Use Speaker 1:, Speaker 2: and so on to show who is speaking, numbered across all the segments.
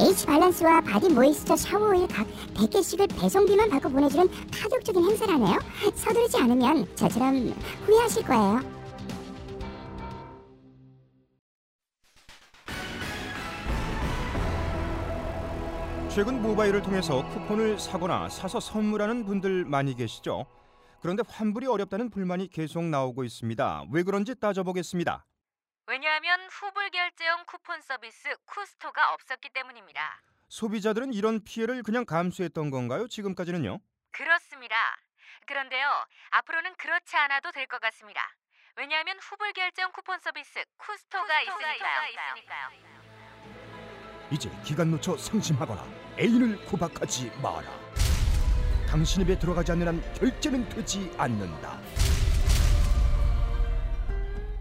Speaker 1: H 발란스와 바디 모이스처 샤워오일 각 100개씩을 배송비만 받고 보내주는 파격적인 행사라네요. 서두르지 않으면 저처럼 후회하실 거예요.
Speaker 2: 최근 모바일을 통해서 쿠폰을 사거나 사서 선물하는 분들 많이 계시죠? 그런데 환불이 어렵다는 불만이 계속 나오고 있습니다. 왜 그런지 따져보겠습니다.
Speaker 3: 왜냐하면 후불 결제형 쿠폰 서비스 쿠스토가 없었기 때문입니다.
Speaker 2: 소비자들은 이런 피해를 그냥 감수했던 건가요? 지금까지는요?
Speaker 3: 그렇습니다. 그런데요, 앞으로는 그렇지 않아도 될 것 같습니다. 왜냐하면 후불 결제형 쿠폰 서비스 쿠스토가, 있으니까요.
Speaker 2: 이제 기간 놓쳐 상심하거나 애인을 구박하지 마라. 당신 입에 들어가지 않는 한 결제는 되지 않는다.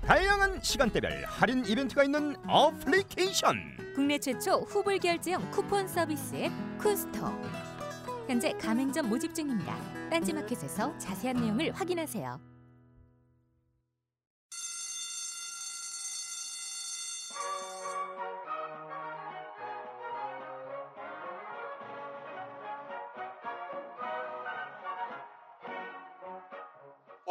Speaker 2: 다양한 시간대별 할인 이벤트가 있는 어플리케이션.
Speaker 4: 국내 최초 후불 결제형 쿠폰 서비스 앱 쿠스토. 현재 가맹점 모집 중입니다. 딴지마켓에서 자세한 내용을 확인하세요.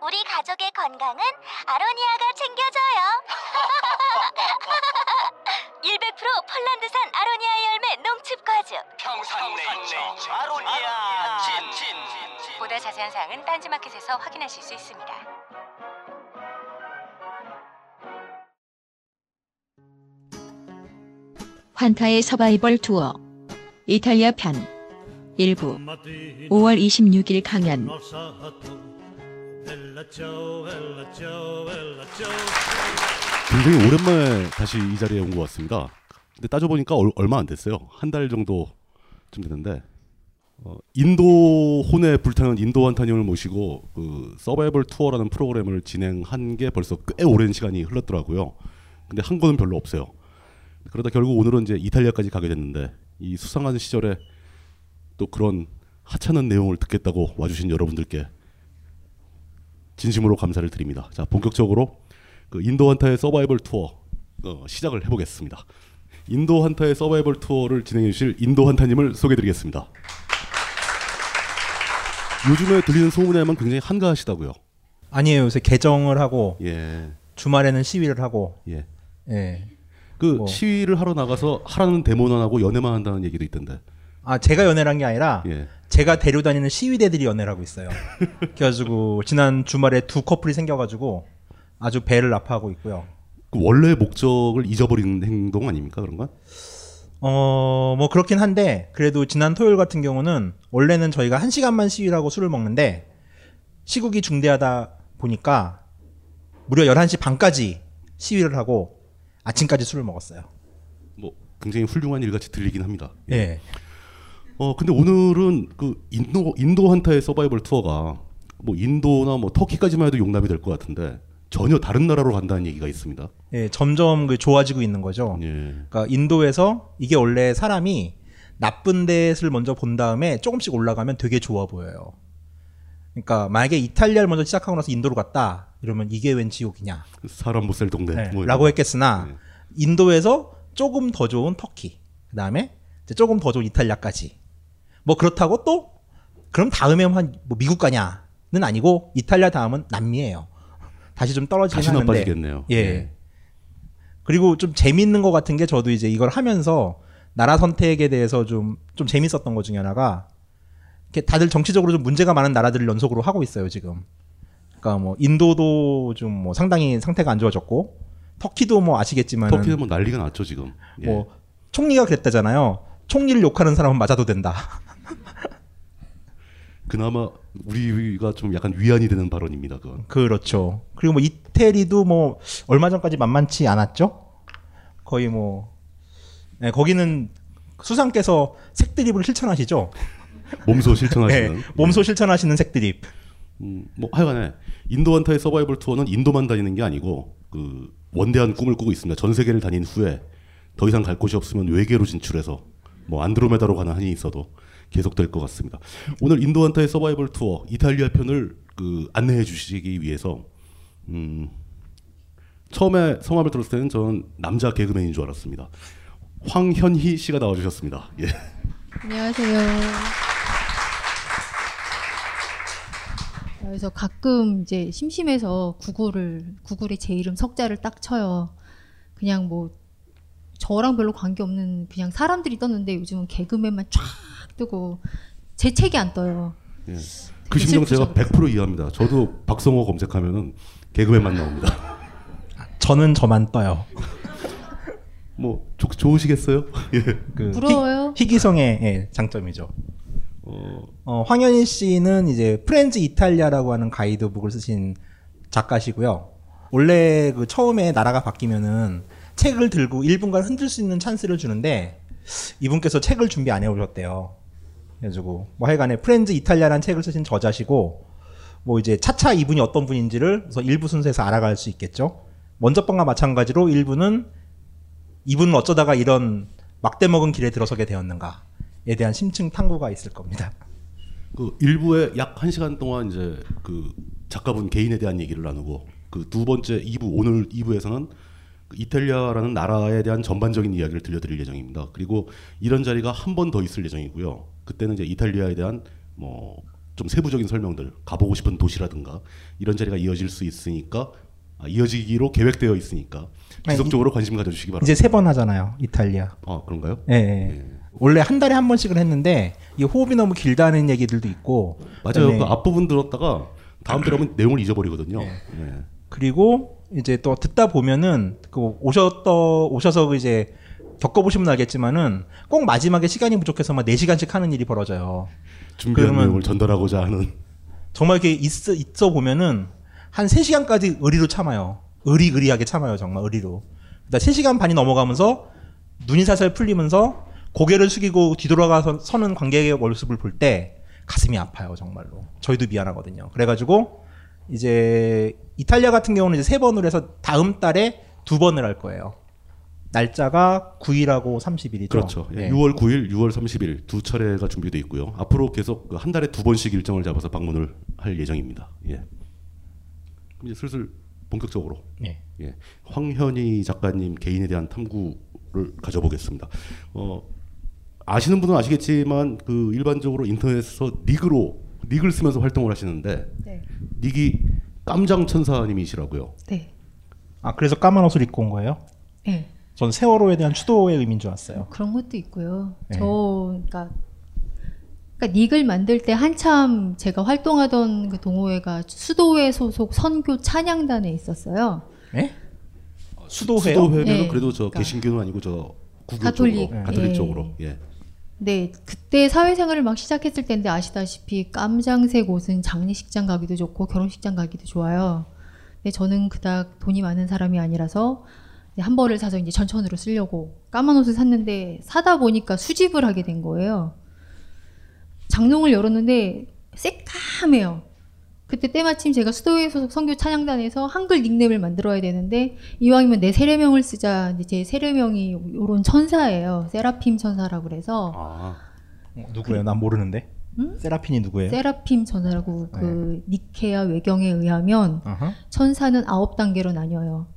Speaker 5: 우리 가족의 건강은 아로니아가 챙겨줘요. 100% 폴란드산 아로니아 열매 농축 과즙.
Speaker 6: 평산 네이처 아로니아 친, 친.
Speaker 3: 보다 자세한 사항은 딴지마켓에서 확인하실 수 있습니다.
Speaker 7: 환타의 서바이벌 투어 이탈리아 편 1부 5월 26일 강연
Speaker 8: 굉장히 오랜만에 다시 이 자리에 온 것 같습니다. 근데 따져보니까 얼, 마안 됐어요. 한 달 정도 좀 됐는데 어, 인도 혼에 불타는 인도 한타님을 모시고 그 서바이벌 투어라는 프로그램을 진행한 게 벌써 꽤 오랜 시간이 흘렀더라고요. 근데 한 거는 별로 없어요. 그러다 결국 오늘은 이제 이탈리아까지 가게 됐는데 이 수상한 시절에 또 그런 하찮은 내용을 듣겠다고 와주신 여러분들께 진심으로 감사를 드립니다. 자 본격적으로 그 인도 한타의 서바이벌 투어 어, 시작을 해보겠습니다. 인도 한타의 서바이벌 투어를 진행해 주실 인도 한타님을 소개드리겠습니다. 요즘에 들리는 소문에만 굉장히 한가하시다고요.
Speaker 9: 아니에요. 요새 개정을 하고
Speaker 8: 예,
Speaker 9: 주말에는 시위를 하고
Speaker 8: 예.
Speaker 9: 예.
Speaker 8: 그
Speaker 9: 뭐.
Speaker 8: 시위를 하러 나가서 하라는 데모만 하고 연애만 한다는 얘기도 있던데.
Speaker 9: 아 제가 연애란 게 아니라
Speaker 8: 예.
Speaker 9: 제가 데려다니는 시위대들이 연애를 하고 있어요. 그래가지고 지난 주말에 두 커플이 생겨가지고 아주 배를 아파하고 있고요.
Speaker 8: 그 원래 목적을 잊어버리는 행동 아닙니까 그런 건?
Speaker 9: 어 뭐 그렇긴 한데 그래도 지난 토요일 같은 경우는 원래는 저희가 한 시간만 시위를 하고 술을 먹는데 시국이 중대하다 보니까 무려 11시 반까지 시위를 하고 아침까지 술을 먹었어요.
Speaker 8: 뭐 굉장히 훌륭한 일같이 들리긴 합니다.
Speaker 9: 예.
Speaker 8: 어 근데 오늘은 그 인도 인도 한타의 서바이벌 투어가 뭐 인도나 뭐 터키까지만 해도 용납이 될 것 같은데 전혀 다른 나라로 간다는 얘기가 있습니다.
Speaker 9: 예, 점점 그 좋아지고 있는 거죠. 그러니까 인도에서 이게 원래 사람이 나쁜 데를 먼저 본 다음에 조금씩 올라가면 되게 좋아 보여요. 그러니까 만약에 이탈리아를 먼저 시작하고 나서 인도로 갔다 이러면 이게 웬 지옥이냐.
Speaker 8: 그 사람 못 살 동네.
Speaker 9: 네,
Speaker 8: 뭐 이런
Speaker 9: 라고
Speaker 8: 거.
Speaker 9: 했겠으나 인도에서 조금 더 좋은 터키 그다음에 이제 조금 더 좋은 이탈리아까지 뭐 그렇다고 또 그럼 다음에 한뭐 미국 가냐는 아니고 이탈리아 다음은 남미예요 다시 좀 떨어지긴
Speaker 8: 다시
Speaker 9: 하는데
Speaker 8: 나빠지겠네요.
Speaker 9: 예 그리고 좀 재밌는 것 같은 게 저도 이제 이걸 하면서 나라 선택에 대해서 좀 좀 재밌었던 것 중에 하나가 이렇게 다들 정치적으로 좀 문제가 많은 나라들을 연속으로 하고 있어요 지금. 그러니까 뭐 인도도 좀 뭐 상당히 상태가 안 좋아졌고 터키도 뭐 아시겠지만
Speaker 8: 터키는 뭐 난리가 났죠 지금. 예.
Speaker 9: 뭐 총리가 그랬다잖아요. 총리를 욕하는 사람은 맞아도 된다.
Speaker 8: 그나마 우리가 좀 약간 위안이 되는 발언입니다. 그건.
Speaker 9: 그렇죠. 그리고 뭐 이태리도 뭐 얼마 전까지 만만치 않았죠. 거의 뭐 네, 거기는 수상께서 색드립을 실천하시죠.
Speaker 8: 몸소 실천하시는.
Speaker 9: 네, 몸소 실천하시는 색드립.
Speaker 8: 음, 뭐 하여간에 인도 한타의 서바이벌 투어는 인도만 다니는 게 아니고 그 원대한 꿈을 꾸고 있습니다. 전 세계를 다닌 후에 더 이상 갈 곳이 없으면 외계로 진출해서 뭐 안드로메다로 가는 한이 있어도 계속될 것 같습니다. 오늘 인도 한타의 서바이벌 투어 이탈리아 편을 그 안내해 주시기 위해서 음, 처음에 성함을 들었을 때는 저는 남자 개그맨인 줄 알았습니다. 황현희 씨가 나와주셨습니다. 예.
Speaker 10: 안녕하세요. 그래서 가끔 이제 심심해서 구글을 구글에 제 이름 석자를 딱 쳐요. 그냥 뭐 저랑 별로 관계 없는 그냥 사람들이 떴는데 요즘은 개그맨만 쫙 뜨고 제 책이 안 떠요.
Speaker 8: 예. 그 심정 제가 100% 이해합니다. 저도 박성호 검색하면은 개그맨만 나옵니다.
Speaker 9: 저는 저만 떠요.
Speaker 8: 뭐 좋, 좋으시겠어요? 예.
Speaker 9: 그
Speaker 10: 부러워요.
Speaker 9: 희, 희기성의 예, 장점이죠. 어, 황현희 씨는 이제 프렌즈 이탈리아라고 하는 가이드북을 쓰신 작가시고요. 원래 그 처음에 나라가 바뀌면은 책을 들고 1분간 흔들 수 있는 찬스를 주는데 이분께서 책을 준비 안 해오셨대요. 그래가지고 뭐 하여간에 프렌즈 이탈리아라는 책을 쓰신 저자시고 뭐 이제 차차 이분이 어떤 분인지를 그래서 일부 순서에서 알아갈 수 있겠죠. 먼저 번과 마찬가지로 일부는 이분은 어쩌다가 이런 막대 먹은 길에 들어서게 되었는가에 대한 심층 탐구가 있을 겁니다.
Speaker 8: 그 일부에 약 1시간 동안 이제 그 작가분 개인에 대한 얘기를 나누고 그 두 번째 2부 오늘 2부에서는 그 이탈리아라는 나라에 대한 전반적인 이야기를 들려드릴 예정입니다. 그리고 이런 자리가 한 번 더 있을 예정이고요. 그때는 이제 이탈리아에 대한 뭐 좀 세부적인 설명들, 가보고 싶은 도시라든가 이런 자리가 이어질 수 있으니까 아, 이어지기로 계획되어 있으니까
Speaker 9: 아니,
Speaker 8: 지속적으로 관심 가져주시기 바랍니다.
Speaker 9: 네, 이제 세 번 하잖아요, 이탈리아.
Speaker 8: 아 그런가요?
Speaker 9: 예, 예. 원래 한 달에 한 번씩은 했는데 이 호흡이 너무 길다는 얘기들도 있고
Speaker 8: 맞아요.
Speaker 9: 그다음에
Speaker 8: 그 앞부분 들었다가 다음 주에 하면 내용을 잊어버리거든요. 예.
Speaker 9: 그리고 이제 또 듣다 보면은 그 오셨다 오셔서 그 이제 겪어보시면 알겠지만은 꼭 마지막에 시간이 부족해서 막 4시간씩 하는 일이 벌어져요.
Speaker 8: 준비한
Speaker 9: 그러면
Speaker 8: 내용을 전달하고자 하는
Speaker 9: 정말 이렇게 있어, 있어 보면은 한 3시간까지 의리로 참아요. 의리의리하게 참아요. 정말 의리로. 그다 3시간 반이 넘어가면서 눈이 살살 풀리면서 고개를 숙이고 뒤돌아가서 서는 관객의 모습을 볼 때 가슴이 아파요. 정말로. 저희도 미안하거든요. 그래가지고 이제 이탈리아 같은 경우는 이제 세 번을 해서 다음 달에 두 번을 할 거예요. 날짜가 9일하고 30일이죠. 네.
Speaker 8: 그렇죠. 예, 6월 9일, 6월 30일 두 차례가 준비돼 있고요. 앞으로 계속 그한 달에 두 번씩 일정을 잡아서 방문을 할 예정입니다. 예. 그럼 이제 슬슬 본격적으로
Speaker 9: 예.
Speaker 8: 황현희 작가님 개인에 대한 탐구를 가져보겠습니다. 어, 아시는 분은 아시겠지만 그 일반적으로 인터넷에서 닉으로 닉을 쓰면서 활동을 하시는데
Speaker 10: 네.
Speaker 8: 닉이 깜장 천사님이시라고요.
Speaker 10: 네.
Speaker 9: 아 그래서 까만 옷을 입고 온 거예요?
Speaker 10: 네.
Speaker 9: 전 세월호에 대한 추도의 의미인 줄 알았어요.
Speaker 10: 그런 것도 있고요.
Speaker 9: 네.
Speaker 10: 저 그러니까 그러니까 닉을 만들 때 한참 제가 활동하던 그 동호회가 수도회 소속 선교 찬양단에 있었어요.
Speaker 9: 예? 수도회
Speaker 8: 어, 수도회면은
Speaker 10: 네,
Speaker 8: 그래도 저
Speaker 10: 그러니까.
Speaker 8: 개신교는 아니고 저 구교
Speaker 10: 가톨릭,
Speaker 8: 쪽으로
Speaker 10: 예.
Speaker 8: 가톨릭
Speaker 10: 예.
Speaker 8: 쪽으로 예.
Speaker 10: 네, 그때 사회생활을 막 시작했을 때인데 아시다시피 깜장색 옷은 장례식장 가기도 좋고 결혼식장 가기도 좋아요. 근데 저는 그닥 돈이 많은 사람이 아니라서 이제 한 벌을 사서 이제 전천으로 쓰려고 까만 옷을 샀는데 사다 보니까 수집을 하게 된 거예요. 장롱을 열었는데 새까매요. 그때 때마침 제가 수도회 소속 선교 찬양단에서 한글 닉네임을 만들어야 되는데 이왕이면 내 세례명을 쓰자. 이제 제 세례명이 요런 천사예요. 세라핌 천사라고 그래서
Speaker 9: 어, 누구예요? 난 모르는데. 세라핀이 누구예요?
Speaker 10: 음? 세라핌 천사라고 그
Speaker 9: 네.
Speaker 10: 니케아 외경에 의하면
Speaker 9: 아하.
Speaker 10: 천사는 아홉 단계로 나뉘어요.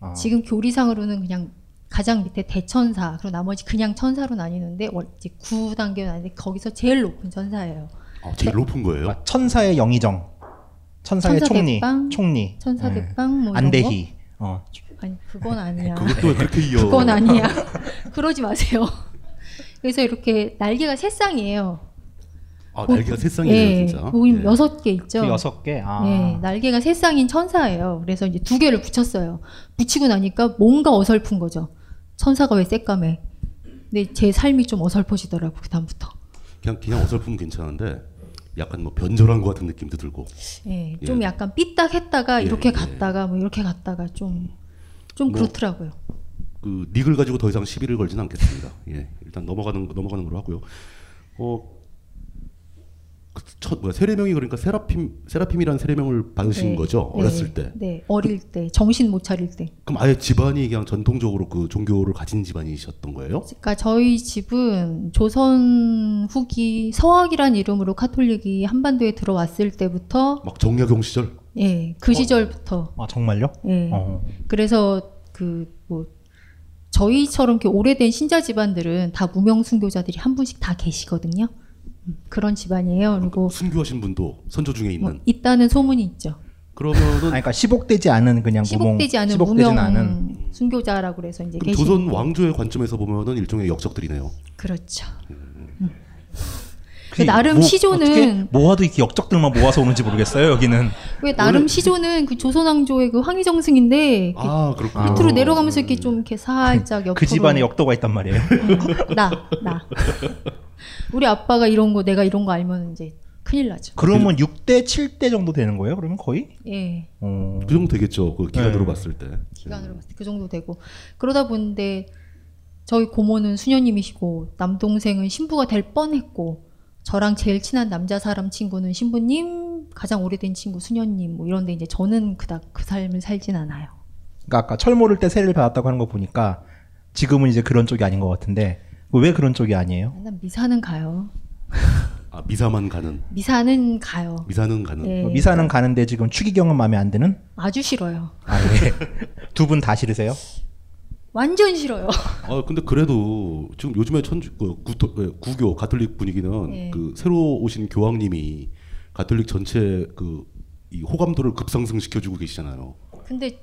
Speaker 9: 아.
Speaker 10: 지금 교리상으로는 그냥 가장 밑에 대천사 그리고 나머지 그냥 천사로 나뉘는데 월- 이제 9단계로 나뉘는데 거기서 제일 높은 천사예요.
Speaker 8: 제일 아, 높은 거예요.
Speaker 9: 아, 천사의 영의정, 천사의
Speaker 10: 천사
Speaker 9: 총리,
Speaker 10: 대빵?
Speaker 9: 총리,
Speaker 10: 천사
Speaker 9: 예.
Speaker 10: 대빵 뭐 이런
Speaker 9: 안대희. 어.
Speaker 10: 아니 그건 아니야.
Speaker 9: 그것도 그렇게 이어.
Speaker 10: 그건 아니야. 그러지 마세요. 그래서 이렇게 날개가 세 쌍이에요.
Speaker 8: 아
Speaker 10: 보-
Speaker 8: 날개가 세상이에요
Speaker 10: 예,
Speaker 8: 진짜. 네.
Speaker 10: 보임 여섯 개 있죠.
Speaker 9: 그 여섯 개? 아.
Speaker 10: 예, 날개가 세 쌍인 천사예요. 그래서 이제 두 개를 붙였어요. 붙이고 나니까 뭔가 어설픈 거죠. 천사가 왜 새까매? 근데 제 삶이 좀 어설퍼지더라고 그 다음부터.
Speaker 8: 그냥 그냥 어설프면 괜찮은데 약간 뭐 변절한 것 같은 느낌도 들고.
Speaker 10: 예,
Speaker 8: 예.
Speaker 10: 좀 약간 삐딱했다가
Speaker 8: 예,
Speaker 10: 이렇게
Speaker 8: 예.
Speaker 10: 갔다가 뭐 이렇게 갔다가 좀 좀
Speaker 8: 뭐,
Speaker 10: 그렇더라고요.
Speaker 8: 그 닉을 가지고 더 이상 시비를 걸진 않겠습니다. 예, 일단 넘어가는 거- 넘어가는 걸로 하고요. 어, 그 첫, 뭐야 세례명이 그러니까 세라핌 세라핌이라는 세례명을 받으신
Speaker 10: 네,
Speaker 8: 거죠
Speaker 10: 네,
Speaker 8: 어렸을 때.
Speaker 10: 네, 어릴 때 정신 못 차릴 때.
Speaker 8: 그럼 아예 집안이 그냥 전통적으로 그 종교를 가진 집안이셨던 거예요?
Speaker 10: 그러니까 저희 집은 조선 후기 서학이란 이름으로 카톨릭이 한반도에 들어왔을 때부터
Speaker 8: 막 정약용 시절?
Speaker 10: 예,
Speaker 8: 어,
Speaker 10: 그 시절부터
Speaker 9: 아 정말요?
Speaker 10: 예.
Speaker 9: 어.
Speaker 10: 그래서 그 뭐 저희처럼 이렇게 오래된 신자 집안들은 다 무명 순교자들이 한 분씩 다 계시거든요. 음, 그런 집안이에요. 그리고
Speaker 8: 아,
Speaker 10: 뭐
Speaker 8: 순교하신 분도 선조 중에 있는.
Speaker 10: 있다는 소문이 있죠.
Speaker 8: 그러면은
Speaker 9: 그러니까 시복되지 않은 그냥 무명
Speaker 10: 시복되지 않은 그
Speaker 9: 시복되진
Speaker 10: 무명
Speaker 9: 않은
Speaker 10: 순교자라고 그래서 이제
Speaker 8: 그럼
Speaker 10: 계시
Speaker 8: 조선 왕조의 관점에서 보면은 일종의 역적들이네요.
Speaker 10: 그렇죠.
Speaker 9: 음. 그게 뭐,
Speaker 10: 나름 시조는-
Speaker 9: 어떻게 모아도 이렇게 역적들만 모아서 오는지 모르겠어요 여기는
Speaker 10: 왜 나름 시조는 그 조선왕조의 그 황희정승인데 이렇게
Speaker 9: 아, 그렇군요.
Speaker 10: 밑으로
Speaker 9: 아.
Speaker 10: 내려가면서 이렇게 좀 이렇게 살짝 옆으로
Speaker 9: 그 집안에 역도가 있단 말이에요
Speaker 10: 나, 나. 우리 아빠가 이런 거 내가 이런 거 알면 이제 큰일 나죠.
Speaker 9: 그러면 6대 7대 정도 되는 거예요 그러면 거의?
Speaker 10: 예.
Speaker 8: 그 정도 되겠죠. 그 기간으로
Speaker 9: 어. 네.
Speaker 8: 봤을 때.
Speaker 10: 기간으로 봤을 때 그 정도 되고 그러다 보는데 저희 고모는 수녀님이시고 남동생은 신부가 될 뻔했고 저랑 제일 친한 남자 사람 친구는 신부님 가장 오래된 친구 수녀님 뭐 이런데 이제 저는 그닥 그 삶을 살진 않아요.
Speaker 9: 그러니까 아까 철모를 때 세례를 받았다고 하는 거 보니까 지금은 이제 그런 쪽이 아닌 것 같은데 뭐 왜 그런 쪽이 아니에요?
Speaker 10: 난 미사는 가요.
Speaker 8: 아 미사만 가는.
Speaker 10: 미사는 가요.
Speaker 8: 미사는 가는.
Speaker 10: 예.
Speaker 9: 미사는 가는데 지금 추기경은 마음에 안 드는?
Speaker 10: 아주 싫어요.
Speaker 9: 아, 예. 두분 다 싫으세요?
Speaker 10: 완전 싫어요.
Speaker 8: 아 근데 그래도 지금 요즘에 천주 그 구토, 예, 구교 가톨릭 분위기는
Speaker 10: 네.
Speaker 8: 그 새로 오신 교황님이 가톨릭 전체 그 이 호감도를 급상승시켜 주고 계시잖아요.
Speaker 10: 근데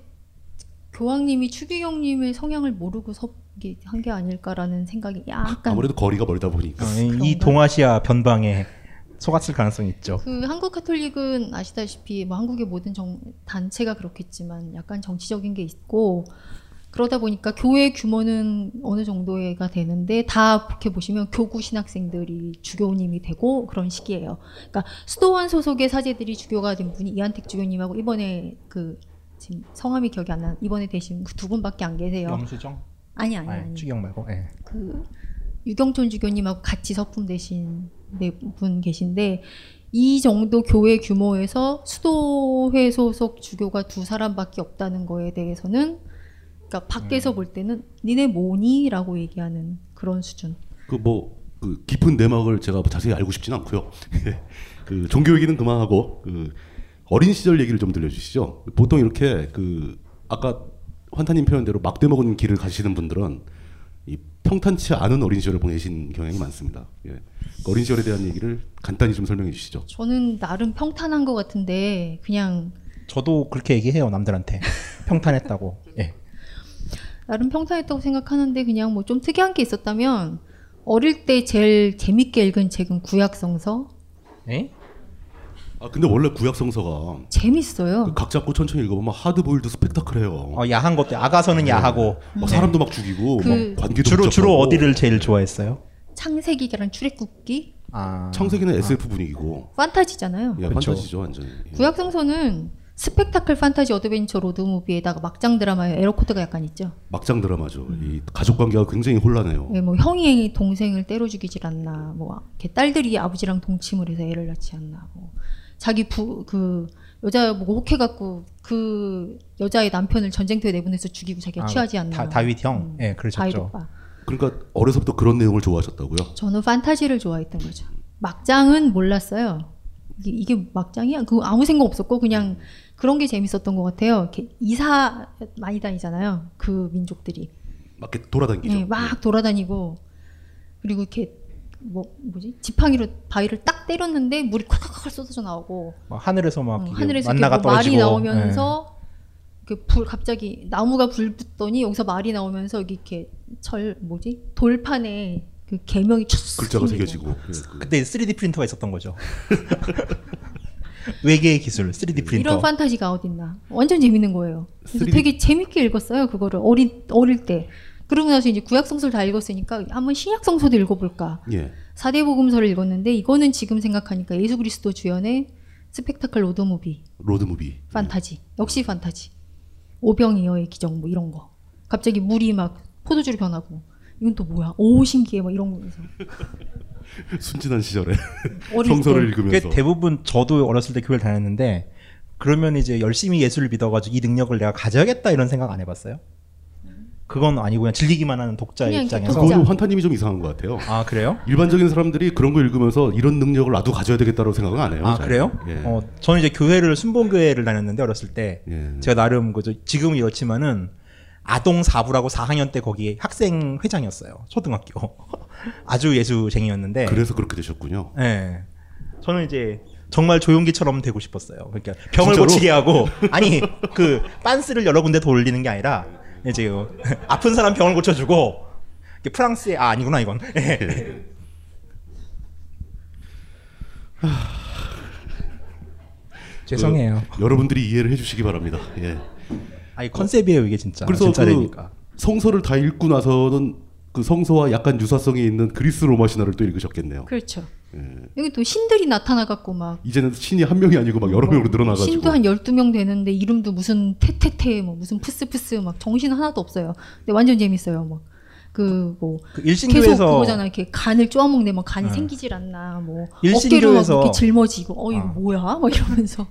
Speaker 10: 교황님이 추기경님의 성향을 모르고 섭한 게 아닐까라는 생각이 약간
Speaker 8: 아무래도 거리가 멀다 보니까.
Speaker 9: 어, 이 동아시아 변방에 속았을 가능성이 있죠.
Speaker 10: 그 한국 카톨릭은 아시다시피 뭐 한국의 모든 정, 단체가 그렇겠지만 약간 정치적인 게 있고 그러다 보니까 교회 규모는 어느 정도가 되는데 다 이렇게 보시면 교구 신학생들이 주교님이 되고 그런 시기예요. 그러니까 수도원 소속의 사제들이 주교가 된 분이 이한택 주교님하고 이번에 그 지금 성함이 기억이 안 나. 이번에 되신 그 두 분밖에 안 계세요.
Speaker 9: 염수정?
Speaker 10: 아니 아니 아니.
Speaker 9: 추기경 말고. 예.
Speaker 10: 그 유경촌 주교님하고 같이 서품되신 네 분 계신데 이 정도 교회 규모에서 수도회 소속 주교가 두 사람밖에 없다는 거에 대해서는 그러니까 밖에서
Speaker 8: 음.
Speaker 10: 볼 때는 니네 뭐니라고 얘기하는 그런 수준.
Speaker 8: 그 뭐 그 깊은 내막을 제가 자세히 알고 싶진 않고요. 예. 그 종교 얘기는 그만하고 그 어린 시절 얘기를 좀 들려주시죠. 보통 이렇게 그 아까 환타님 표현대로 막대 먹은 길을 가시는 분들은 이 평탄치 않은 어린 시절을 보내신 경향이 많습니다. 예. 그 어린 시절에 대한 얘기를 간단히 좀 설명해 주시죠.
Speaker 10: 저는 나름 평탄한 것 같은데 그냥
Speaker 9: 저도 그렇게 얘기해요 남들한테 평탄했다고. 예.
Speaker 10: 나름 평탄했다고 생각하는데 그냥 뭐 좀 특이한 게 있었다면 어릴 때 제일 재밌게 읽은 책은 구약성서
Speaker 8: 아 근데 원래 구약 성서가
Speaker 10: 재밌어요.
Speaker 8: 각 잡고 천천히 읽어보면 하드보일드 스펙타클해요. 네.
Speaker 9: 어, 야한 것도 아가서는 야하고
Speaker 8: 막뭐 사람도 막 죽이고
Speaker 10: 그-
Speaker 8: 막 관계도
Speaker 9: 주로 주로
Speaker 8: 복잡하고.
Speaker 9: 어디를 제일 좋아했어요?
Speaker 10: 창세기랑 출애굽기
Speaker 9: 아.
Speaker 8: 창세기는 SF 분위기고
Speaker 10: 판타지잖아요.
Speaker 8: 그렇죠. 야, 판타지죠 예, 완전히.
Speaker 10: 구약성서는 스펙타클 판타지 어드벤처 로드무비에다가 막장 드라마에 에러코드가 약간 있죠.
Speaker 8: 막장 드라마죠. 이 가족 관계가 굉장히 혼란해요.
Speaker 10: 예, 뭐 형이 동생을 때려 죽이질 않나, 뭐 걔 딸들이 아버지랑 동침을 해서 애를 낳지 않나, 뭐 자기 부 그 여자 보고 혹해갖고 그 여자의 남편을 전쟁터에 내보내서 죽이고 자기가
Speaker 9: 아,
Speaker 10: 취하지 않나.
Speaker 9: 다, 다윗 형, 예,
Speaker 10: 다윗
Speaker 9: 그러셨죠.
Speaker 10: 오빠.
Speaker 8: 그러니까 어려서부터 그런 내용을 좋아하셨다고요?
Speaker 10: 저는 판타지를 좋아했던 거죠. 막장은 몰랐어요. 이게, 이게 막장이야? 그 아무 생각 없었고 그냥 그런 게 재밌었던 것 같아요. 이렇게 이사 많이 다니잖아요. 그 민족들이.
Speaker 8: 막 이렇게 돌아다니죠.
Speaker 10: 네,
Speaker 9: 예.
Speaker 10: 막 돌아다니고 그리고 이렇게 뭐 뭐지 지팡이로 바위를 딱 때렸는데 물이 콸콸콸 쏟아져 나오고
Speaker 9: 막 하늘에서 막
Speaker 10: 어,
Speaker 9: 이게
Speaker 10: 하늘에서
Speaker 9: 만나가
Speaker 10: 이렇게 뭐 말이
Speaker 9: 떨어지고 예.
Speaker 10: 나오면서 그 불 갑자기 나무가 불 붙더니 여기서 말이 나오면서 여기 이렇게 절 뭐지 돌판에 그 개명이 촥
Speaker 8: 글자가
Speaker 10: 생기고.
Speaker 8: 새겨지고.
Speaker 9: 예.
Speaker 8: 예.
Speaker 9: 그때 3D 프린터가 있었던 거죠. 외계의 기술
Speaker 8: 예.
Speaker 9: 3D 프린터.
Speaker 10: 이런 판타지가 어딨나 완전 재밌는 거예요. 그래서 되게 재밌게 읽었어요 그거를 어린 어릴 때. 그러고 나서 이제 구약성서를 다 읽었으니까 한번 신약성서도 읽어볼까.
Speaker 8: 예.
Speaker 10: 사대 복음서를 읽었는데 이거는 지금 생각하니까 예수 그리스도 주연의 스펙타클 로드무비
Speaker 8: 로드무비.
Speaker 10: 판타지 역시 판타지 오병이어의 기적 뭐 이런 거 갑자기 물이 막 포도주로 변하고 이건 또 뭐야 오 신기해 막 이런 거에서
Speaker 8: 순진한 시절에
Speaker 10: 어릴
Speaker 8: 성서를
Speaker 9: 그게
Speaker 8: 읽으면서
Speaker 9: 대부분 저도 어렸을 때 교회를 다녔는데 그러면 이제 열심히 예수를 믿어가지고 이 능력을 내가 가져야겠다 이런 생각 안 해봤어요? 그건 아니고 그냥 즐기기만 하는 독자의
Speaker 10: 그냥 이렇게
Speaker 9: 입장에서
Speaker 8: 그거는 환타님이 좀 이상한 것 같아요.
Speaker 9: 아 그래요?
Speaker 8: 일반적인 사람들이 그런 거 읽으면서 이런 능력을 나도 가져야 되겠다고 생각은 안 해요.
Speaker 9: 아
Speaker 8: 잘.
Speaker 9: 그래요?
Speaker 8: 예.
Speaker 9: 어, 저는 이제 교회를 순복음교회를 다녔는데 어렸을 때
Speaker 8: 예.
Speaker 9: 제가 나름 그저 지금은 이렇지만은 아동 사부라고 4학년 때 거기 학생 회장이었어요 초등학교 아주 예수쟁이였는데
Speaker 8: 그래서 그렇게 되셨군요.
Speaker 9: 예. 저는 이제 정말 조용기처럼 되고 싶었어요. 그러니까 병을
Speaker 8: 진짜로?
Speaker 9: 고치게 하고 아니 그 빤스를 여러 군데 돌리는 게 아니라 이제 어, 아픈 사람 병을 고쳐주고 이게 프랑스의 아 아니구나 이건 예. 죄송해요.
Speaker 8: 그, 여러분들이 이해를 해주시기 바랍니다. 예.
Speaker 9: 아니 컨셉이에요 이게 진짜
Speaker 8: 그래서
Speaker 9: 진짜
Speaker 8: 그
Speaker 9: 되니까.
Speaker 8: 성서를 다 읽고 나서는 그 성서와 약간 유사성이 있는 그리스 로마 신화를 또 읽으셨겠네요.
Speaker 10: 그렇죠
Speaker 8: 예.
Speaker 10: 여기 또 신들이 나타나 갖고 막
Speaker 8: 이제는 신이 한 명이 아니고 막 여러 명으로 늘어나가지고
Speaker 10: 신도 한 12명 되는데 이름도 무슨 테테테 뭐 무슨 푸스푸스 막 정신 하나도 없어요. 근데 완전 재밌어요. 막 그뭐
Speaker 9: 그
Speaker 10: 계속
Speaker 9: 일신교에서
Speaker 10: 그거잖아. 이렇게 간을 쪼아먹네. 막 간이
Speaker 9: 어.
Speaker 10: 생기질 않나. 뭐 어깨로 막
Speaker 9: 일신교에서-
Speaker 10: 이렇게 짊어지고 어 이거
Speaker 8: 아.
Speaker 9: 어.
Speaker 10: 뭐야? 막 이러면서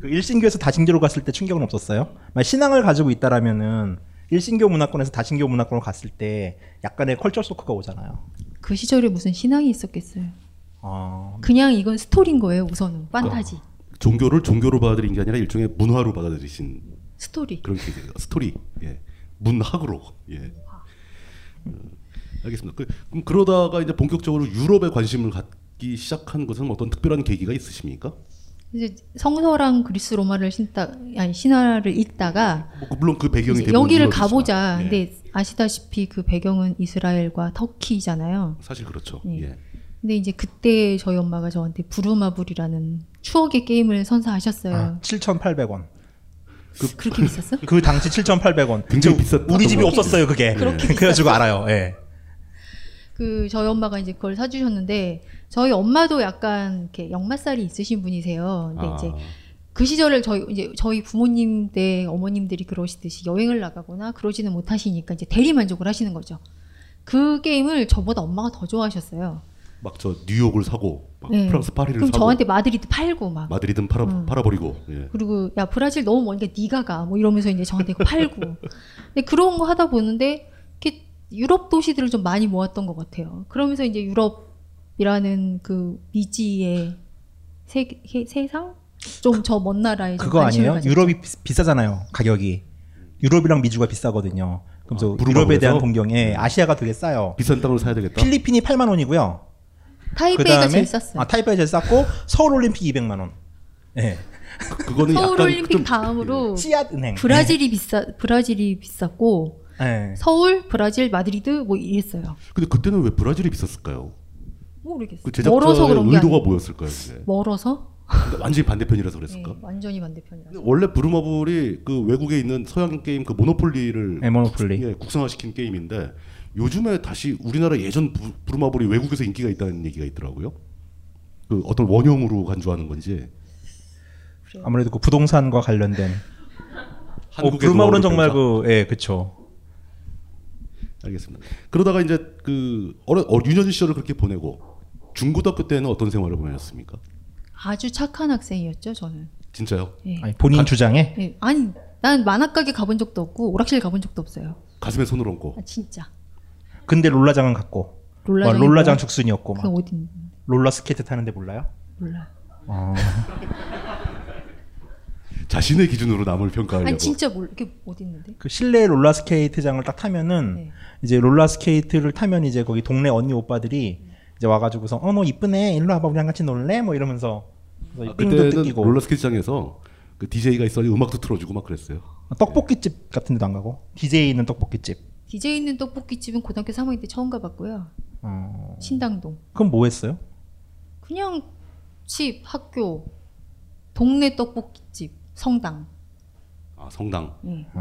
Speaker 9: 그 일신교에서 다신교로 갔을 때 충격은 없었어요. 만약 신앙을 가지고 있다라면은 일신교 문화권에서 다신교 문화권으로 갔을 때 약간의 컬처 쇼크가 오잖아요.
Speaker 10: 그 시절에 무슨 신앙이 있었겠어요.
Speaker 9: 어,
Speaker 10: 그냥 이건 스토리인 거예요. 우선은 판타지
Speaker 8: 종교를 종교로 받아들인 게 아니라 일종의 문화로 받아들이신
Speaker 10: 스토리.
Speaker 8: 그런 게 있어요. 스토리 예. 문학으로 예. 어, 알겠습니다. 그, 럼 그러다가 이제 본격적으로 유럽에 관심을 갖기 시작한 것은 어떤 특별한 계기가 있으십니까?
Speaker 10: 이제 성서랑 그리스 로마를 신다 아니 신화를 읽다가
Speaker 8: 뭐, 그- 물론 그 배경이
Speaker 10: 이제
Speaker 8: 대부분
Speaker 10: 여기를
Speaker 8: 유럽이지만.
Speaker 10: 가보자.
Speaker 8: 예.
Speaker 10: 근데 아시다시피 그 배경은 이스라엘과 터키잖아요.
Speaker 8: 사실 그렇죠.
Speaker 10: 예.
Speaker 8: 예.
Speaker 10: 근데 이제 그때 저희 엄마가 저한테 부루마블이라는 추억의 게임을 선사하셨어요.
Speaker 8: 아,
Speaker 9: 7,800원.
Speaker 8: 그,
Speaker 10: 그렇게 비쌌어?
Speaker 9: 그 당시 7,800원.
Speaker 8: 굉장히 비쌌던
Speaker 9: 우리 집이
Speaker 8: 것
Speaker 9: 없었어요 그게.
Speaker 8: 네.
Speaker 10: 그렇게 음,
Speaker 9: 그래가지고 알아요. 예.
Speaker 10: 그 저희 엄마가 이제 그걸 사주셨는데 저희 엄마도 약간 이렇게 역마살이 있으신 분이세요. 근데
Speaker 11: 아.
Speaker 10: 이제 그 시절을 저희 이제 저희 부모님 때 어머님들이 그러시듯이 여행을 나가거나 그러지는 못하시니까 이제 대리 만족을 하시는 거죠. 그 게임을 저보다 엄마가 더 좋아하셨어요.
Speaker 8: 막 저 뉴욕을 사고 막
Speaker 10: 예.
Speaker 8: 프랑스 파리를
Speaker 10: 그럼
Speaker 8: 사고
Speaker 10: 저한테 마드리드 팔고 막
Speaker 8: 마드리드는 팔아
Speaker 10: 음.
Speaker 8: 팔아버리고 예.
Speaker 10: 그리고 야 브라질 너무 머니까 네가 가 뭐 이러면서 이제 저한테 이거 팔고 근데 그런 거 하다 보는데 이렇게 유럽 도시들을 좀 많이 모았던 것 같아요. 그러면서 이제 유럽이라는 그 미지의 세, 해- 세상 좀 저 먼 나라에 좀
Speaker 9: 그거
Speaker 10: 관심을
Speaker 9: 아니에요?
Speaker 10: 가졌죠.
Speaker 9: 유럽이 비, 싸잖아요 가격이. 유럽이랑 미주가 비싸거든요. 그래서 유럽에
Speaker 8: 아, 부르마블에서? 음.
Speaker 9: 대한 동경에 아시아가 되게 싸요.
Speaker 8: 비싼 땅을 사야 되겠다.
Speaker 9: 필리핀이 8만 원이고요.
Speaker 10: 타이베이가
Speaker 9: 그다음에-
Speaker 10: 제일 쌌어요.
Speaker 9: 아, 타이베이가 제일 쌌고 서울 올림픽 200만 원. 예.
Speaker 8: 그거는
Speaker 10: 서울 올림픽 다음으로
Speaker 9: 은행. 네.
Speaker 10: 브라질이 비싸 브라질이 비쌌고
Speaker 9: 예.
Speaker 10: 서울, 브라질, 마드리드 뭐 이랬어요.
Speaker 8: 근데 그때는 왜 브라질이 비쌌을까요?
Speaker 10: 모르겠어요.
Speaker 8: 그 제작자의
Speaker 10: 멀어서 그런 게
Speaker 8: 의도가
Speaker 10: 아니고.
Speaker 8: 뭐였을까요? 그게?
Speaker 10: 멀어서
Speaker 8: 그러니까 완전히 반대편이라서 그랬을까?
Speaker 10: 예, 완전히 반대편이라.
Speaker 8: 근데 원래 브루마블이 그 외국에 있는 서양 게임 그 모노폴리를
Speaker 9: 예, 모노폴리.
Speaker 8: 국- 예, 국산화시킨 게임인데 요즘에 다시 우리나라 예전 부, 브루마블이 외국에서 인기가 있다는 얘기가 있더라고요. 그 어떤 원형으로 간주하는 건지
Speaker 9: 아무래도 그 부동산과 관련된. 어,
Speaker 8: 한국의
Speaker 9: 브루마블은
Speaker 8: 노하우를
Speaker 9: 정말 그 예, 그쵸.
Speaker 8: 알겠습니다. 그러다가 이제 그 어려 어, 유년 시절을 그렇게 보내고 중고등학교 때는 어떤 생활을 보내셨습니까?
Speaker 10: 아주 착한 학생이었죠 저는.
Speaker 8: 진짜요?
Speaker 10: 예.
Speaker 9: 아니, 본인 주장에
Speaker 10: 예, 아니 난 만화가게 가본 적도 없고 오락실 가본 적도 없어요.
Speaker 8: 가슴에 손을 얹고.
Speaker 10: 아, 진짜.
Speaker 9: 근데 롤라장은 갔고.
Speaker 10: 롤라장이
Speaker 9: 와, 롤라장
Speaker 10: 뭐야?
Speaker 9: 죽순이었고 막.
Speaker 10: 그건 어딘
Speaker 9: 롤러 스케이트 타는데 몰라요?
Speaker 10: 몰라.
Speaker 9: 어.
Speaker 8: 자신의 기준으로 남을 평가하려고.
Speaker 10: 아니 진짜 몰라. 이게 어디 있는데?
Speaker 9: 그 실내 롤러 스케이트장을 딱 타면은
Speaker 10: 네.
Speaker 9: 이제 롤러 스케이트를 타면 이제 거기 동네 언니 오빠들이 이제 와가지고서 어 너 이쁘네 일로 와봐 우리랑 같이 놀래 뭐 이러면서 그래서
Speaker 8: 아,
Speaker 9: 삥도
Speaker 8: 그때는
Speaker 9: 뜯기고
Speaker 8: 롤러스케이트장에서 그 DJ가 있어서 음악도 틀어주고 막 그랬어요.
Speaker 9: 떡볶이집 같은 데도 안 가고 DJ 있는 떡볶이집
Speaker 10: DJ 있는 떡볶이 집은 고등학교 3학년 때 처음 가봤고요.
Speaker 9: 어.
Speaker 10: 신당동.
Speaker 9: 그럼 뭐 했어요?
Speaker 10: 그냥 집, 학교, 동네 떡볶이집, 성당.
Speaker 8: 아 성당. 음.
Speaker 10: 예.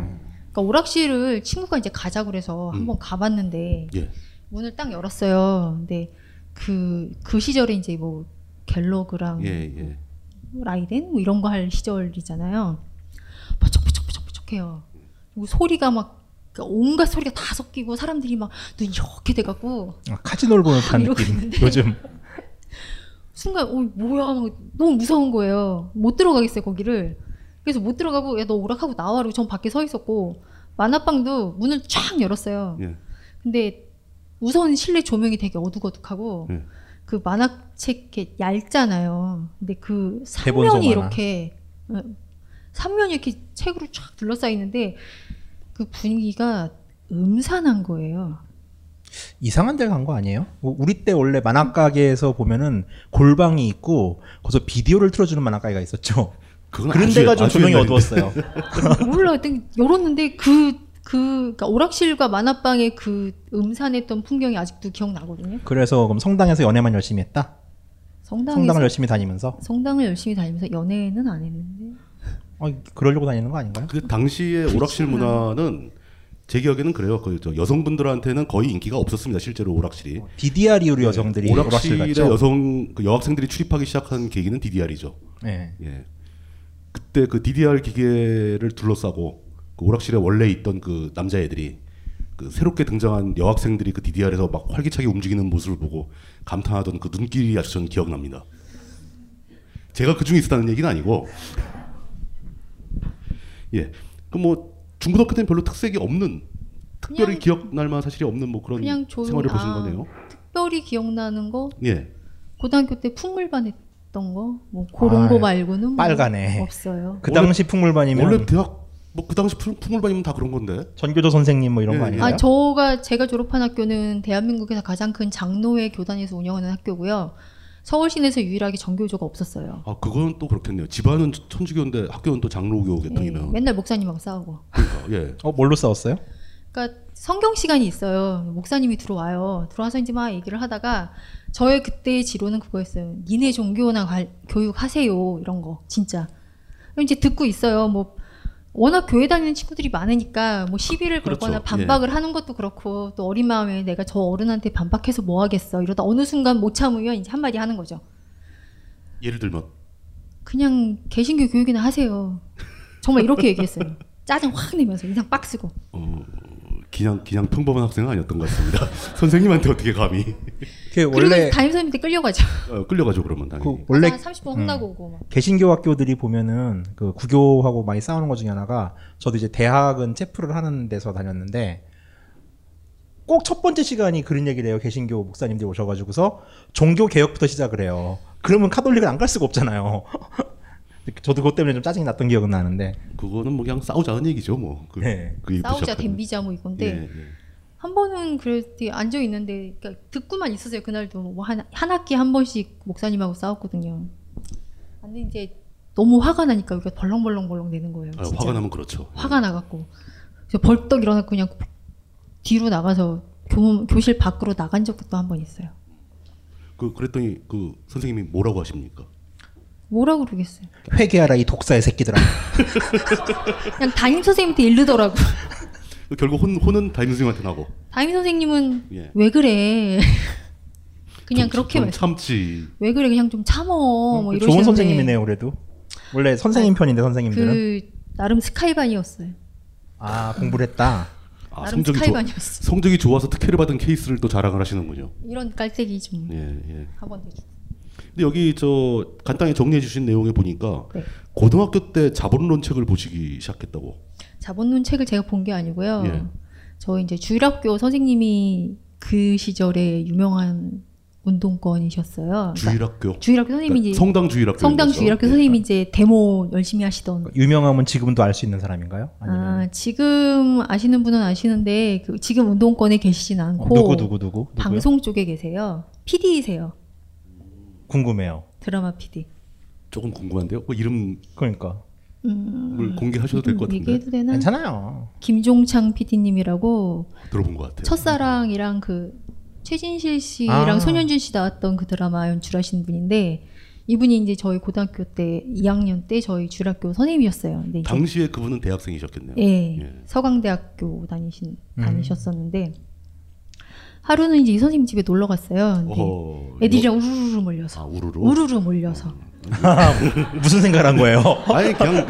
Speaker 10: 그러니까 오락실을 친구가 이제 가자 그래서 한번 가봤는데
Speaker 8: 예.
Speaker 10: 문을 딱 열었어요. 근데 그 그 시절에 이제 뭐 갤러그랑
Speaker 8: 예 예.
Speaker 10: 라이덴 뭐 이런 거 할 시절이잖아요. 번쩍번쩍번쩍번쩍해요. 그리고 소리가 막 그러니까 온갖 소리가 다 섞이고 사람들이 막 눈 이렇게 돼갖고
Speaker 9: 아, 카지노를 보는 듯한
Speaker 10: 이러고
Speaker 9: 느낌
Speaker 10: 있는데.
Speaker 9: 요즘
Speaker 10: 순간 어 뭐야 막 너무 무서운 거예요 못 들어가겠어요 거기를 그래서 못 들어가고 야 너 오락하고 나와라 전 밖에 서 있었고 만화방도 문을 쫙 열었어요
Speaker 8: 예.
Speaker 10: 근데 우선 실내 조명이 되게 어둑어둑하고
Speaker 8: 예.
Speaker 10: 그 만화책 이렇게 얇잖아요 근데 그
Speaker 9: 대본소
Speaker 10: 삼면이
Speaker 9: 만화.
Speaker 10: 이렇게 어, 삼면이 이렇게 책으로 쫙 둘러싸이는데 그 분위기가 음산한 거예요
Speaker 9: 이상한 데를 간 거 아니에요? 뭐 우리 때 원래 만화가게에서 보면은 골방이 있고 거기서 비디오를 틀어주는 만화가게가 있었죠 그런
Speaker 8: 아주
Speaker 9: 데가
Speaker 8: 옛-
Speaker 9: 좀
Speaker 8: 아주
Speaker 9: 조명이
Speaker 8: 옛날인데.
Speaker 9: 어두웠어요
Speaker 10: 그러니까 몰라 하여튼 열었는데 그, 그 그러니까 오락실과 만화방의 그 음산했던 풍경이 아직도 기억나거든요.
Speaker 9: 그래서 그럼 성당에서 연애만 열심히 했다?
Speaker 10: 성당에서,
Speaker 9: 성당을 열심히 다니면서
Speaker 10: 성당을 열심히 다니면서 연애는 안 했는데
Speaker 9: 어, 그러려고 다니는 거 아닌가요?
Speaker 8: 그 당시의 오락실 문화는 제 기억에는 그래요. 그 저 여성분들한테는 거의 인기가 없었습니다. 실제로 오락실이. 예,
Speaker 9: DDR 이후로 여성들이 오락실
Speaker 8: 오락실에
Speaker 9: 갔죠.
Speaker 8: 여성 그 여학생들이 출입하기 시작한 계기는 DDR이죠.
Speaker 9: 예.
Speaker 8: 예. 그때 그 DDR 기계를 둘러싸고 그 오락실에 원래 있던 그 남자애들이 그 새롭게 등장한 여학생들이 그 DDR에서 막 활기차게 움직이는 모습을 보고 감탄하던 그 눈길이 아주 저는 기억납니다. 제가 그 중에 있었다는 얘기는 아니고 예. 그뭐 중고등학교 때는 별로 특색이 없는 특별히 기억날 만한 사실이 없는 뭐 그런
Speaker 10: 그냥 조용히-
Speaker 8: 생활을 보신
Speaker 10: 아.
Speaker 8: 거네요.
Speaker 10: 특별히 기억나는 거
Speaker 8: 예.
Speaker 10: 고등학교 때 풍물반 했던 거뭐 그런
Speaker 8: 아,
Speaker 10: 거 말고는 뭐
Speaker 9: 예. 빨간에.
Speaker 10: 없어요.
Speaker 9: 그 당시 풍물반이면
Speaker 8: 원래 대학 뭐 그 당시 풍- 풍물반이면 다 그런 건데.
Speaker 9: 전교조 선생님 뭐 이런
Speaker 8: 예.
Speaker 9: 거 아니에요?
Speaker 10: 아, 저가 제가 졸업한 학교는 대한민국에서 가장 큰 장로회 교단에서 운영하는 학교고요. 서울 시내에서 유일하게 정교조가 없었어요.
Speaker 8: 아 그건 또 그렇겠네요. 집안은 천주교인데 학교는 또 장로교계
Speaker 10: 예,
Speaker 8: 등이면.
Speaker 10: 맨날 목사님하고 싸우고.
Speaker 8: 그러니까 예.
Speaker 9: 어 뭘로 싸웠어요?
Speaker 10: 그러니까 성경 시간이 있어요. 목사님이 들어와요. 들어와서 이제 막 얘기를 하다가 저의 그때의 지론은 그거였어요. 니네 종교나 갈- 교육하세요. 이런 거 진짜. 그럼 이제 듣고 있어요. 뭐 워낙 교회 다니는 친구들이 많으니까 뭐 시비를
Speaker 4: 그렇죠.
Speaker 10: 걸거나 반박을 하는 것도 그렇고 또 어린 마음에 내가 저 어른한테 반박해서 뭐 하겠어. 이러다 어느 순간 못 참으면 이제 한마디 하는 거죠.
Speaker 8: 예를 들면
Speaker 10: 그냥 개신교 교육이나 하세요. 정말 이렇게 얘기했어요. 짜증 확 내면서 인상 빡쓰고.
Speaker 8: 그냥 그냥 평범한 학생은 아니었던 것 같습니다. 선생님한테 어떻게 감히?
Speaker 9: 그
Speaker 10: 그리고 담임선생님한테 끌려가죠.
Speaker 8: 어, 끌려가죠 그러면 당연히.
Speaker 9: 원래 음.
Speaker 10: 한
Speaker 4: 음.
Speaker 10: 30분 혼나고 오고 막.
Speaker 9: 개신교 학교들이 보면은 그 구교하고 많이 싸우는 것 중에 하나가 저도 이제 대학은 체프를 하는 데서 다녔는데 꼭 첫 번째 시간이 그런 얘기를 해요. 개신교 목사님들이 오셔가지고서 종교 개혁부터 시작을 해요. 그러면 카톨릭은 안 갈 수가 없잖아요. 저도 그것 때문에 좀 짜증이 났던 기억은 나는데 네.
Speaker 8: 그거는 뭐 그냥 싸우자는 얘기죠 뭐. 그, 그 얘기부터
Speaker 10: 싸우자
Speaker 8: 시작하면.
Speaker 10: 댐비자 뭐 이건데
Speaker 8: 예, 예.
Speaker 10: 한 번은 그랬더니 앉아 있는데 그러니까 듣고만 있었어요 그날도 뭐한 한 학기 한 번씩 목사님하고 싸웠거든요. 근데 이제 너무 화가 나니까 여기가 벌렁벌렁벌렁 내는 거예요.
Speaker 8: 아,
Speaker 10: 진짜.
Speaker 8: 화가 나면 그렇죠.
Speaker 10: 화가 나갖고 그래서 벌떡 일어나고 그냥 뒤로 나가서 교, 교실 밖으로 나간 적도 한 번 있어요.
Speaker 8: 그 그랬더니 그 선생님이 뭐라고 하십니까?
Speaker 10: 뭐라 그러겠어요.
Speaker 9: 회개하라 이 독사의 새끼들아.
Speaker 10: 그냥 담임 선생님한테 이르더라고.
Speaker 8: 결국 혼 혼은 담임 선생님한테 나고.
Speaker 10: 담임 선생님은
Speaker 8: 예.
Speaker 10: 왜 그래? 그냥 그렇게
Speaker 8: 좀
Speaker 10: 말씀.
Speaker 8: 참지.
Speaker 10: 왜 그래 그냥 좀 참어 뭐 이러시는데 아,
Speaker 9: 좋은 선생님이네요 그래도. 원래 선생님 편인데 선생님들은
Speaker 10: 그 나름 스카이반이었어요.
Speaker 9: 아 공부를 했다.
Speaker 8: 아,
Speaker 10: 나름
Speaker 8: 성적이, 좋,
Speaker 10: 스카이반이었어.
Speaker 8: 성적이 좋아서 특혜를 받은 케이스를 또 자랑을 하시는군요.
Speaker 10: 이런 깔때기 좀
Speaker 8: 예, 예.
Speaker 10: 학원 대주.
Speaker 8: 근데 여기 저 간단히 정리해 주신 내용에 보니까
Speaker 10: 네.
Speaker 8: 고등학교 때 자본론 책을 보시기 시작했다고.
Speaker 10: 자본론 책을 제가 본 게 아니고요.
Speaker 8: 예.
Speaker 10: 저 이제 주일학교 선생님이 그 시절에 유명한 운동권이셨어요. 그러니까
Speaker 8: 주일학교?
Speaker 10: 주일학교 선생님이
Speaker 8: 그러니까
Speaker 10: 이제
Speaker 8: 성당 네. 주일학교인
Speaker 10: 성당
Speaker 8: 거죠?
Speaker 10: 주일학교 선생님이 이제 데모 열심히 하시던
Speaker 9: 유명함은 지금도 알 수 있는 사람인가요?
Speaker 10: 아, 지금 아시는 분은 아시는데 그 지금 운동권에 계시진
Speaker 8: 어,
Speaker 10: 않고
Speaker 9: 누구, 누구, 누구? 누구요?
Speaker 10: 방송 쪽에 계세요. PD이세요.
Speaker 9: 궁금해요.
Speaker 10: 드라마 PD.
Speaker 8: 조금 궁금한데요. 그 이름
Speaker 9: 그러니까
Speaker 8: 뭘 공개하셔도 될 것 같은데.
Speaker 10: 음, 얘기해도 되나?
Speaker 9: 괜찮아요.
Speaker 10: 김종창 PD님이라고
Speaker 8: 들어본 것 같아요.
Speaker 10: 첫사랑이랑 그 최진실 씨랑
Speaker 8: 아.
Speaker 10: 손현준 씨 나왔던 그 드라마 연출하신 분인데 이분이 이제 저희 고등학교 때 2학년 때 저희 주일학교 선생님이었어요. 근데 이제
Speaker 8: 당시에 그분은 대학생이셨겠네요.
Speaker 10: 예, 서강대학교 다니신
Speaker 8: 음.
Speaker 10: 다니셨었는데 하루는 이제 이 선생님 집에 놀러 갔어요. 근데
Speaker 8: 어허,
Speaker 10: 애들이랑 우르르 몰려서
Speaker 8: 아, 우르르? 어.
Speaker 10: 우르르 몰려서
Speaker 9: 무슨 생각을 한 거예요?
Speaker 8: 아니 그냥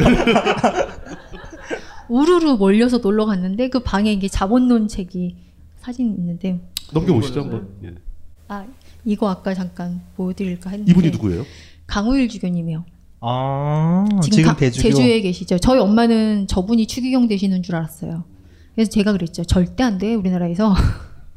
Speaker 10: 우르르 몰려서 놀러 갔는데 그 방에 이게 자본론 책이 사진 있는데
Speaker 8: 넘겨보시죠 한번. 예.
Speaker 10: 아 이거 아까 잠깐 보여드릴까 했는데
Speaker 8: 이분이 누구예요?
Speaker 10: 강우일 주교님이요.
Speaker 9: 아
Speaker 10: 어, 지금, 가- 제주에 계시죠. 저희 엄마는 저분이 추기경 되시는 줄 알았어요. 그래서 제가 그랬죠. 절대 안 돼. 우리나라에서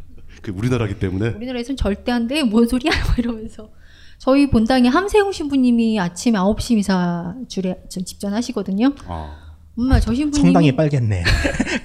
Speaker 8: 그 우리나라기 때문에
Speaker 10: 우리나라에서는 절대 안 돼. 뭔 소리야? 막 이러면서 저희 본당에 함세웅 신부님이 아침 9시 미사 줄에 좀 집전하시거든요.
Speaker 8: 아.
Speaker 10: 엄마 저 신부님이
Speaker 9: 성당이 빨겠네.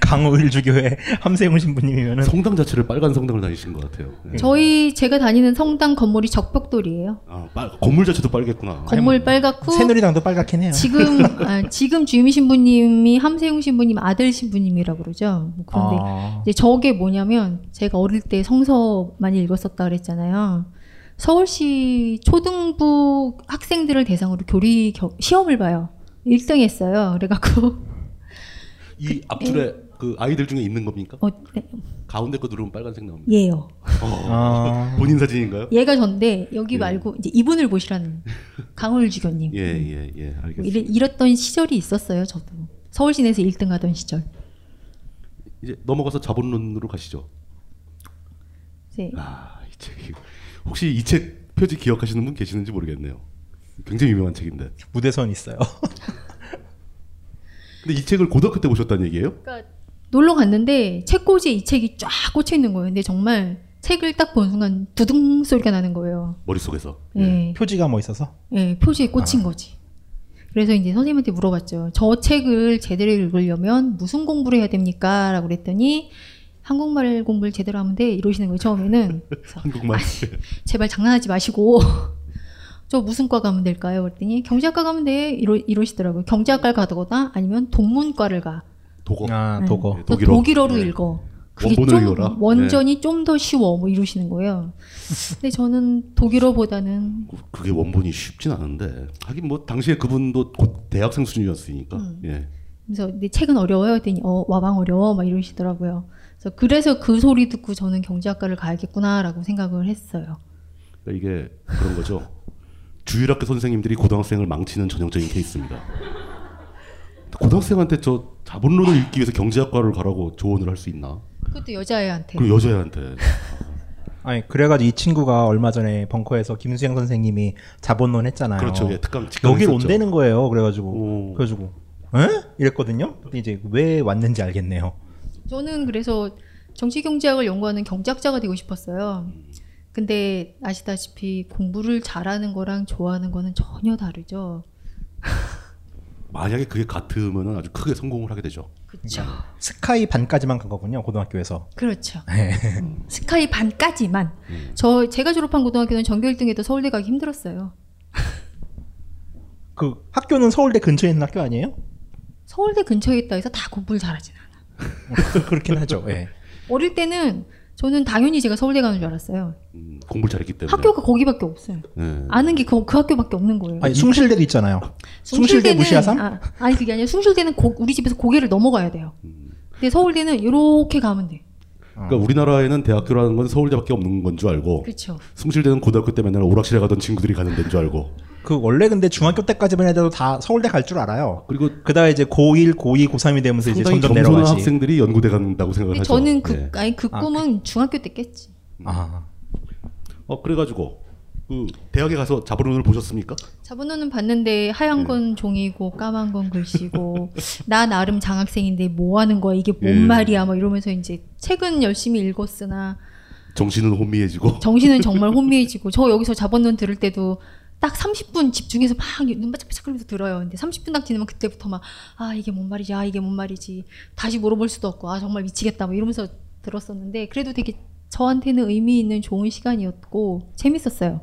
Speaker 9: 강우일 주교회 함세웅 신부님이면은
Speaker 8: 성당 자체를 빨간 성당을 다니신 것 같아요. 예.
Speaker 10: 저희 제가 다니는 성당 건물이 적벽돌이에요.
Speaker 8: 아, 빨, 건물 자체도 빨겠구나.
Speaker 10: 건물 빨갛고
Speaker 9: 새누리당도 빨갛긴 해요.
Speaker 10: 지금 아, 지금 주임 신부님이 함세웅 신부님 아들 신부님이라고 그러죠. 뭐 그런데
Speaker 9: 아.
Speaker 10: 이제 저게 뭐냐면 제가 어릴 때 성서 많이 읽었었다 그랬잖아요. 서울시 초등부 학생들을 대상으로 교리 겨- 시험을 봐요. 1등 했어요. 그래갖고
Speaker 8: 이 앞줄에 그 아이들 중에 있는 겁니까?
Speaker 10: 예. 어,
Speaker 8: 가운데 거 누르면 빨간색 나옵니다.
Speaker 10: 얘요. 예.
Speaker 8: 어,
Speaker 9: 아.
Speaker 8: 본인 사진인가요?
Speaker 10: 얘가 전데 여기 말고 이제 이분을 보시라는 강울 주교님.
Speaker 8: 예, 예, 예.
Speaker 10: 뭐
Speaker 8: 알겠습니다.
Speaker 10: 이래, 이랬던 시절이 있었어요. 저도 서울시내에서 1등 하던 시절.
Speaker 8: 이제 넘어가서 자본론으로 가시죠.
Speaker 10: 네.
Speaker 8: 아, 이 책이 혹시 이 책 표지 기억하시는 분 계시는지 모르겠네요. 굉장히 유명한 책인데.
Speaker 9: 무대선 있어요.
Speaker 8: 근데 이 책을 고등학교 때 보셨다는 얘기예요?
Speaker 10: 놀러 갔는데 책꽂이에 이 책이 쫙 꽂혀 있는 거예요. 근데 정말 책을 딱 본 순간 두둥 소리가 나는 거예요.
Speaker 8: 머릿속에서.
Speaker 10: 예.
Speaker 9: 표지가 뭐 있어서?
Speaker 10: 예, 표지에 꽂힌 거지. 그래서 이제 선생님한테 물어봤죠. 저 책을 제대로 읽으려면 무슨 공부를 해야 됩니까? 라고 그랬더니 한국말 공부를 제대로 하면 돼 이러시는 거예요. 처음에는
Speaker 8: 한국말.
Speaker 10: 아, 제발 장난하지 마시고 저 무슨 과 가면 될까요? 그랬더니 경제학과 가면 돼 이러, 이러시더라고요. 경제학과를 가거나 아니면 동문과를 가.
Speaker 8: 독어.
Speaker 9: 아,
Speaker 10: 네.
Speaker 9: 독어.
Speaker 10: 또 독일어. 네. 로 읽어. 그게
Speaker 8: 원본을
Speaker 10: 좀
Speaker 8: 읽어라. 네.
Speaker 10: 원전이 좀 더 쉬워 뭐 이러시는 거예요. 근데 저는 독일어보다는
Speaker 8: 그게 원본이 쉽진 않은데 하긴 뭐 당시에 그분도 곧 대학생 수준이었으니까. 예.
Speaker 10: 그래서 근데 책은 어려워요 했더니 어 와방 어려워 막 이러시더라고요. 그래서 그래서 그 소리 듣고 저는 경제학과를 가야겠구나라고 생각을 했어요.
Speaker 8: 그러니까 이게 그런 거죠. 주일학교 선생님들이 고등학생을 망치는 전형적인 케이스입니다. 고등학생한테 저 자본론을 읽기 위해서 경제학과를 가라고 조언을 할 수 있나?
Speaker 10: 그것도 여자애한테.
Speaker 8: 그리고 여자애한테
Speaker 9: 아니 그래가지고 이 친구가 얼마 전에 벙커에서 김수영 선생님이 자본론 했잖아요. 어.
Speaker 8: 그렇죠. 예, 특강 직강
Speaker 9: 여길
Speaker 8: 했었죠.
Speaker 9: 온다는 거예요. 그래가지고 그래가지고 에? 이랬거든요. 근데 이제 왜 왔는지 알겠네요.
Speaker 10: 저는 그래서 정치 경제학을 연구하는 경제학자가 되고 싶었어요. 근데 아시다시피 공부를 잘하는 거랑 좋아하는 거는 전혀 다르죠.
Speaker 8: 만약에 그게 같으면 아주 크게 성공을 하게 되죠.
Speaker 9: 어.
Speaker 10: 그렇죠.
Speaker 9: 스카이 반까지만 간 거군요. 고등학교에서.
Speaker 10: 그렇죠.
Speaker 9: 예.
Speaker 10: 스카이 반까지만. 저 제가 졸업한 고등학교는 전교 1등에도 서울대 가기 힘들었어요.
Speaker 9: 그 학교는 서울대 근처에 있는 학교 아니에요?
Speaker 10: 서울대 근처에 있다 해서 다 공부를 잘하진 않아.
Speaker 9: 그렇긴 하죠. 예.
Speaker 10: 어릴 때는 저는 당연히 제가 서울대 가는 줄 알았어요.
Speaker 8: 공부를 잘했기
Speaker 9: 네,
Speaker 8: 때문에.
Speaker 10: 학교가 거기밖에 없어요.
Speaker 8: 예.
Speaker 10: 아는 게 그 학교밖에 없는 거예요.
Speaker 9: 아니 숭실대도 있잖아요. 숭실대
Speaker 10: 숭실대는-
Speaker 9: 무시하삼?
Speaker 10: 아, 아니 그게 아니라 숭실대는 고- 우리 집에서 고개를 넘어가야 돼요. 근데 서울대는 이렇게 가면 돼.
Speaker 8: 그러니까 우리나라에는 대학교라는 건 서울대밖에 없는 건 줄 알고
Speaker 10: 그렇죠.
Speaker 8: 숭실대는 고등학교 때 맨날 오락실에 가던 친구들이 가는 데인 줄 알고
Speaker 9: 그 원래 근데 중학교 때까지만 해도 다 서울대 갈 줄 알아요. 그리고 그다음에 이제 고1, 고2, 고3이 되면서 이제
Speaker 8: 상당히
Speaker 9: 점점
Speaker 8: 겸손한
Speaker 9: 내려가지.
Speaker 8: 학생들이 연구대 간다고 생각을 하죠.
Speaker 10: 저는 그
Speaker 8: 예.
Speaker 10: 아니 그
Speaker 8: 아,
Speaker 10: 꿈은 중학교 때 깼지.
Speaker 9: 아.
Speaker 8: 어 그래가지고 그 대학에 가서 자본론을 보셨습니까?
Speaker 10: 자본론은 봤는데 하얀 건 종이고 까만 건 글씨고 나 나름 장학생인데 뭐 하는 거야 이게 뭔
Speaker 8: 예.
Speaker 10: 말이야 막 이러면서 이제 책은 열심히 읽었으나
Speaker 8: 정신은 혼미해지고
Speaker 10: 정신은 정말 혼미해지고 저 여기서 자본론 들을 때도 딱 30분 집중해서 막 눈 바짝바짝 흘리면서 들어요. 근데 30분 딱 지나면 그때부터 막 아 이게 뭔 말이지, 아 이게 뭔 말이지 다시 물어볼 수도 없고 아 정말 미치겠다 막 이러면서 들었었는데 그래도 되게 저한테는 의미 있는 좋은 시간이었고 재밌었어요.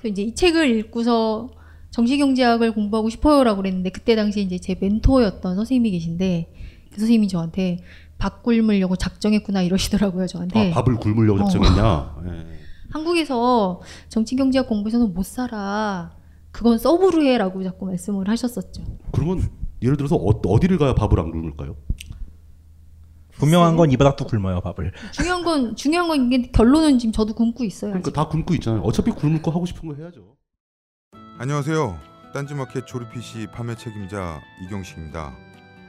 Speaker 10: 그래서 이제 이 책을 읽고서 정시경제학을 공부하고 싶어요라고 그랬는데 그때 당시에 이제 제 멘토였던 선생님이 계신데 그 선생님이 저한테 밥 굶으려고 작정했구나 이러시더라고요 저한테.
Speaker 8: 아, 밥을 굶으려고
Speaker 10: 어.
Speaker 8: 작정했냐? 예.
Speaker 10: 한국에서 정치경제학 공부해서는 못 살아. 그건 서브로 해라고 자꾸 말씀을 하셨었죠.
Speaker 8: 그러면 예를 들어서 어, 어디를 가야 밥을 안 굶을까요?
Speaker 9: 분명한 건 이 바닥도 굶어요 밥을.
Speaker 10: 중요한 건 중요한 건 이게 결론은 지금 저도 굶고 있어요.
Speaker 8: 그러니까 다 굶고 있잖아요. 어차피 굶을 거 하고 싶은 거 해야죠.
Speaker 11: 안녕하세요. 딴지마켓 조립 PC 판매 책임자 이경식입니다.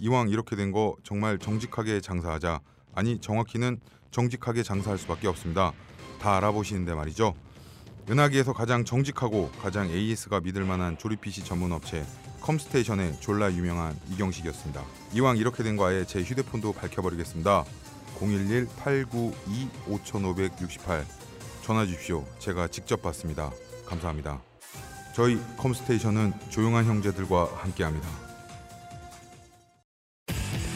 Speaker 11: 이왕 이렇게 된 거 정말 정직하게 장사하자. 아니 정확히는 정직하게 장사할 수밖에 없습니다. 다 알아보시는데 말이죠. 은하계에서 가장 정직하고 가장 AS가 믿을 만한 조립 PC 전문 업체 컴스테이션의 졸라 유명한 이경식이었습니다. 이왕 이렇게 된 거 아예 제 휴대폰도 밝혀버리겠습니다. 011-892-5568 전화 주십시오. 제가 직접 받습니다. 감사합니다. 저희 컴스테이션은 조용한 형제들과 함께합니다.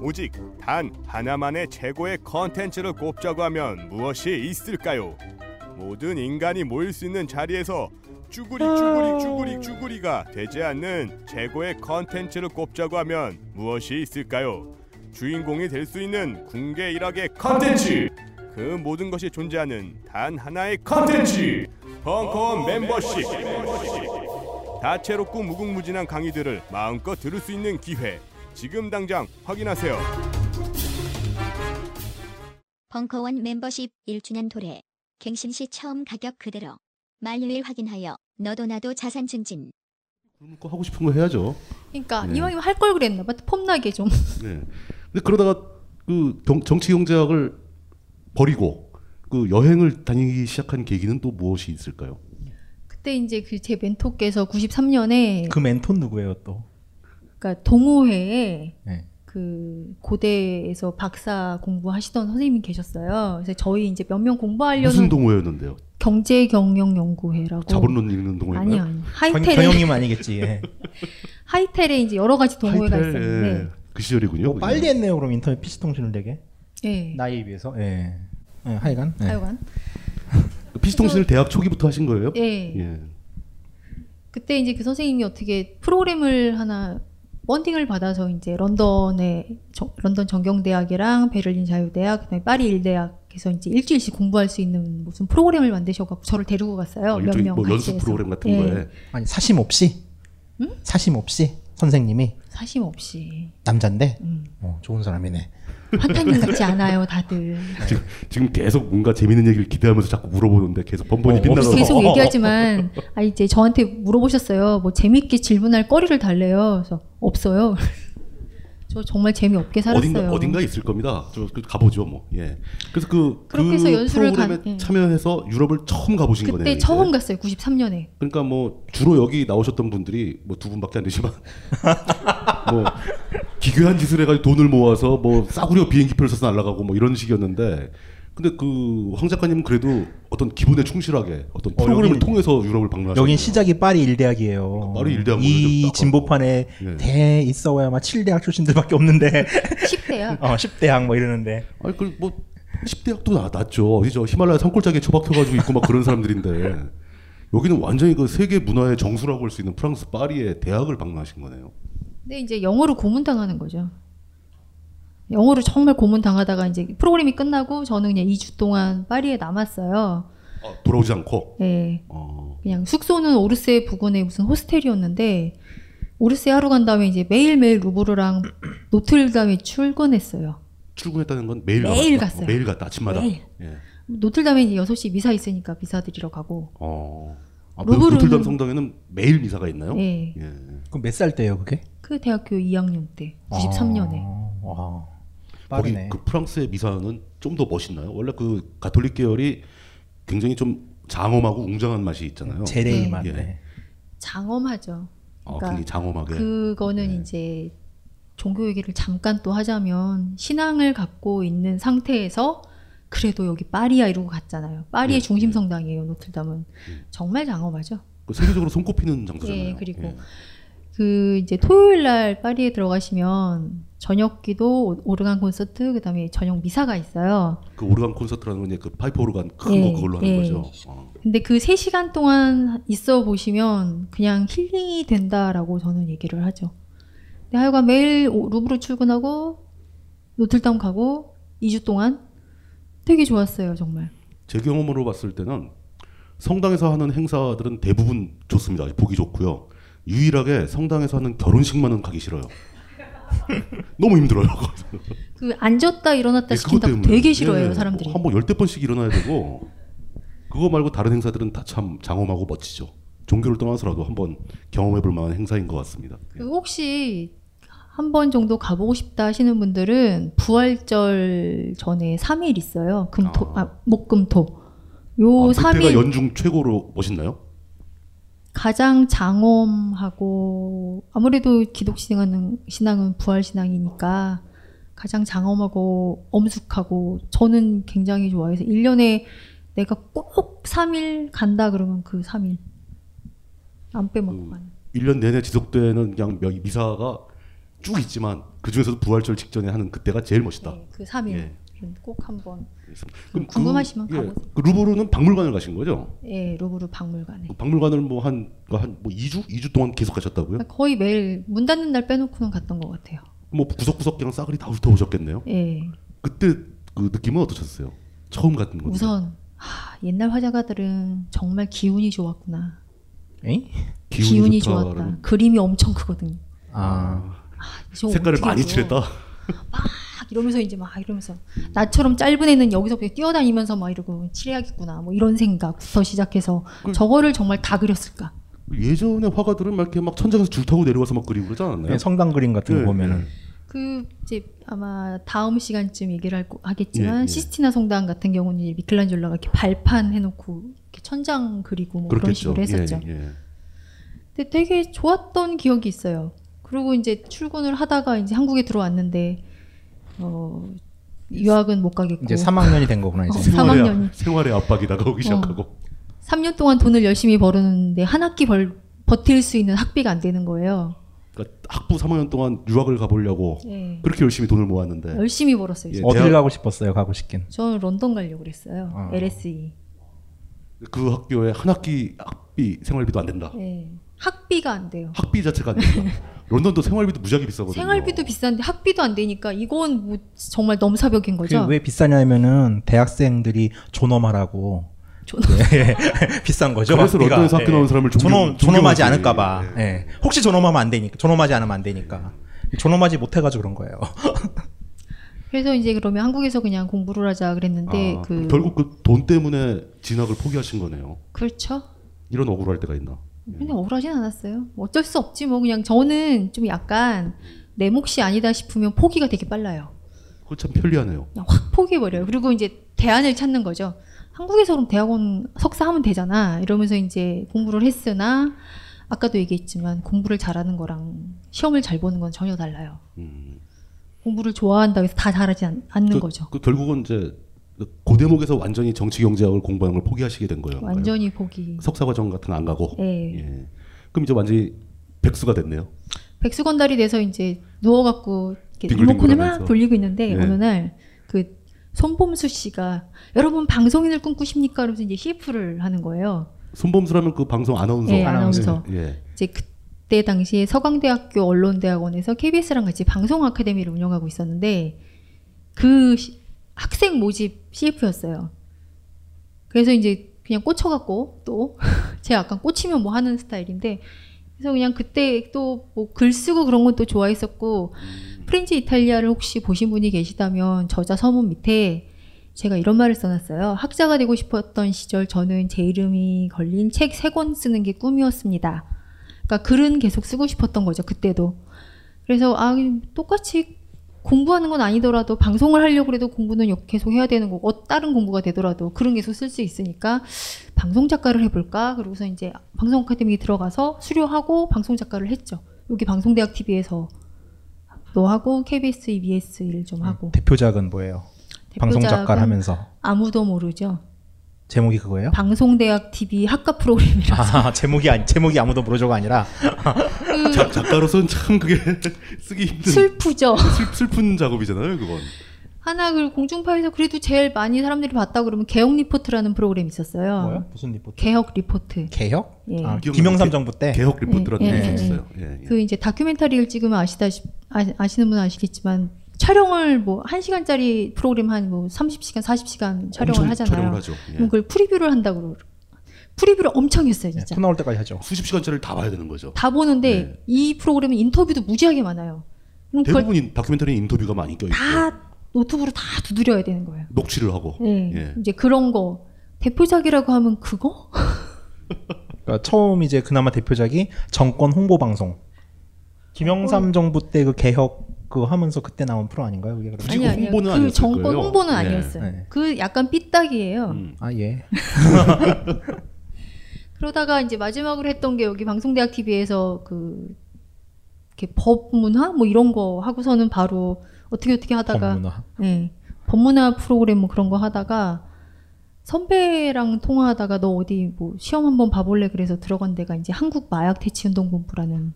Speaker 12: 오직 단 하나만의 최고의 컨텐츠를 꼽자고 하면 무엇이 있을까요? 모든 인간이 모일 수 있는 자리에서 쭈구리 쭈구리 쭈구리 쭈구리가 되지 않는 최고의 컨텐츠를 꼽자고 하면 무엇이 있을까요? 주인공이 될 수 있는 궁계 일학의 컨텐츠 그 모든 것이 존재하는 단 하나의 컨텐츠 벙커원 멤버십 다채롭고 무궁무진한 강의들을 마음껏 들을 수 있는 기회 지금 당장 확인하세요.
Speaker 13: 벙커원 멤버십 1주년 도래. 갱신 시 처음 가격 그대로. 만료일 확인하여 너도 나도 자산 증진.
Speaker 8: 굶을 거 하고 싶은 거 해야죠.
Speaker 10: 그러니까
Speaker 8: 네.
Speaker 10: 이왕이면 할 걸 그랬나 봐. 폼나게 좀.
Speaker 8: 네. 근데 그러다가 그 경- 정치 경제학을 버리고 그 여행을 다니기 시작한 계기는 또 무엇이 있을까요?
Speaker 10: 그때 이제 그 제 멘토께서 93년에
Speaker 9: 그 멘토 는 누구예요 또?
Speaker 10: 그러니까 동호회에
Speaker 9: 네.
Speaker 10: 그 고대에서 박사 공부하시던 선생님이 계셨어요. 그래서 저희 이제 몇 명 공부하려는
Speaker 8: 무슨 동호회였는데요?
Speaker 10: 경제 경영 연구회라고
Speaker 8: 자본론 읽는
Speaker 10: 아니요,
Speaker 8: 동호회인가요?
Speaker 10: 아니요. 하이텔에- 경- 경영님
Speaker 9: 아니겠지.
Speaker 10: 하이텔에 이제 여러 가지 동호회가
Speaker 8: 하이텔,
Speaker 10: 있었는데
Speaker 8: 예. 그 시절이군요.
Speaker 9: 어, 빨리 했네요 그럼 인터넷 PC 통신을 되게
Speaker 10: 예.
Speaker 9: 나이에 비해서. 예. 예, 하여간. 예.
Speaker 10: 하여간
Speaker 8: 그 피시통신을 대학 초기부터 하신 거예요?
Speaker 10: 예.
Speaker 8: 예.
Speaker 10: 그때 이제 그 선생님이 어떻게 프로그램을 하나 펀딩을 받아서 이제 런던의 정- 런던 정경대학이랑 베를린 자유대학 그다음에 파리 일대학에서 이제 일주일씩 공부할 수 있는 무슨 프로그램을 만드셔갖고 저를 데리고
Speaker 8: 아,
Speaker 10: 갔어요. 몇
Speaker 9: 일종의
Speaker 10: 명
Speaker 9: 뭐
Speaker 10: 같이
Speaker 9: 연수
Speaker 10: 해서.
Speaker 9: 프로그램
Speaker 8: 같은
Speaker 10: 예.
Speaker 8: 거에.
Speaker 9: 아니 사심 없이. 사심 없이 선생님이
Speaker 10: 사심 없이
Speaker 9: 남잔데.
Speaker 10: 음.
Speaker 9: 어, 좋은 사람이네.
Speaker 10: 환타님 같지 않아요, 다들.
Speaker 8: 지금, 지금 계속 뭔가 재밌는 얘기를 기대하면서 자꾸 물어보는데 계속 번번이 빛나서
Speaker 10: 계속 얘기하지만 아 이제 저한테 물어보셨어요. 뭐 재밌게 질문할 거리를 달래요. 그래서 없어요. 저 정말 재미없게 살았어요.
Speaker 8: 어딘가 어딘가 있을 겁니다. 저, 그 가보죠 뭐. 예. 그래서 그, 그
Speaker 10: 그렇게 해서 연수를 간-
Speaker 8: 프로그램에
Speaker 10: 예.
Speaker 8: 참여해서 유럽을 처음 가보신
Speaker 10: 그때
Speaker 8: 거네요. 이제.
Speaker 10: 처음 갔어요. 93년에.
Speaker 8: 그러니까 뭐 주로 여기 나오셨던 분들이 뭐 두 분밖에 안 되지만 뭐 기괴한 짓을 해가지고 돈을 모아서 뭐 싸구려 비행기표를 사서 날아가고 뭐 이런 식이었는데 근데 그 황 작가님은 그래도 어떤 기본에 충실하게 어떤
Speaker 9: 어,
Speaker 8: 프로그램을
Speaker 9: 여긴-
Speaker 8: 통해서 유럽을 방문하셨
Speaker 9: 여긴 시작이 파리 일대학이에요.
Speaker 8: 아, 파리 일대학은 예.
Speaker 9: 이 진보판에 대 있어야 아마 7대학 출신들밖에 없는데
Speaker 10: 10대야.
Speaker 9: 어 10대학 뭐 이러는데
Speaker 8: 아니 그뭐 10대학도 나, 낫죠. 이저 히말라야 산골짜기에 처박혀가지고 있고 막 그런 사람들인데 여기는 완전히 그 세계 문화의 정수라고 할 수 있는 프랑스 파리의 대학을 방문하신 거네요.
Speaker 10: 근데 이제 영어로 고문당하는 거죠. 영어로 정말 고문당하다가 이제 프로그램이 끝나고 저는 그냥 2주 동안 파리에 남았어요.
Speaker 8: 돌아오지 않고.
Speaker 10: 예. 그냥 숙소는 오르세 부근에 무슨 호스텔이었는데 오르세 하루 간 다음에 이제 매일매일 루브르랑 노틀담에 출근했어요.
Speaker 8: 출근했다는 건 매일
Speaker 10: 매일
Speaker 8: 가봤다.
Speaker 10: 갔어요.
Speaker 8: 매일 갔다 아침마다.
Speaker 10: 매일.
Speaker 8: 예.
Speaker 10: 노틀담에 이제 6시 미사 있으니까 미사 드리러 가고
Speaker 8: 어. 아,
Speaker 10: 루브르는-
Speaker 8: 노틀담 성당에는 매일 미사가 있나요?
Speaker 10: 예.
Speaker 9: 그럼 몇 살 때예요 그게?
Speaker 10: 그 대학교 2학년 때 93년에
Speaker 9: 와.
Speaker 8: 거기
Speaker 9: 빠르네.
Speaker 8: 그 프랑스의 미사는 좀 더 멋있나요? 원래 그 가톨릭 계열이 굉장히 좀 장엄하고 웅장한 맛이 있잖아요. 예.
Speaker 9: 제레일 맛, 네.
Speaker 10: 장엄하죠. 그러니까
Speaker 8: 아, 굉장히 장엄하게. 네.
Speaker 10: 그거는 이제 종교 얘기를 잠깐 또 하자면 신앙을 갖고 있는 상태에서 그래도 여기 파리야 이러고 갔잖아요. 파리의
Speaker 8: 예,
Speaker 10: 중심 성당이에요. 노틀담은
Speaker 8: 음.
Speaker 10: 정말 장엄하죠.
Speaker 8: 그 세계적으로 손꼽히는 장소잖아요.
Speaker 10: 예, 그리고
Speaker 8: 예.
Speaker 10: 그 이제 토요일 날 파리에 들어가시면 저녁기도 오르간 콘서트 그다음에 저녁 미사가 있어요.
Speaker 8: 그 오르간 콘서트라는 건 이제 그 파이프 오르간 큰
Speaker 10: 예,
Speaker 8: 거 그걸로 하는
Speaker 10: 예.
Speaker 8: 거죠. 어.
Speaker 10: 근데 그 3시간 동안 있어 보시면 그냥 힐링이 된다라고 저는 얘기를 하죠. 근데 하여간 매일 오- 루브르 출근하고 노틀담 가고 2주 동안 되게 좋았어요, 정말.
Speaker 8: 제 경험으로 봤을 때는 성당에서 하는 행사들은 대부분 좋습니다. 보기 좋고요. 유일하게 성당에서 하는 결혼식만은 가기 싫어요. 너무 힘들어요.
Speaker 10: 그 앉았다
Speaker 8: 네,
Speaker 10: 일어났다 시킨다고 되게 싫어해요, 사람들이.
Speaker 8: 예. 한번 열댓 번씩 일어나야 되고 그거 말고 다른 행사들은 다 참 장엄하고 멋지죠. 종교를 떠나서라도 한번 경험해볼 만한 행사인 것 같습니다.
Speaker 10: 그 혹시 한 번 정도 가보고 싶다 하시는 분들은 부활절 전에 3일 있어요. 금토 아, 목금토. 요
Speaker 8: 아,
Speaker 10: 삼
Speaker 8: 그때가
Speaker 10: 3일
Speaker 8: 연중 최고로 멋있나요?
Speaker 10: 가장 장엄하고 아무래도 기독 신앙은 신앙은 부활 신앙이니까 가장 장엄하고 엄숙하고 저는 굉장히 좋아해서 1년에 내가 꼭 3일 간다 그러면 그 3일 안 빼먹고 가는
Speaker 8: 1년 내내 지속되는 그냥 명- 미사가 쭉 있지만 그 중에서도 부활절 직전에 하는 그때가 제일 멋있다.
Speaker 10: 그 3일
Speaker 8: 예.
Speaker 10: 꼭 한번
Speaker 8: 그럼 그-
Speaker 10: 궁금하시면
Speaker 8: 예,
Speaker 10: 가보세요.
Speaker 8: 그 루브르는 박물관을 가신 거죠?
Speaker 10: 예, 루브르 박물관에.
Speaker 8: 그 박물관을 뭐한한뭐 2주 2주 동안 계속 가셨다고요?
Speaker 10: 거의 매일 문 닫는 날 빼놓고는 갔던 것 같아요.
Speaker 8: 뭐 구석구석 그냥 싸그리 다 훑어보셨겠네요.
Speaker 10: 예.
Speaker 8: 그때 그 느낌은 어떠셨어요? 처음 갔던 거.
Speaker 10: 우선 하, 옛날 화자가들은 정말 기운이 좋았구나.
Speaker 9: 에이?
Speaker 10: 기운이, 좋았다. 그림이 엄청 크거든요.
Speaker 9: 아.
Speaker 10: 이거
Speaker 8: 색깔을
Speaker 10: 어떻게
Speaker 8: 많이
Speaker 10: 해줘.
Speaker 8: 칠했다.
Speaker 10: 막 이러면서 이제 막 이러면서 나처럼 짧은 애는 여기서부터 뛰어다니면서 막 이러고 칠해야겠구나. 뭐 이런 생각부터 시작해서
Speaker 8: 그
Speaker 10: 저거를 정말 다 그렸을까?
Speaker 8: 예전에 화가들은 막 이렇게 막 천장에서 줄 타고 내려와서 막 그리고 그러지 않았나요? 예.
Speaker 9: 예, 성당 그림 같은 거 보면은
Speaker 10: 그 이제 아마 다음 시간쯤 얘기를 할, 거-
Speaker 8: 예,
Speaker 10: 하겠지만
Speaker 8: 예.
Speaker 10: 시스티나 성당 같은 경우는 이제 미켈란젤로가 이렇게 발판 해놓고 이렇게 천장 그리고 뭐 그런
Speaker 8: 그렇겠죠.
Speaker 10: 식으로 했었죠.
Speaker 8: 예, 예.
Speaker 10: 근데 되게 좋았던 기억이 있어요. 그리고 이제 출근을 하다가 이제 한국에 들어왔는데 어, 유학은 못 가겠고
Speaker 9: 이제 3학년이 된 거구나 이제.
Speaker 10: 어, 3학년이
Speaker 8: 생활의 압박이 다가오기
Speaker 10: 어.
Speaker 8: 시작하고
Speaker 10: 3년 동안 돈을 열심히 버는데 한 학기 벌, 버틸 수 있는 학비가 안 되는 거예요.
Speaker 8: 그러니까 학부 3학년 동안 유학을 가보려고
Speaker 10: 예.
Speaker 8: 그렇게 열심히 돈을 모았는데 예,
Speaker 10: 열심히 벌었어요, 진짜.
Speaker 9: 어딜
Speaker 8: 대학-
Speaker 9: 가고 싶었어요 가고 싶긴.
Speaker 10: 저는 런던 가려고 그랬어요. E.
Speaker 8: 아.
Speaker 10: LSE.
Speaker 8: 그 학교에 한 학기 학비 생활비도 안 된다.
Speaker 10: 예. 학비가 안 돼요.
Speaker 8: 학비 자체가 안 된다. 런던도 생활비도 무지하게 비싸거든요.
Speaker 10: 생활비도 비싼데 학비도 안 되니까 이건 뭐 정말 넘사벽인 거죠.
Speaker 9: 그게 왜 비싸냐면은 대학생들이 존엄하라고. 예, 비싼 거죠.
Speaker 8: 그래서
Speaker 9: 막비가. 예.
Speaker 8: 런던에서 학교 나온 사람을 존경-
Speaker 9: 존엄, 존엄하지
Speaker 8: 존경하지.
Speaker 9: 않을까봐. 예. 혹시 존엄하면 안 되니까. 존엄하지 않으면 안 되니까. 존엄하지 못해가지고 그런 거예요.
Speaker 10: 그래서 이제 그러면 한국에서 그냥 공부를 하자 그랬는데
Speaker 8: 아,
Speaker 10: 그
Speaker 8: 결국 그 돈 때문에 진학을 포기하신 거네요.
Speaker 10: 그렇죠.
Speaker 8: 이런 억울할 때가 있나?
Speaker 10: 뭐. 그냥 억울하진 않았어요. 어쩔 수 없지 뭐 그냥 저는 좀 약간 내 몫이 아니다 싶으면 포기가 되게 빨라요.
Speaker 8: 그거 참 편리하네요.
Speaker 10: 그냥 확 포기해버려요. 그리고 이제 대안을 찾는 거죠. 한국에서 그럼 대학원 석사하면 되잖아. 이러면서 이제 공부를 했으나 아까도 얘기했지만 공부를 잘하는 거랑 시험을 잘 보는 건 전혀 달라요. 공부를 좋아한다고 해서 다 잘하지 않, 않는
Speaker 8: 음. 그,
Speaker 10: 거죠.
Speaker 8: 그 결국은 이제 고대목에서 완전히 정치 경제학을 공부하는 걸 포기하시게 된 거예요.
Speaker 10: 완전히 포기.
Speaker 8: 석사과정 같은 거 안 가고.
Speaker 10: 예.
Speaker 8: 예. 그럼 이제 완전히 백수가 됐네요.
Speaker 10: 백수건달이 돼서 이제 누워갖고 이렇게
Speaker 8: 빙글빙글
Speaker 10: 리모컨을 막
Speaker 8: 하면서.
Speaker 10: 돌리고 있는데
Speaker 8: 예.
Speaker 10: 어느 날 그 손범수 씨가 여러분 방송인을 꿈꾸십니까? 이러면서 이제 CF를 하는 거예요.
Speaker 8: 손범수라면 그 방송 아나운서.
Speaker 10: 예, 아나운서.
Speaker 8: 예.
Speaker 10: 이제 그때 당시에 서강대학교 언론대학원에서 KBS랑 같이 방송 아카데미를 운영하고 있었는데 그 시- 학생 모집 CF였어요. 그래서 이제 그냥 꽂혀갖고 또 제가 약간 꽂히면 뭐 하는 스타일인데 그래서 그냥 그때 또 뭐 글 쓰고 그런 건 또 좋아했었고 프렌치 이탈리아를 혹시 보신 분이 계시다면 저자 서문 밑에 제가 이런 말을 써놨어요. 학자가 되고 싶었던 시절 저는 제 이름이 걸린 책 세 권 쓰는 게 꿈이었습니다. 그러니까 글은 계속 쓰고 싶었던 거죠. 그때도. 그래서 아 똑같이 공부하는 건 아니더라도 방송을 하려고 해도 공부는 역- 계속 해야 되는 거고 어, 다른 공부가 되더라도 글은 계속 쓸 수 있으니까 방송 작가를 해볼까 그러고서 이제 방송 아카데미 들어가서 수료하고 방송 작가를 했죠 여기 방송대학 TV에서 너 하고 KBS EBS 일 좀 하고
Speaker 9: 대표작은 뭐예요? 방송 작가를
Speaker 10: 대표작은
Speaker 9: 하면서
Speaker 10: 아무도 모르죠
Speaker 9: 제목이 그거예요?
Speaker 10: 방송대학 TV 학과 프로그램이
Speaker 9: 아, 제목이 아니 제목이 아무도 모르죠가 아니라
Speaker 10: 음.
Speaker 8: 작, 작가로서는 참 그게 쓰기 힘든
Speaker 10: 슬프죠
Speaker 8: 슬, 픈 작업이잖아요, 그건.
Speaker 10: 하나 그 공중파에서 그래도 제일 많이 사람들이 봤다 그러면 개혁 리포트라는 프로그램이 있었어요
Speaker 9: 뭐요? 무슨 리포트?
Speaker 10: 개혁 리포트
Speaker 9: 개혁?
Speaker 10: 예.
Speaker 9: 아, 김영삼 정부 때
Speaker 8: 개혁
Speaker 10: 리포트라는 예, 게 예, 있었어요. 그 이제 다큐멘터리를 찍으면 아시다 아, 시는분 아시겠지만 촬영을 뭐 1시간짜리 프로그램 한 뭐 30시간, 40시간 촬영을
Speaker 8: 엄청
Speaker 10: 하잖아요.
Speaker 8: 촬영을 하죠. 예.
Speaker 10: 그럼 그걸 프리뷰를 한다고 그러- 프리뷰를 엄청 했어요,
Speaker 8: 예,
Speaker 10: 진짜.
Speaker 9: 나올 때까지 하죠.
Speaker 8: 수십 시간짜리를 다 봐야 되는 거죠.
Speaker 10: 다 보는데 이 프로그램은 인터뷰도 무지하게 많아요. 그럼 그걸
Speaker 8: 대부분 인- 다큐멘터리 인터뷰가 많이 껴있고
Speaker 10: 다 노트북으로 다 두드려야 되는 거예요.
Speaker 8: 녹취를 하고.
Speaker 10: 네.
Speaker 8: 예.
Speaker 10: 이제 그런 거 대표작이라고 하면 그거?
Speaker 9: 그러니까 처음 이제 그나마 대표작이 정권 홍보 방송. 김영삼
Speaker 10: 어.
Speaker 9: 정부 때 그 개혁 그 하면서 그때 나온 프로 아닌가요? 그게 그러면?
Speaker 10: 아니 아니요. 그 정권
Speaker 8: 예.
Speaker 10: 홍보는 아니었어요.
Speaker 9: 네.
Speaker 10: 그 약간 삐딱이에요.
Speaker 9: 아 예.
Speaker 10: 그러다가 이제 마지막으로 했던 게 여기 방송대학 TV에서 그 이렇게 법문화 뭐 이런 거 하고서는 바로 어떻게 어떻게 하다가
Speaker 9: 법문화.
Speaker 10: 예. 법문화 프로그램 뭐 그런 거 하다가 선배랑 통화하다가 너 어디 뭐 시험 한번 봐볼래 그래서 들어간 데가 이제 한국 마약 퇴치 운동 본부라는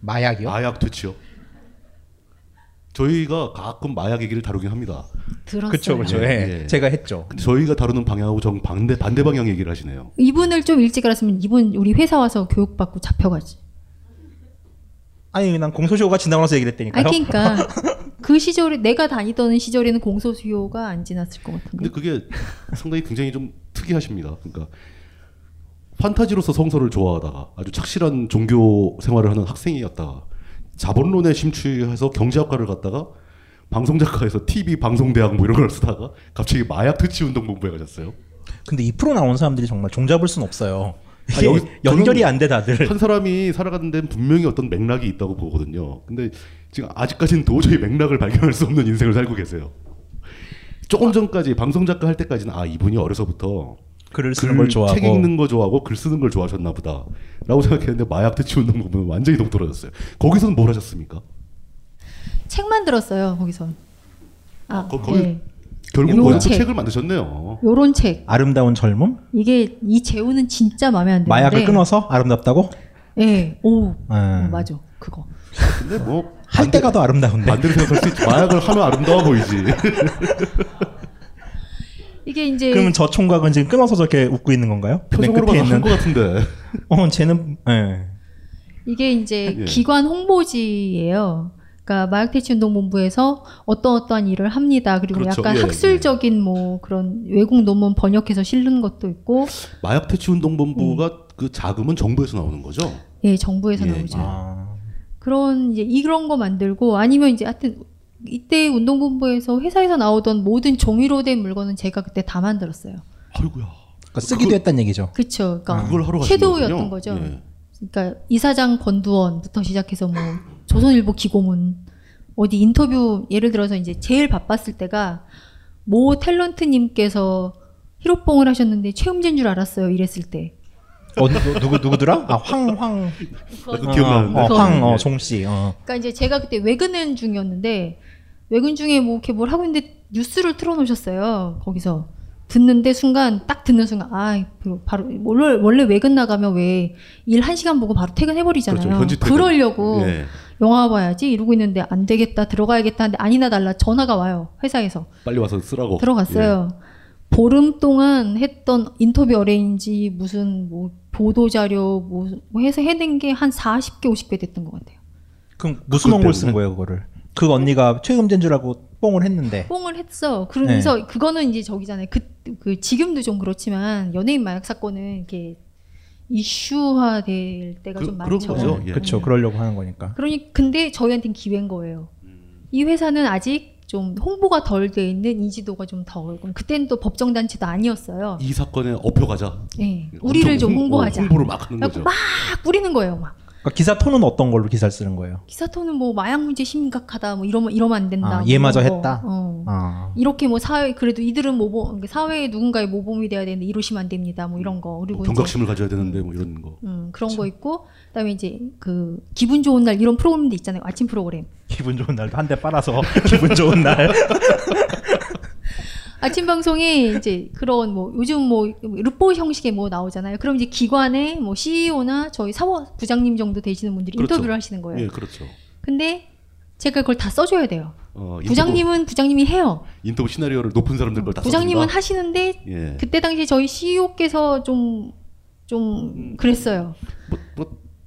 Speaker 9: 마약이요?
Speaker 8: 마약 퇴치요. 저희가 가끔 마약 얘기를 다루긴 합니다.
Speaker 10: 들었어요.
Speaker 9: 그쵸, 그쵸. 예. 제가 했죠.
Speaker 8: 근데 저희가 다루는 방향하고 정 반대 반대 방향 얘기를 하시네요.
Speaker 10: 이분을 좀 일찍 알았으면 이분 우리 회사 와서 교육받고 잡혀가지.
Speaker 9: 아니 난 공소시효가 지나고 나서 얘기를 했다니까요.
Speaker 10: 아 그러니까 그 시절에 내가 다니던 시절에는 공소시효가 안 지났을 것 같은데.
Speaker 8: 근데 그게 상당히 굉장히 좀 특이하십니다. 그러니까 판타지로서 성서를 좋아하다가 아주 착실한 종교 생활을 하는 학생이었다가 자본론에 심취해서 경제학과를 갔다가 방송작과에서 TV 방송대학 뭐 이런 걸 쓰다가 갑자기 마약 퇴치 운동 본부에 가셨어요.
Speaker 9: 근데 이 프로 나온 사람들이 정말 종잡을 순 없어요. 이게
Speaker 8: 아, 여기-
Speaker 9: 연결이
Speaker 8: 저는
Speaker 9: 안 돼 다들.
Speaker 8: 한 사람이 살아가는 데는 분명히 어떤 맥락이 있다고 보거든요. 근데 지금 아직까지는 도저히 맥락을 발견할 수 없는 인생을 살고 계세요. 조금 전까지 방송 작가 할 때까지는 아 이분이 어려서부터
Speaker 9: 글을 쓰는 걸 좋아하고.
Speaker 8: 책 읽는 거 좋아하고 글 쓰는 걸 좋아하셨나 보다라고 생각했는데 마약 퇴치 운동 보면 완전히 동떨어졌어요. 거기서는 뭘 하셨습니까?
Speaker 10: 책만 들었어요 거기서. 아,
Speaker 8: 거-
Speaker 10: 예.
Speaker 8: 거기 결국
Speaker 10: 요런
Speaker 8: 거기서
Speaker 10: 책.
Speaker 8: 책을 만드셨네요.
Speaker 10: 요런 책.
Speaker 9: 아름다운 젊음?
Speaker 10: 이게 이 재우는 진짜 마음에 안 드는데.
Speaker 9: 마약을 끊어서 아름답다고?
Speaker 10: 예. 오.
Speaker 9: 예.
Speaker 10: 어, 맞아. 그거.
Speaker 8: 근데 뭐
Speaker 9: 할 때가 더 아름다운데.
Speaker 8: 만들 생각할 수 있지. 마약을 하면 아름다워 보이지.
Speaker 10: 네. 이게 이제
Speaker 9: 그러면 저 총각은 지금 끊어서 저렇게 웃고 있는 건가요? 맨
Speaker 8: 표정으로
Speaker 9: 끝에
Speaker 8: 봐서 한
Speaker 9: 있는.
Speaker 8: 것 같은데.
Speaker 9: 어, 쟤는 예.
Speaker 10: 이게 이제
Speaker 9: 예.
Speaker 10: 기관 홍보지예요. 그러니까 마약퇴치운동본부에서 어떤 어떠한 일을 합니다. 그리고
Speaker 8: 그렇죠.
Speaker 10: 약간
Speaker 8: 예,
Speaker 10: 학술적인 뭐 그런 외국 논문 번역해서 실는 것도 있고,
Speaker 8: 마약 퇴치 운동 본부가 그 자금은 정부에서 나오는 거죠?
Speaker 10: 예, 음. 정부에서
Speaker 8: 예,
Speaker 10: 나오죠.
Speaker 8: 예.
Speaker 9: 아.
Speaker 10: 그런 이제 이런 거 만들고 아니면 이제 하여튼 이때 운동본부에서 회사에서 나오던 모든 종이로 된 물건은 제가 그때 다 만들었어요.
Speaker 9: 그러니까 쓰기도 했단 얘기죠.
Speaker 10: 그쵸. 그러니까
Speaker 9: 아, 그걸 하러 가신
Speaker 10: 섀도우였던
Speaker 9: 거군요.
Speaker 10: 거죠.
Speaker 9: 예.
Speaker 10: 그러니까 이사장 권두원부터 시작해서 뭐 조선일보 기고문 어디 인터뷰 예를 들어서 이제 제일 바빴을 때가 모 탤런트님께서 히로뽕을 하셨는데 최음진 줄 알았어요 이랬을 때
Speaker 9: 어, 누, 누구 누구더라? 아, 황 황.
Speaker 10: 나도
Speaker 8: 그 기억나는데.
Speaker 9: 어,
Speaker 10: 네.
Speaker 9: 황, 어, 송 씨. 어.
Speaker 10: 그러니까 이제 제가 그때 외근 중이었는데 외근 중에 뭐 이렇게 뭘 하고 있는데 뉴스를 틀어놓으셨어요 거기서 듣는데 순간 딱 듣는 순간 아 바로, 바로 원래, 원래 외근 나가면 왜 일 한 시간 보고 바로 퇴근해
Speaker 8: 그렇죠,
Speaker 10: 버리잖아요
Speaker 8: 현지 퇴근.
Speaker 10: 그러려고
Speaker 8: 예.
Speaker 10: 영화 봐야지 이러고 있는데 안 되겠다 들어가야겠다 하는데 아니나 달라 전화가 와요 회사에서
Speaker 8: 빨리 와서 쓰라고.
Speaker 10: 들어갔어요.
Speaker 8: 예.
Speaker 10: 보름 동안 했던 인터뷰 어레인지 무슨 뭐 보도 자료 뭐 해서 해낸 게 한 40개 50개 됐던 것 같아요.
Speaker 9: 그럼 무슨 원고를 쓴 거예요, 그거를? 그 언니가 최음진 줄 알고 뽕을 했는데.
Speaker 10: 뽕을 했어. 그러면서
Speaker 9: 네.
Speaker 10: 그거는 이제 저기잖아요. 그, 그 지금도 좀 그렇지만 연예인 마약 사건은 이렇게 이슈화될 때가 좀 많죠.
Speaker 8: 예.
Speaker 9: 그쵸 그러려고 하는 거니까.
Speaker 10: 그러니 근데 저희한테는 기회인 거예요.
Speaker 8: 음.
Speaker 10: 이 회사는 아직 좀 홍보가 덜 돼 있는 인지도가 좀 덜. 그럼 그때는 또 법정 단체도 아니었어요.
Speaker 8: 예. 이 사건에 업혀 가자.
Speaker 10: 예, 우리를 좀 홍보하자.
Speaker 8: 홍보를 막 하는
Speaker 10: 그래갖고
Speaker 8: 거죠.
Speaker 10: 막 뿌리는 거예요. 막
Speaker 9: 그러니까 기사 톤은 어떤 걸로 기사를 쓰는 거예요?
Speaker 10: 기사톤은 뭐 마약 문제 심각하다. 뭐 이러면 이러면 안 된다.
Speaker 9: 아,
Speaker 10: 뭐
Speaker 9: 얘마저
Speaker 10: 이런 거.
Speaker 9: 했다.
Speaker 10: 어.
Speaker 9: 아.
Speaker 10: 이렇게 뭐 사회 그래도 이들은 모범 사회의 누군가의 모범이 돼야 되는데 이러시면 안 됩니다. 뭐 이런 거 그리고
Speaker 8: 경각심을
Speaker 10: 이제,
Speaker 8: 가져야 되는데 뭐 이런 거.
Speaker 10: 음, 그런 거 있고 그다음에 이제 그 기분 좋은 날 이런 프로그램도 있잖아요. 아침 프로그램.
Speaker 9: 기분 좋은 날도 한 대 빨아서 기분 좋은 날.
Speaker 10: 아침 방송에 이제 그런 뭐 요즘 뭐 르포 형식의 뭐 나오잖아요. 그럼 이제 기관의 뭐 CEO나 저희 사원 부장님 정도 되시는 분들이
Speaker 8: 그렇죠.
Speaker 10: 인터뷰를 하시는 거예요.
Speaker 8: 예, 그렇죠.
Speaker 10: 근데 제가 그걸 다 써줘야 돼요.
Speaker 8: 어, 인터뷰-
Speaker 10: 부장님은 부장님이 해요.
Speaker 8: 인터뷰 시나리오를 높은 사람들 걸다
Speaker 10: 부장님은
Speaker 8: 써준다?
Speaker 10: 하시는데
Speaker 8: 예.
Speaker 10: 그때 당시 저희 CEO께서 좀 좀 그랬어요.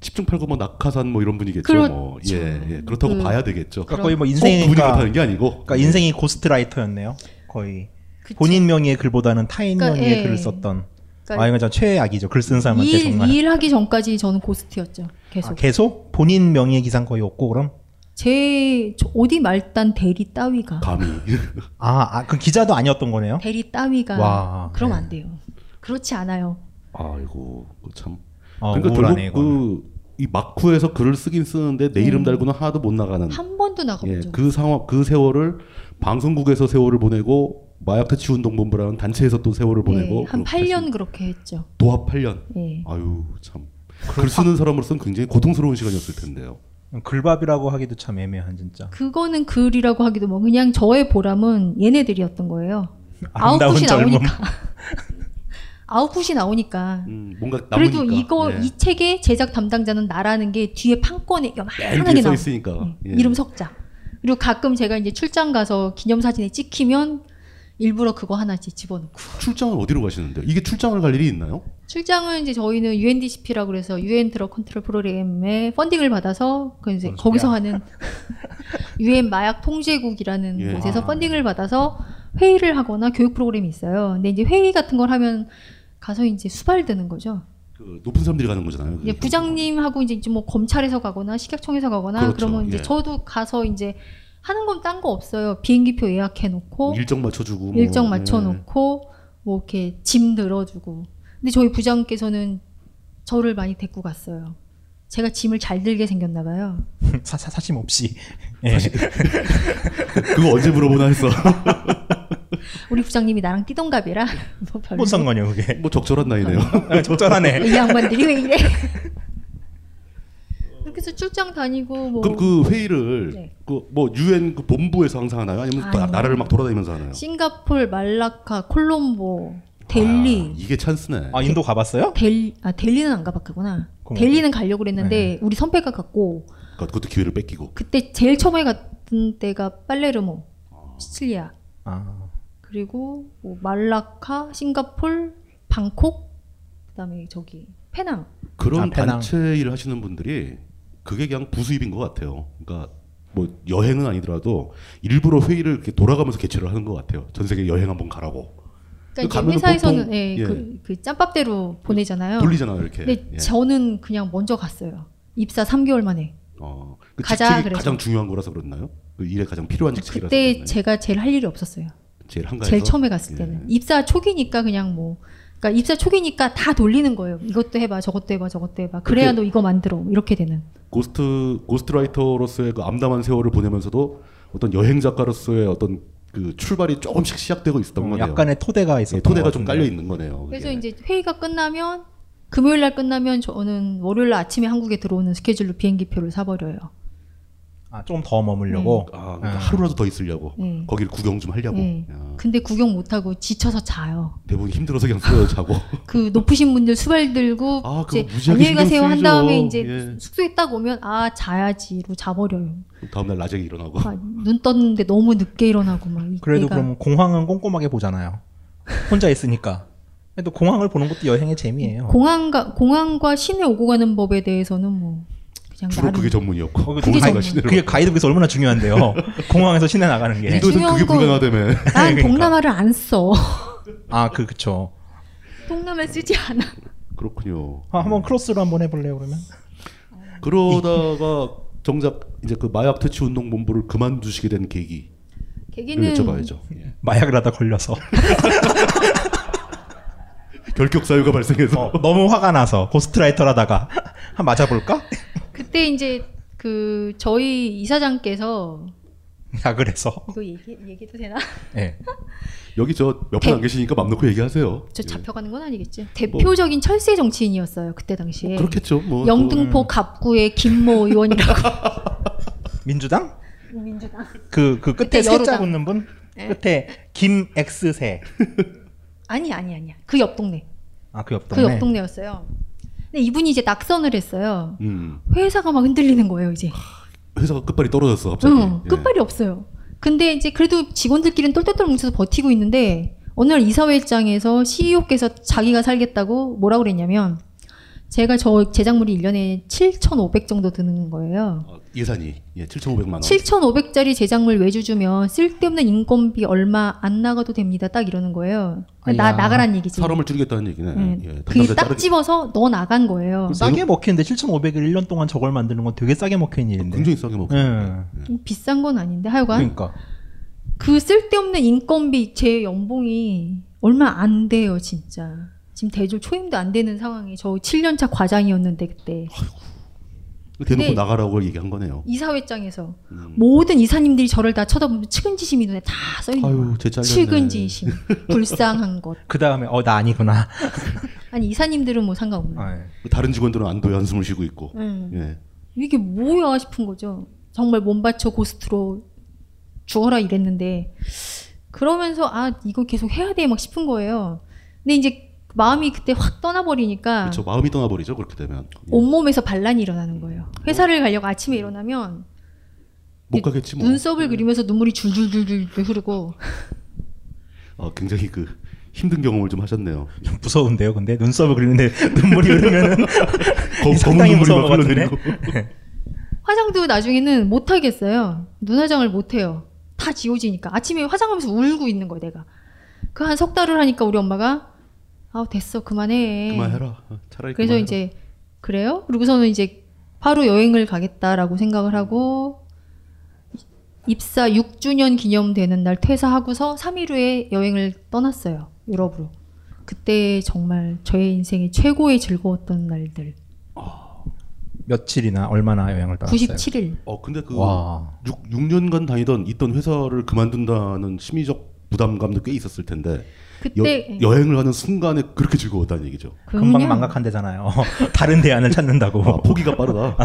Speaker 8: 집중팔고 뭐 낙하산 뭐 이런 분이겠죠.
Speaker 10: 그렇죠.
Speaker 8: 뭐. 예, 예. 그렇다고
Speaker 10: 그-
Speaker 8: 봐야 되겠죠.
Speaker 9: 그러니까 거의 뭐
Speaker 8: 꼭
Speaker 9: 인생이니까.
Speaker 8: 그분이 그렇다는 게 아니고. 네.
Speaker 9: 그러니까 인생이 고스트라이터였네요. 거의 본인 명의의 글보다는 타인
Speaker 10: 그러니까,
Speaker 9: 명의의
Speaker 10: 예.
Speaker 9: 글을 썼던.
Speaker 10: 그러니까
Speaker 9: 아 이건 전 최악이죠. 글 쓰는 사람한테
Speaker 10: 이 일
Speaker 9: 정말.
Speaker 10: 이 일 하기 전까지 저는 고스트였죠. 계속.
Speaker 9: 아, 계속 본인 명의의 기사는 거의 없고 그럼.
Speaker 10: 제 저- 어디 말단 대리 따위가
Speaker 8: 감히.
Speaker 9: 아, 아, 그 기자도 아니었던 거네요.
Speaker 10: 대리 따위가
Speaker 9: 와, 네.
Speaker 10: 그럼 안 돼요. 그렇지 않아요.
Speaker 8: 아이고 그거 뭐 참.
Speaker 9: 아,
Speaker 8: 그러니까
Speaker 9: 우울하네,
Speaker 8: 결국 그이 마쿠에서 글을 쓰긴 쓰는데 내 이름
Speaker 10: 음.
Speaker 8: 달고는 하나도 못 나가는.
Speaker 10: 한 번도 나가본
Speaker 8: 예,
Speaker 10: 적
Speaker 8: 그 상황 그 세월을 방송국에서 세월을 보내고 마약 퇴치 운동 본부라는 단체에서 또 세월을 보내고
Speaker 10: 예, 한
Speaker 8: 그렇게
Speaker 10: 8년 그렇게 했죠.
Speaker 8: 도합 8년.
Speaker 10: 예.
Speaker 8: 아유 참. 글 쓰는 사람으로서는 굉장히 고통스러운 시간이었을 텐데요.
Speaker 9: 글밥이라고 하기도 참 애매한 진짜.
Speaker 10: 그거는 글이라고 하기도 뭐 그냥 저의 보람은 얘네들이었던 거예요.
Speaker 9: 아름다운
Speaker 10: 아웃풋이
Speaker 9: 젊음.
Speaker 10: 나오니까 아웃풋이 나오니까
Speaker 8: 음, 뭔가
Speaker 10: 그래도
Speaker 8: 남으니까.
Speaker 10: 이거
Speaker 8: 예.
Speaker 10: 이 책의 제작 담당자는 나라는 게 뒤에 판권에
Speaker 8: 맨
Speaker 10: 요만하게
Speaker 8: 뒤에 써
Speaker 10: 나와
Speaker 8: 있으니까. 예.
Speaker 10: 이름 석자 그리고 가끔 제가 이제 출장 가서 기념사진에 찍히면 일부러 그거 하나 이제 집어넣고
Speaker 8: 출장을 어디로 가시는데? 이게 출장을 갈 일이 있나요?
Speaker 10: 출장은 이제 저희는 UNDCP라고 그래서 UN 드럭 컨트롤 프로그램의 펀딩을 받아서 그 이제 거기서 하는 UN 마약 통제국이라는
Speaker 14: 예.
Speaker 10: 곳에서
Speaker 14: 아.
Speaker 10: 펀딩을 받아서 회의를 하거나 교육 프로그램이 있어요. 근데 이제 회의 같은 걸 하면 가서 이제 수발되는 거죠.
Speaker 8: 그 높은 사람들이 가는 거잖아요.
Speaker 10: 이제 부장님하고 이제 이제 뭐 검찰에서 가거나 식약청에서 가거나
Speaker 8: 그렇죠.
Speaker 10: 그러면 이제
Speaker 8: 예.
Speaker 10: 저도 가서 이제 하는 건 딴 거 없어요. 비행기표 예약해 놓고
Speaker 8: 일정 맞춰주고 뭐.
Speaker 10: 일정
Speaker 8: 예.
Speaker 10: 맞춰놓고 뭐 이렇게 짐 늘어주고 근데 저희 부장께서는 저를 많이 데리고 갔어요. 제가 짐을 잘 들게 생겼나 봐요.
Speaker 9: 사, 사, 사심 없이. 예.
Speaker 8: 사실- 그거 언제 물어보나 뭐 했어.
Speaker 9: 뭐
Speaker 10: 우리 부장님이 나랑 띠동갑이라 뭐 별로
Speaker 9: 뭔 상관이야 그게.
Speaker 8: 뭐 적절한 나이네요.
Speaker 9: 아, 적절하네.
Speaker 10: 이 양반들이 왜 이래? 이렇게 해서 출장 다니고 뭐
Speaker 8: 그럼 그 회의를
Speaker 10: 네.
Speaker 8: 그뭐 유엔 그 본부에서 항상 하나요? 아니면 또
Speaker 10: 아니요.
Speaker 8: 나라를 막 돌아다니면서 하나요?
Speaker 10: 싱가폴, 말라카, 콜롬보, 델리.
Speaker 8: 이게 찬스네.
Speaker 9: 아 인도 가봤어요?
Speaker 10: 델, 아 델리는 안 가봤구나.
Speaker 8: 그럼
Speaker 10: 델리는 가려고 그랬는데
Speaker 9: 네.
Speaker 10: 우리 선배가 갔고
Speaker 8: 그러니까 그것도 기회를 뺏기고.
Speaker 10: 그때 제일 처음에 갔던 때가 팔레르모, 시칠리아.
Speaker 9: 아.
Speaker 10: 그리고 뭐 말라카, 싱가폴, 방콕, 그다음에 저기 페낭.
Speaker 8: 그런
Speaker 9: 아, 페낭.
Speaker 8: 단체 일을 하시는 분들이 그게 그냥 부수입인 것 같아요. 그러니까 뭐 여행은 아니더라도 일부러 회의를 이렇게 돌아가면서 개최를 하는 것 같아요. 전 세계 여행 한번 가라고.
Speaker 10: 그러니까 이제
Speaker 8: 가면은
Speaker 10: 회사에서는
Speaker 8: 보통-
Speaker 10: 예,
Speaker 8: 예.
Speaker 10: 그, 그 짬밥대로 보내잖아요.
Speaker 8: 돌리잖아요, 이렇게.
Speaker 10: 근데
Speaker 8: 예.
Speaker 10: 저는 그냥 먼저 갔어요. 입사 3개월 만에.
Speaker 8: 어, 그
Speaker 10: 가자,
Speaker 8: 직책이
Speaker 10: 그래서. 그러니까
Speaker 8: 가장 중요한 거라서 그렇나요? 그 일에 가장 필요한 직책이라서.
Speaker 10: 그때 제가 제일 할 일이 없었어요.
Speaker 8: 제일 한가해서.
Speaker 10: 제일 처음에 갔을
Speaker 8: 예.
Speaker 10: 때는 입사 초기니까 그냥 뭐 그러니까 입사 초기니까 다 돌리는 거예요. 이것도 해봐, 저것도 해봐, 저것도 해봐. 그래야
Speaker 8: 그렇게-
Speaker 10: 너 이거 만들어. 이렇게 되는.
Speaker 8: 고스트 고스트라이터로서의 그 암담한 세월을 보내면서도 어떤 여행 작가로서의 어떤 그 출발이 조금씩 시작되고 있었던 거네요.
Speaker 9: 어, 약간의 토대가 있었던
Speaker 8: 예, 토대가
Speaker 9: 것 같은데요.
Speaker 8: 좀 깔려 있는 거네요.
Speaker 10: 그래서 이제 회의가 끝나면 금요일 날 끝나면 저는 월요일 날 아침에 한국에 들어오는 스케줄로 비행기표를 사버려요.
Speaker 9: 아, 좀 더 머물려고.
Speaker 8: 아, 그러니까 하루라도 더 있으려고.
Speaker 10: 네.
Speaker 8: 거길 구경 좀 하려고. 아.
Speaker 10: 예. 근데 구경 못하고 지쳐서 자요.
Speaker 8: 대부분 힘들어서 그냥 쓰러 자고.
Speaker 10: 그 높으신 분들 수발 들고
Speaker 8: 아, 그거
Speaker 10: 이제
Speaker 8: 무지하게
Speaker 10: 안녕히 가세요
Speaker 8: 신경
Speaker 10: 한
Speaker 8: 쓰이죠.
Speaker 10: 다음에 이제
Speaker 8: 예.
Speaker 10: 숙소에 딱 오면 아 자야지로 자버려요.
Speaker 8: 다음날 낮에 일어나고.
Speaker 10: 아, 눈 떴는데 너무 늦게 일어나고 막 이때가
Speaker 9: 그래도 그럼 공항은 꼼꼼하게 보잖아요. 혼자 있으니까. 또 공항을 보는 것도 여행의 재미예요.
Speaker 10: 공항과 공항과 시내 오고 가는 법에 대해서는 뭐 그냥
Speaker 9: 주로
Speaker 10: 나름
Speaker 9: 그게 전문이었고. 어, 그게,
Speaker 8: 공항과
Speaker 9: 전문.
Speaker 8: 시내로.
Speaker 9: 그게 가이드북에서 얼마나 중요한데요. 공항에서 시내 나가는 게. 네, 그러니까.
Speaker 10: 인도에선 네, 중요한 그게 건- 불가능하다며. 난 동남아를 안 써.
Speaker 9: 아, 그 그쵸.
Speaker 10: 동남아 쓰지 않아.
Speaker 8: 그렇군요.
Speaker 9: 아, 한번 크로스로 한번 해볼래요 그러면?
Speaker 8: 그러다가 정작 이제 그 마약 퇴치 운동 본부를 그만두시게 된 계기.
Speaker 10: 계기는
Speaker 8: 여쭤봐야죠.
Speaker 9: 마약을 하다 걸려서.
Speaker 8: 결격 사유가 발생해서
Speaker 9: 어, 너무 화가 나서 고스트라이터라다가 한 맞아볼까?
Speaker 10: 그때 이제 그 저희 이사장께서
Speaker 9: 야 그래서 예.
Speaker 10: 이거 얘기 얘기도 되나?
Speaker 8: 여기 저 몇 분 안 계시니까 맘 놓고 얘기하세요.
Speaker 10: 저 잡혀가는 건 아니겠지. 대표적인 철새 정치인이었어요 그때 당시에.
Speaker 8: 그렇겠죠. 뭐
Speaker 10: 네. 영등포 갑구의 김모 의원이라고.
Speaker 9: 민주당?
Speaker 10: 민주당.
Speaker 9: 그, 그
Speaker 10: 그때
Speaker 9: 끝에 세자
Speaker 10: 여로당.
Speaker 9: 붙는 분?
Speaker 10: 네.
Speaker 9: 끝에 김X세.
Speaker 10: 아니 아니 아니야. 그 옆 동네.
Speaker 9: 아, 그 옆
Speaker 10: 그
Speaker 9: 동네.
Speaker 10: 옆 동네였어요. 근데 이분이 이제 낙선을 했어요.
Speaker 8: 음.
Speaker 10: 회사가 막 흔들리는 거예요 이제.
Speaker 8: 회사가 끝발이 떨어졌어 아, 갑자기.
Speaker 10: 응,
Speaker 8: 예.
Speaker 10: 끝발이 없어요. 근데 이제 그래도 직원들끼리는 똘똘똘 뭉쳐서 버티고 있는데 어느 날 이사회장에서 CEO께서 자기가 살겠다고 뭐라 그랬냐면 제가 저 제작물이 1년에 7,500 정도 드는 거예요.
Speaker 8: 예산이 예, 7,500만 원.
Speaker 10: 7,500짜리 제작물 외주 주면 쓸데없는 인건비 얼마 안 나가도 됩니다. 딱 이러는 거예요. 그러니까 나 나가란 얘기지.
Speaker 8: 사람을 줄이겠다는 얘기네.
Speaker 10: 네.
Speaker 8: 예,
Speaker 10: 그게
Speaker 8: 담당자
Speaker 10: 딱
Speaker 8: 자르기.
Speaker 10: 집어서 너 나간 거예요.
Speaker 9: 싸게 먹히는데 7,500을 1년 동안 저걸 만드는 건 되게 싸게 먹히는 일인데. 굉장히
Speaker 8: 싸게 먹
Speaker 10: 뭐? 비싼 건 아닌데 하여간
Speaker 9: 음. 그러니까.
Speaker 10: 그 쓸데없는 인건비 제 연봉이 얼마 안 돼요 진짜 지금 대졸 초임도 안 되는 상황에 저 7년차 과장이었는데 그때
Speaker 8: 대놓고
Speaker 10: 근데-
Speaker 8: 나가라고 얘기한 거네요.
Speaker 10: 이사회장에서
Speaker 9: 음.
Speaker 10: 모든 이사님들이 저를 다 쳐다보면 측은지심이 눈에 다 써있는
Speaker 9: 아유,
Speaker 10: 거예요
Speaker 9: 쟤 잘렸네.
Speaker 10: 측은지심 불쌍한 것
Speaker 9: 그 다음에 어 나 아니구나.
Speaker 10: 아니 이사님들은 뭐 상관없는
Speaker 8: 그 다른 직원들은 안도의 한숨을 쉬고 있고.
Speaker 10: 음.
Speaker 8: 예.
Speaker 10: 이게 뭐야 싶은 거죠. 정말 몸 바쳐 고스트로 죽어라 이랬는데 그러면서 아 이거 계속 해야 돼 막 싶은 거예요. 근데 이제 마음이 그때 확 떠나버리니까
Speaker 8: 그렇죠. 마음이 떠나버리죠. 그렇게 되면
Speaker 10: 온몸에서 반란이 일어나는 거예요. 회사를 가려고 아침에 일어나면
Speaker 8: 못 가겠지 뭐.
Speaker 10: 눈썹을 그리면서 눈물이 줄줄줄줄 흐르고
Speaker 8: 어, 굉장히 그 힘든 경험을 좀 하셨네요.
Speaker 9: 무서운데요, 근데 눈썹을 그리는데 눈물이 흐르면은
Speaker 8: 검-
Speaker 9: 상당히
Speaker 8: 검은 눈물이
Speaker 9: 무서울
Speaker 8: 막
Speaker 9: 것 같은데?
Speaker 8: 흘러내리고.
Speaker 10: 화장도 나중에는 못 하겠어요. 눈 화장을 못 해요. 다 지워지니까. 아침에 화장하면서 울고 있는 거야, 내가. 그 한 석 달을 하니까 우리 엄마가 아, 됐어. 그만해.
Speaker 8: 그만해라. 어, 차라리
Speaker 10: 그래서
Speaker 8: 그만해라.
Speaker 10: 이제 그래요? 그리고서는 이제 바로 여행을 가겠다라고 생각을 하고 입사 6주년 기념되는 날 퇴사하고서 3일 후에 여행을 떠났어요. 유럽으로. 그때 정말 저의 인생의 최고의 즐거웠던 날들.
Speaker 9: 며칠이나 얼마나 여행을 떠났어요?
Speaker 10: 97 일.
Speaker 8: 어 근데
Speaker 9: 아,
Speaker 8: 그
Speaker 9: 네. 와.
Speaker 8: 6, 6년간 다니던 있던 회사를 그만둔다는 심리적 부담감도 꽤 있었을 텐데
Speaker 10: 그때-
Speaker 8: 여, 행을 하는 순간에 그렇게 즐거웠다는 얘기죠.
Speaker 10: 금방 그냥-
Speaker 9: 망각한대잖아요. 다른 대안을 찾는다고.
Speaker 8: 아, 포기가 빠르다.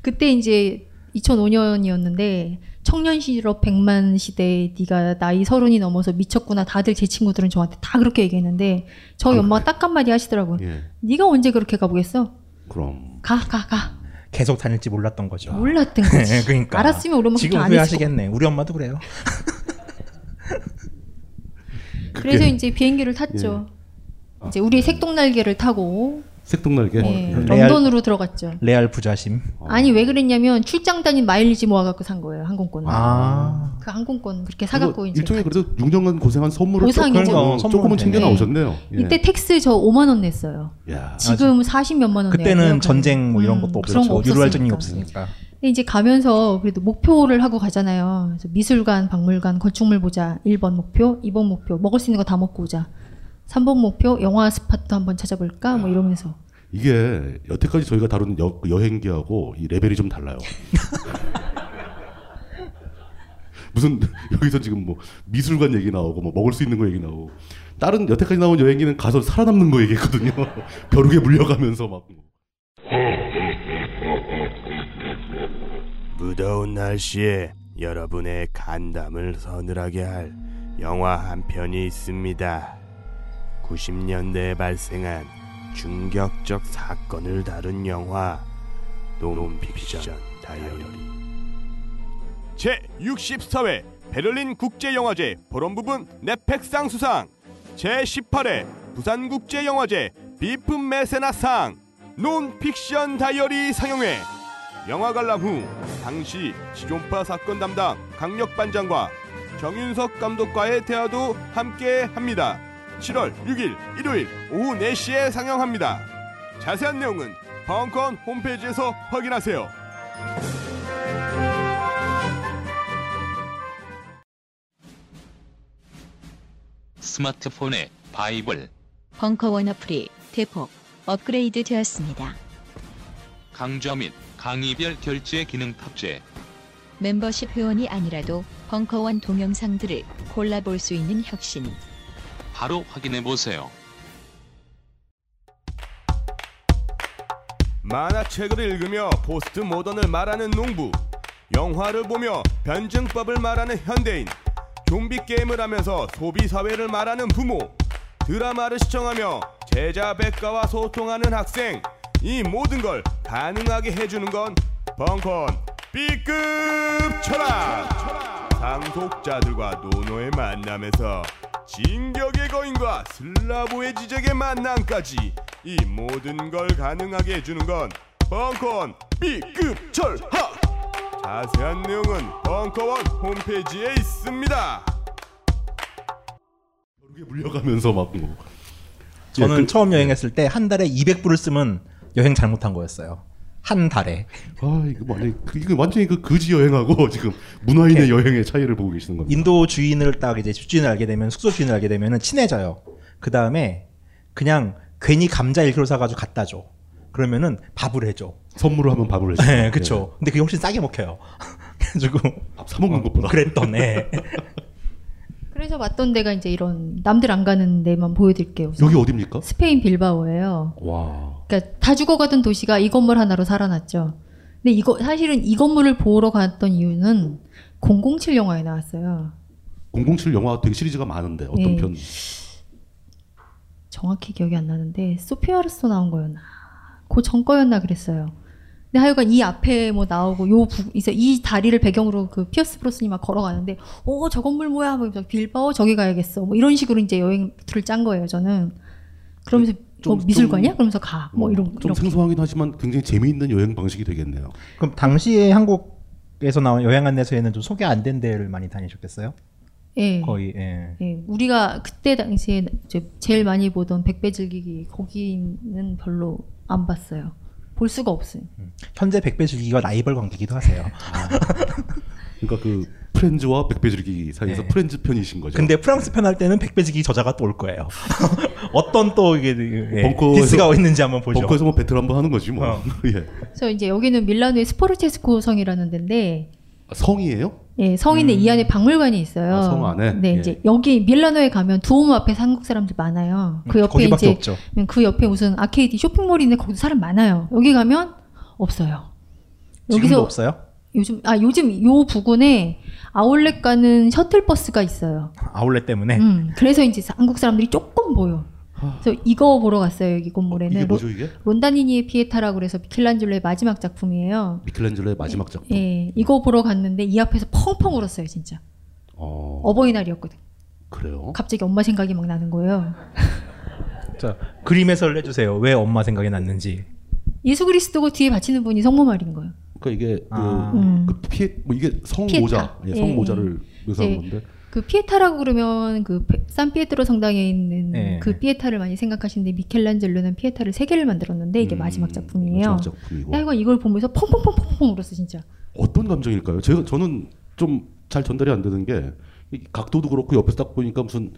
Speaker 10: 그때 이제 2005년이었는데 청년 실업 100만 시대에 네가 나이 서른이 넘어서 미쳤구나. 다들 제 친구들은 저한테 다 그렇게 얘기했는데 저희 엄마가 딱 한마디 하시더라고요.
Speaker 8: 아, 예.
Speaker 10: 네가 언제 그렇게 가보겠어?
Speaker 8: 그럼
Speaker 10: 가 가 가.
Speaker 9: 계속 다닐지 몰랐던 거죠.
Speaker 10: 몰랐던 거지.
Speaker 9: 그러니까.
Speaker 10: 알았으면 우리 엄마
Speaker 9: 지금
Speaker 10: 그렇게 안 아,
Speaker 9: 후회하시겠네. 우리 엄마도 그래요.
Speaker 10: 그래서 이제 비행기를 탔죠.
Speaker 8: 예. 아.
Speaker 10: 이제 우리의 색동 날개를 타고
Speaker 8: 색동날개.
Speaker 10: 예, 런던으로 들어갔죠.
Speaker 9: 레알 부자심.
Speaker 10: 아니 왜 그랬냐면 출장 다닌 마일리지 모아갖고 산 거예요 항공권.
Speaker 9: 아.
Speaker 10: 그 항공권 그렇게 사갖고 이제
Speaker 8: 일종의 그래도 6년간 고생한 선물을
Speaker 10: 보상이죠.
Speaker 8: 조금,
Speaker 10: 선물은
Speaker 8: 조금은 챙겨
Speaker 10: 되네.
Speaker 8: 나오셨네요. 예.
Speaker 10: 이때 텍스 저 5만 원 냈어요.
Speaker 8: 야.
Speaker 10: 지금 40몇만 원 내고요. 음.
Speaker 9: 그때는 전쟁 뭐 이런 것도
Speaker 10: 네. 그런 거
Speaker 9: 없었죠. 유혈 전이 없으니까.
Speaker 10: 근데 이제 가면서 그래도 목표를 하고 가잖아요. 그래서 미술관, 박물관, 건축물 보자. 1번 목표, 2번 목표. 먹을 수 있는 거 다 먹고 오자. 3번 목표, 영화 스팟도 한번 찾아볼까? 뭐 이러면서.
Speaker 8: 이게 여태까지 저희가 다루는 여, 여행기하고 이 레벨이 좀 달라요. 무슨 여기서 지금 뭐 미술관 얘기 나오고 뭐 먹을 수 있는 거 얘기 나오고 다른 여태까지 나온 여행기는 가서 살아남는 거 얘기했거든요. 벼룩에 물려가면서 막 뭐.
Speaker 14: 무더운 날씨에 여러분의 간담을 서늘하게 할 영화 한 편이 있습니다. 90년대에 발생한 충격적 사건을 다룬 영화 논픽션 다이어리
Speaker 12: 제 64회 베를린 국제영화제 보름 부분 넷팩상 수상 제 18회 부산국제영화제 비프 메세나상 논픽션 다이어리 상영회 영화 관람 후 당시 지존파 사건 담당 강력 반장과 정윤석 감독과의 대화도 함께 합니다. 7월 6일 일요일 오후 4시에 상영합니다. 자세한 내용은 방언권 홈페이지에서 확인하세요.
Speaker 15: 스마트폰의 바이블
Speaker 7: 벙커원 어플이 대폭 업그레이드 되었습니다.
Speaker 15: 강좌 및 강의별 결제 기능 탑재
Speaker 7: 멤버십 회원이 아니라도 벙커원 동영상들을 골라볼 수 있는 혁신.
Speaker 15: 바로 확인해 보세요.
Speaker 12: 만화책을 읽으며 포스트 모던을 말하는 농부, 영화를 보며 변증법을 말하는 현대인, 좀비 게임을 하면서 소비 사회를 말하는 부모, 드라마를 시청하며 제자 백과와 소통하는 학생, 이 모든 걸 가능하게 해주는 건 벙커원 B급 철학! 상속자들과 노노의 만남에서 진격의 거인과 슬라브의 지적의 만남까지 이 모든 걸 가능하게 해주는 건 벙커원 B급 철학! 자세한 내용은 벙커원 홈페이지에 있습니다.
Speaker 8: 물려가면서 막 뭐. 예, 그
Speaker 9: 저는 처음 여행했을 때 한 달에 200불을 쓰면 여행 잘못한 거였어요. 한 달에.
Speaker 8: 아 이거 완전 이거 완전히 그 거지 여행하고 지금 문화인의 여행의 차이를 보고 계시는 겁니다.
Speaker 9: 인도 주인을 딱 이제 집주인을 알게 되면 숙소 주인을 알게 되면 친해져요. 그 다음에 그냥 괜히 감자 1kg 사가지고 갖다 줘. 그러면은 밥을 해줘.
Speaker 8: 선물을 하면 밥을 해줘.
Speaker 9: 네, 그쵸. 근데 그게 훨씬 싸게 먹혀요. 그래가지고
Speaker 8: 밥 사먹는 것보다.
Speaker 9: 그랬던 예. 애.
Speaker 10: 그래서 왔던 데가 이제 이런 남들 안 가는 데만 보여드릴게요. 우선.
Speaker 8: 여기 어딥니까?
Speaker 10: 스페인 빌바오예요.
Speaker 8: 와.
Speaker 10: 그러니까 다 죽어가던 도시가 이 건물 하나로 살아났죠. 근데 이거 사실은 이 건물을 보러 갔던 이유는 007 영화에 나왔어요.
Speaker 8: 007 영화 되게 시리즈가 많은데 어떤
Speaker 10: 네.
Speaker 8: 편?
Speaker 10: 정확히 기억이 안 나는데 소피아 로스터 나온 거였나 그전 거였나 그랬어요. 근데 하여간 이 앞에 뭐 나오고 요 부, 이제 이 다리를 배경으로 그 피어스 브로스니 막 걸어가는데 어 저 건물 뭐야 뭐 빌바오 저기 가야겠어 뭐 이런 식으로 이제 여행 루트를 짠 거예요 저는 그러면서
Speaker 8: 좀-
Speaker 10: 뭐 미술관이야 그러면서 가 뭐 이런
Speaker 8: 좀
Speaker 10: 이렇게.
Speaker 8: 생소하긴 하지만 굉장히 재미있는 여행 방식이 되겠네요.
Speaker 9: 그럼 당시에 한국에서 나온 여행 안내서에는 좀 소개 안 된 데를 많이 다니셨겠어요?
Speaker 10: 예.
Speaker 9: 거의 예.
Speaker 10: 예, 우리가 그때 당시에 이제 제일 많이 보던 백배 즐기기 거기는 별로 안 봤어요. 볼 수가 없어요.
Speaker 9: 현재 백배 즐기기가 라이벌 관계기도 하세요.
Speaker 8: 그러니까 그 네. 프렌즈와 백배지르기 사이에서 프렌즈 편이신 거죠.
Speaker 9: 근데 프랑스 편 할 때는 백배 즐기기 저자가 또 올 거예요. 어떤 또 이게 예,
Speaker 8: 벙커에서-
Speaker 9: 디스가 있는지 한번 보죠.
Speaker 8: 벙커에서 뭐 배틀 한번 하는 거지 뭐.
Speaker 9: 어.
Speaker 8: 예.
Speaker 10: 그래서 이제 여기는 밀라노의 스포르체스코 성이라는 데인데
Speaker 8: 아, 성이에요?
Speaker 10: 예, 성인데 이 안에 박물관이 있어요.
Speaker 8: 음. 아, 성 안에?
Speaker 10: 네,
Speaker 8: 예.
Speaker 10: 이제 여기 밀라노에 가면 두오모 앞에 한국 사람들 많아요. 그
Speaker 8: 음,
Speaker 10: 옆에
Speaker 8: 거기밖에
Speaker 10: 이제
Speaker 8: 없죠.
Speaker 10: 음, 그 옆에 무슨 아케이드 쇼핑몰이 있는데 거기도 사람 많아요. 여기 가면 없어요.
Speaker 9: 지금도 없어요?
Speaker 10: 요즘 아 요즘 요 부근에 아울렛 가는 셔틀버스가 있어요.
Speaker 9: 아울렛
Speaker 8: 네.
Speaker 9: 때문에
Speaker 10: 음, 그래서 이제 사- 한국 사람들이 조금 보여. 그래서 이거 보러 갔어요 여기 건물에는
Speaker 8: 이게 뭐죠, 이게?
Speaker 10: 론다니니의 피에타라고 그래서 미켈란젤로의 마지막 작품이에요.
Speaker 8: 미켈란젤로의 마지막 작품.
Speaker 10: 예, 이거 보러 갔는데 이 앞에서 펑펑 울었어요 진짜.
Speaker 8: 어,
Speaker 10: 어버이날이었거든.
Speaker 8: 그래요.
Speaker 10: 갑자기 엄마 생각이 막 나는 거예요.
Speaker 9: 자, 그림 해설을 해주세요. 왜 엄마 생각이 났는지.
Speaker 10: 예수 그리스도고 뒤에 바치는 분이 성모 말인 거예요. 음.
Speaker 8: 그러니까 이게 그,
Speaker 9: 아.
Speaker 8: 그 피해 뭐 이게 성
Speaker 10: 피에타.
Speaker 8: 모자, 예,
Speaker 10: 예,
Speaker 8: 성 모자를
Speaker 10: 예.
Speaker 8: 묘사한
Speaker 10: 이제
Speaker 8: 건데.
Speaker 10: 그 피에타라고 그러면 그산 피에트로 성당에 있는
Speaker 8: 네.
Speaker 10: 그 피에타를 많이 생각하시는데 미켈란젤로는 피에타를 세 개를 만들었는데 이게 마지막 작품이에요.
Speaker 8: 음, 마지막 작품이고.
Speaker 10: 하여간 이걸 보면서 펑펑펑펑펑 울었어 진짜.
Speaker 8: 어떤 감정일까요? 제가 저는 좀 잘 전달이 안 되는 게이 각도도 그렇고 옆에서 딱 보니까 무슨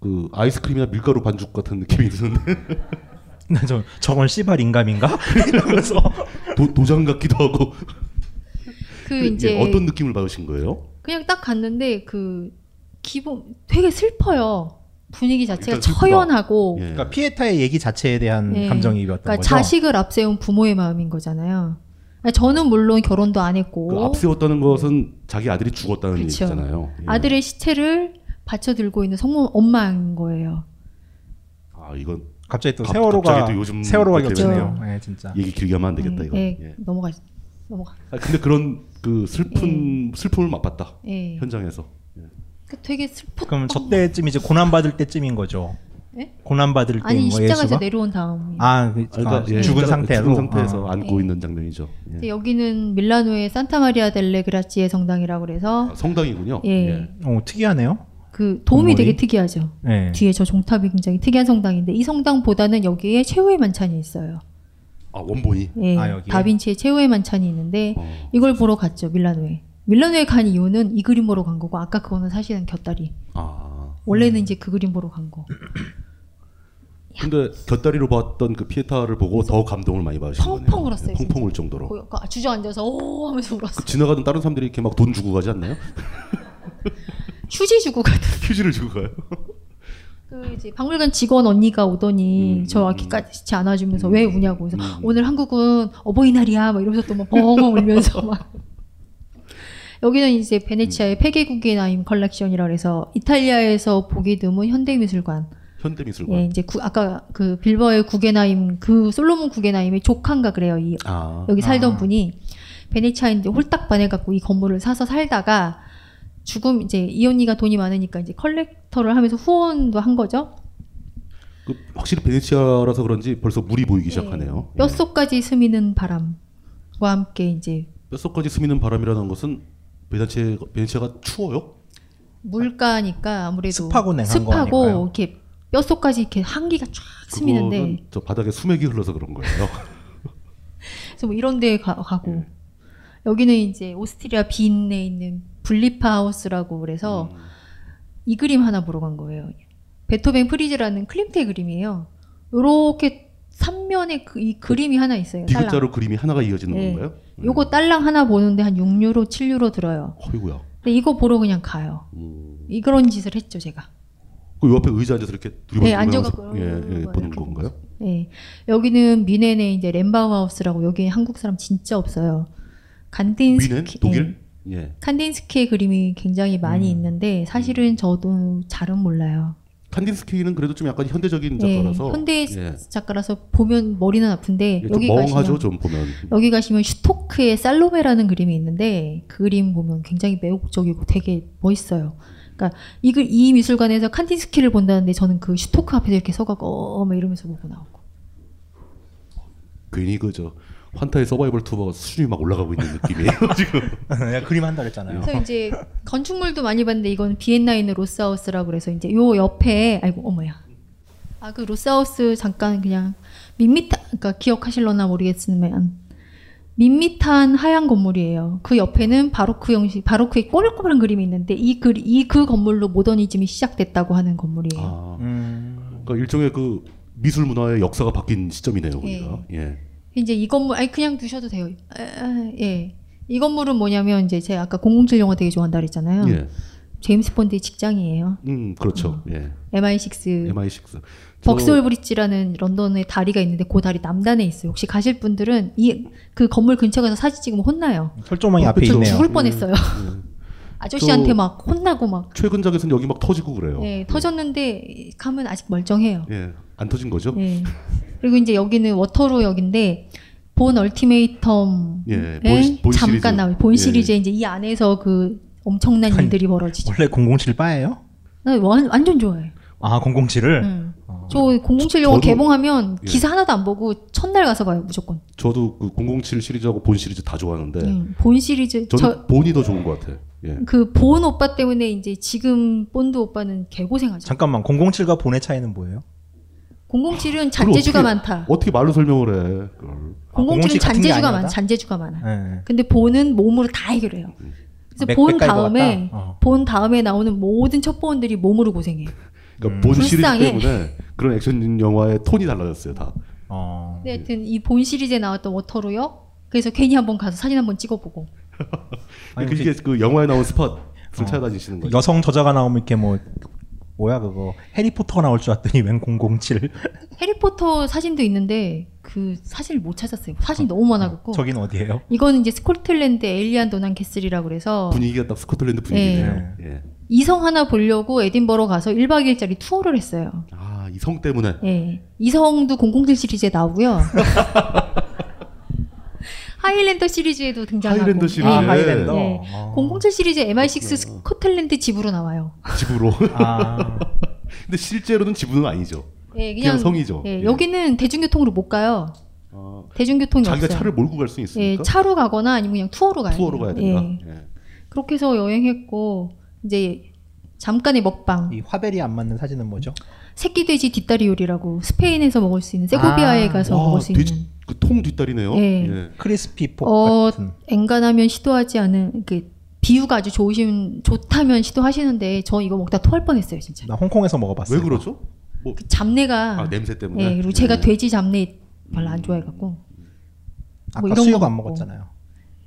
Speaker 8: 그 아이스크림이나 밀가루 반죽 같은 느낌이 드는데
Speaker 9: 나 저, 저건 씨발 인감인가? 이러면서
Speaker 8: 도, 장 같기도 하고
Speaker 10: 그 이제
Speaker 8: 예, 어떤 느낌을 받으신 거예요?
Speaker 10: 그냥 딱 갔는데 그 기본 되게 슬퍼요. 분위기 자체가
Speaker 9: 일단
Speaker 8: 그러니까
Speaker 9: 슬프다.
Speaker 10: 처연하고
Speaker 8: 예.
Speaker 9: 그러니까 피에타의 얘기 자체에 대한
Speaker 10: 네.
Speaker 9: 음, 감정이입이었던
Speaker 10: 그러니까
Speaker 9: 거죠.
Speaker 10: 자식을 앞세운 부모의 마음인 거잖아요. 아니, 저는 물론 결혼도 안 했고
Speaker 8: 그 앞세웠다는 것은 자기 아들이 죽었다는
Speaker 10: 뭐? 그렇죠.
Speaker 8: 얘기잖아요. 예.
Speaker 10: 아들의 시체를 받쳐 들고 있는 성모 엄마인 거예요.
Speaker 8: 아 이건
Speaker 9: 갑자기 또
Speaker 8: 갑-
Speaker 9: 세월호가-
Speaker 8: 갑자기 또 요즘
Speaker 9: 세월호가
Speaker 8: 때문에
Speaker 9: 겹치네요. 예, 진짜.
Speaker 8: 얘기 길게 하면 안 되겠다 이거.
Speaker 10: 예, 넘어가 넘어가.
Speaker 8: 아, 근데 그런 그
Speaker 10: 네.
Speaker 8: 슬픈 슬픔을 맛봤다
Speaker 10: 예.
Speaker 8: 현장에서.
Speaker 10: 그 되게 슬퍼.
Speaker 9: 그럼 저 때쯤 이제 고난 받을 때쯤인 거죠.
Speaker 10: 예?
Speaker 9: 고난 받을 때
Speaker 10: 아니
Speaker 9: 뭐
Speaker 10: 십자가에서
Speaker 9: 예수가?
Speaker 10: 내려온 다음.
Speaker 9: 아, 그- 아, 죽은 상태로
Speaker 8: 그러니까 죽은 상태에서
Speaker 9: 아.
Speaker 8: 안고 있는 장면이죠. 예.
Speaker 10: 근데 여기는 밀라노의 산타 마리아 델레 그라치의 성당이라고 그래서
Speaker 8: 아, 성당이군요.
Speaker 10: 예.
Speaker 9: 어, 특이하네요.
Speaker 10: 그 도움이
Speaker 9: 건물이?
Speaker 10: 되게 특이하죠.
Speaker 9: 예.
Speaker 10: 뒤에 저 종탑이 굉장히 특이한 성당인데 이 성당보다는 여기에 최후의 만찬이 있어요.
Speaker 8: 아 어. 원본이.
Speaker 10: 예, 다빈치의 최후의 만찬이 있는데 이걸 보러 갔죠 밀라노에. 밀라노에 간 이유는 이 그림 보러 간 거고 아까 그거는 사실은 곁다리.
Speaker 8: 아.
Speaker 10: 원래는 이제 그 그림 보러 간 거.
Speaker 8: 근데 곁다리로 봤던 그 피에타를 보고 더 감동을 많이 받으신 거네요. 예,
Speaker 10: 펑펑 울었어요. 진짜.
Speaker 8: 펑펑 울 정도로.
Speaker 10: 거의 아까 주저앉아서 오 하면서 울었어.
Speaker 8: 지나가던 다른 사람들이 이렇게 막 돈 주고 가지 않나요?
Speaker 10: 휴지 주고 갔.
Speaker 8: 휴지를 주고 가요.
Speaker 10: 그 이제 박물관 직원 언니가
Speaker 8: 음,
Speaker 10: 오더니 저 아기까지 같이 안아주면서 왜 우냐고 그래서 오늘 한국은 어버이날이야 막 이러면서 또 막 벙벙 울면서 막 여기는 이제
Speaker 8: 음.
Speaker 10: 베네치아의 폐계국의 나임 컬렉션이라 그래서 이탈리아에서 보기 드문 현대미술관
Speaker 8: 현대미술관.
Speaker 10: 예, 이제 구- 아까 그 빌버의 구게나임 그 솔로몬 구게나임의 조카인가 그래요. 이
Speaker 8: 아.
Speaker 10: 여기 살던 분이 베네치아에 이제 홀딱 반해갖고 이 건물을 사서 살다가 죽음 이제 이 언니가 돈이 많으니까 이제 컬렉터를 하면서 후원도 한 거죠.
Speaker 8: 그 확실히 베네치아라서 그런지 벌써 물이
Speaker 10: 예.
Speaker 8: 보이기 시작하네요.
Speaker 10: 뼛속까지 스미는 바람과 함께 이제
Speaker 8: 뼛속까지 스미는 바람이라는 것은 베네치아, 베네치아가 추워요?
Speaker 10: 물가니까 아무래도
Speaker 8: 습하고 네, 냉한
Speaker 10: 습하고
Speaker 8: 거니까요.
Speaker 10: 이렇게 뼛속까지 이렇게 한기가 쫙 스미는데 네.
Speaker 8: 그거는 저 바닥에 수맥이 흘러서 그런 거예요.
Speaker 10: 그래서 뭐 이런 데 가, 고
Speaker 8: 음.
Speaker 10: 여기는 이제 오스트리아 빈에 있는 블리파하우스라고 그래서
Speaker 8: 음.
Speaker 10: 이 그림 하나 보러 간 거예요. 베토벤 프리즈라는 클림트의 그림이에요. 요렇게 삼면에 그, 이 그림이 하나 있어요. 딸랑.
Speaker 8: 디귿자로 네 음. 그림이 하나가 이어지는
Speaker 10: 예.
Speaker 8: 건가요?
Speaker 10: 요거 딸랑 하나 보는데 한 6유로, 7유로 들어요.
Speaker 8: 어이구야.
Speaker 10: 근데 이거 보러 그냥 가요.
Speaker 8: 음.
Speaker 10: 이런 짓을 했죠, 제가.
Speaker 8: 그 옆에 의자 앉아서 이렇게 두리번
Speaker 10: 네, 앉아갖고
Speaker 8: 예, 예, 보는 건가요?
Speaker 10: 예. 여기는 미넨의 이제 렌바우 하우스라고 여기 한국 사람 진짜 없어요. 간딘스키
Speaker 8: 미넨?
Speaker 10: 예.
Speaker 8: 독일? 예.
Speaker 10: 칸딘스키의 그림이 굉장히 많이
Speaker 8: 음.
Speaker 10: 있는데 사실은 저도 잘은 몰라요.
Speaker 8: 칸딘스키는 그래도 좀 약간 현대적인
Speaker 10: 예,
Speaker 8: 작가라서
Speaker 10: 현대
Speaker 8: 예.
Speaker 10: 작가라서 보면 머리는 아픈데
Speaker 8: 예, 좀
Speaker 10: 여기
Speaker 8: 멍하죠
Speaker 10: 가시면
Speaker 8: 좀 보면
Speaker 10: 여기 가시면 슈토크의 살로메라는 그림이 있는데 그 그림 보면 굉장히 매혹적이고 되게 멋있어요. 그러니까 이, 그- 이 미술관에서 칸딘스키를 본다는데 저는 그 슈토크 앞에서 이렇게 서가고 어막 이러면서 보고 나오고
Speaker 8: 괜히 그저 환타의 서바이벌 투어 수준이 막 올라가고 있는 느낌이에요 지금.
Speaker 9: 그림 한다 그랬잖아요.
Speaker 10: 그래서 이제 건축물도 많이 봤는데 이건 비엔나인의 로스하우스라고 그래서 이제 요 옆에 아이고 어머야 아 그 로스하우스 잠깐 그냥 밋밋한 그러니까 기억하실려나 모르겠지만 밋밋한 하얀 건물이에요. 그 옆에는 바로크 형식 바로크의 꼬불꼬불한 그림이 있는데 이그이그 건물로 모더니즘이 시작됐다고 하는 건물이에요.
Speaker 8: 아,
Speaker 9: 음.
Speaker 8: 그러니까 일종의 그 미술 문화의 역사가 바뀐 시점이네요 우리가. 예.
Speaker 10: 이제 이 건물 아니 그냥 두셔도 돼요. 에, 에, 예. 이 건물은 뭐냐면 이제 제가 아까 007 영화 되게 좋아한다 그랬잖아요.
Speaker 8: 예.
Speaker 10: 제임스 본드의 직장이에요.
Speaker 8: 음 그렇죠. 예.
Speaker 10: MI6
Speaker 8: MI6.
Speaker 10: 벅스홀 브릿지라는 런던의 다리가 있는데 그 다리 남단에 있어요. 혹시 가실 분들은 이 그 건물 근처 가서 사진 찍으면 혼나요.
Speaker 9: 철조망이 앞에
Speaker 10: 저
Speaker 9: 있네요.
Speaker 10: 죽을 뻔했어요. 아저씨한테
Speaker 8: 어, 저-
Speaker 10: 막 혼나고 막
Speaker 8: 음, 최근작에서는 여기 막 터지고 그래요. 음.
Speaker 10: 예, 터졌는데 감은 아직 멀쩡해요.
Speaker 8: 예. 안 터진 거죠?
Speaker 10: 예. 그리고 이제 여기는 워터로 역인데 본 얼티메이텀에 네?
Speaker 8: 예, 본- 본 시리즈.
Speaker 10: 잠깐 나올 본
Speaker 9: 예.
Speaker 10: 시리즈에 이제 이 안에서 그 엄청난 일들이 벌어지죠.
Speaker 9: 원래 007 빠예요?
Speaker 10: 나 완- 완전 좋아해.
Speaker 9: 아 007을
Speaker 10: 응. 저 007 영화
Speaker 8: 저도-
Speaker 10: 개봉하면
Speaker 8: 예.
Speaker 10: 기사 하나도 안 보고 첫날 가서 봐요 무조건.
Speaker 8: 저도 그 007 시리즈하고 본 시리즈 다 좋아하는데
Speaker 10: 응. 음, 본 시리즈
Speaker 8: 네. 저는 본이 더 좋은 것 같아. 예.
Speaker 10: 저 그 본 오빠 때문에 이제 지금 본드 오빠는 개고생하죠.
Speaker 9: 잠깐만 007과 본의 차이는 뭐예요?
Speaker 10: 007은 잔재주가
Speaker 8: 어떻게-
Speaker 10: 많다.
Speaker 8: 어떻게 말로 설명을 해? 그걸.
Speaker 10: 007은
Speaker 9: 007 아, 같은 게
Speaker 10: 잔재주가
Speaker 9: 아니었다?
Speaker 10: 많아. 잔재주가 많아.
Speaker 8: 네.
Speaker 9: 예.
Speaker 10: 근데 본은 몸으로 다 해결해요. 그래서
Speaker 9: 맥-
Speaker 10: 본
Speaker 9: 맥 깔고
Speaker 10: 다음에
Speaker 9: 왔다? 어.
Speaker 10: 본 다음에 나오는 모든 첩보원들이 몸으로 고생해.
Speaker 9: 음.
Speaker 8: 그러니까 본 시리즈
Speaker 10: 불쌍해.
Speaker 8: 때문에 그런 액션 영화의 톤이 달라졌어요 다.
Speaker 9: 어.
Speaker 10: 근데 하여튼 이 본 시리즈에 나왔던 워터루요. 그래서 괜히 한번 가서 사진 한번 찍어보고.
Speaker 9: 아니,
Speaker 8: 그게
Speaker 9: 혹시-
Speaker 8: 그 영화에 나온 스팟을
Speaker 9: 어.
Speaker 8: 찾아다니시는 거예요.
Speaker 9: 여성 저자가 나오면 이렇게 뭐 뭐야 그거 해리포터 나올 줄 알았더니 웬 007.
Speaker 10: 해리포터 사진도 있는데 그 사진을 못 찾았어요. 사진 이 너무 많아갖고.
Speaker 9: 저긴 어디예요?
Speaker 10: 이거는 이제 스코틀랜드 에일리안 도난 캐슬이라고 그래서
Speaker 8: 분위기가 딱 스코틀랜드 분위기네요. 예.
Speaker 10: 이성 하나 보려고 에딘버러 가서 1박 2일짜리 투어를 했어요.
Speaker 8: 아, 이 성 때문에
Speaker 10: 예. 이성도 007 시리즈에 나오고요.
Speaker 8: 아.
Speaker 10: 그러니까 하이랜더 시리즈에도 등장하고.
Speaker 8: 하이랜더 시리즈.
Speaker 10: 예.
Speaker 8: 아,
Speaker 9: 어.
Speaker 8: 하이랜더.
Speaker 10: 예.
Speaker 8: 아.
Speaker 10: 007 시리즈 MI6 스코틀랜드 집으로 나와요.
Speaker 8: 집으로.
Speaker 9: 아.
Speaker 8: 근데 실제로는 집은 아니죠.
Speaker 10: 예,
Speaker 8: 그냥, 성이죠.
Speaker 10: 예,
Speaker 8: 예.
Speaker 10: 여기는 대중교통으로 못 가요.
Speaker 8: 어,
Speaker 10: 대중교통이
Speaker 8: 자기가
Speaker 10: 없어요.
Speaker 8: 차를 몰고 갈 수
Speaker 10: 예,
Speaker 8: 있으니까
Speaker 10: 차로 가거나 아니면 그냥 투어로 가요.
Speaker 8: 투어로 가야
Speaker 10: 예.
Speaker 8: 된다. 예.
Speaker 10: 그렇게 해서 여행했고 이제 잠깐의 먹방.
Speaker 9: 이 화벨이 안 맞는 사진은 뭐죠?
Speaker 10: 새끼 돼지 뒷다리 요리라고 스페인에서 먹을 수 있는 세고비아에
Speaker 9: 아,
Speaker 10: 가서
Speaker 9: 와,
Speaker 10: 먹을 수 있는
Speaker 9: 돼지-
Speaker 8: 그통 뒷다리네요.
Speaker 10: 예.
Speaker 9: 크리스피 폭
Speaker 10: 어,
Speaker 9: 같은.
Speaker 10: 엔간하면 시도하지 않은 그 비유가 아주 좋으신 좋다면 시도하시는데 저 이거 먹다 토할 뻔했어요 진짜.
Speaker 9: 나 홍콩에서 먹어봤어요.
Speaker 8: 왜 그러죠? 뭐
Speaker 10: 그 잡내가
Speaker 8: 아, 냄새 때문에?
Speaker 10: 예, 그리고
Speaker 9: 음.
Speaker 10: 제가 돼지 잡내 별로 안 좋아해갖고 뭐
Speaker 9: 아까
Speaker 10: 이런
Speaker 9: 수육
Speaker 10: 거
Speaker 9: 안
Speaker 10: 먹고.
Speaker 9: 먹었잖아요.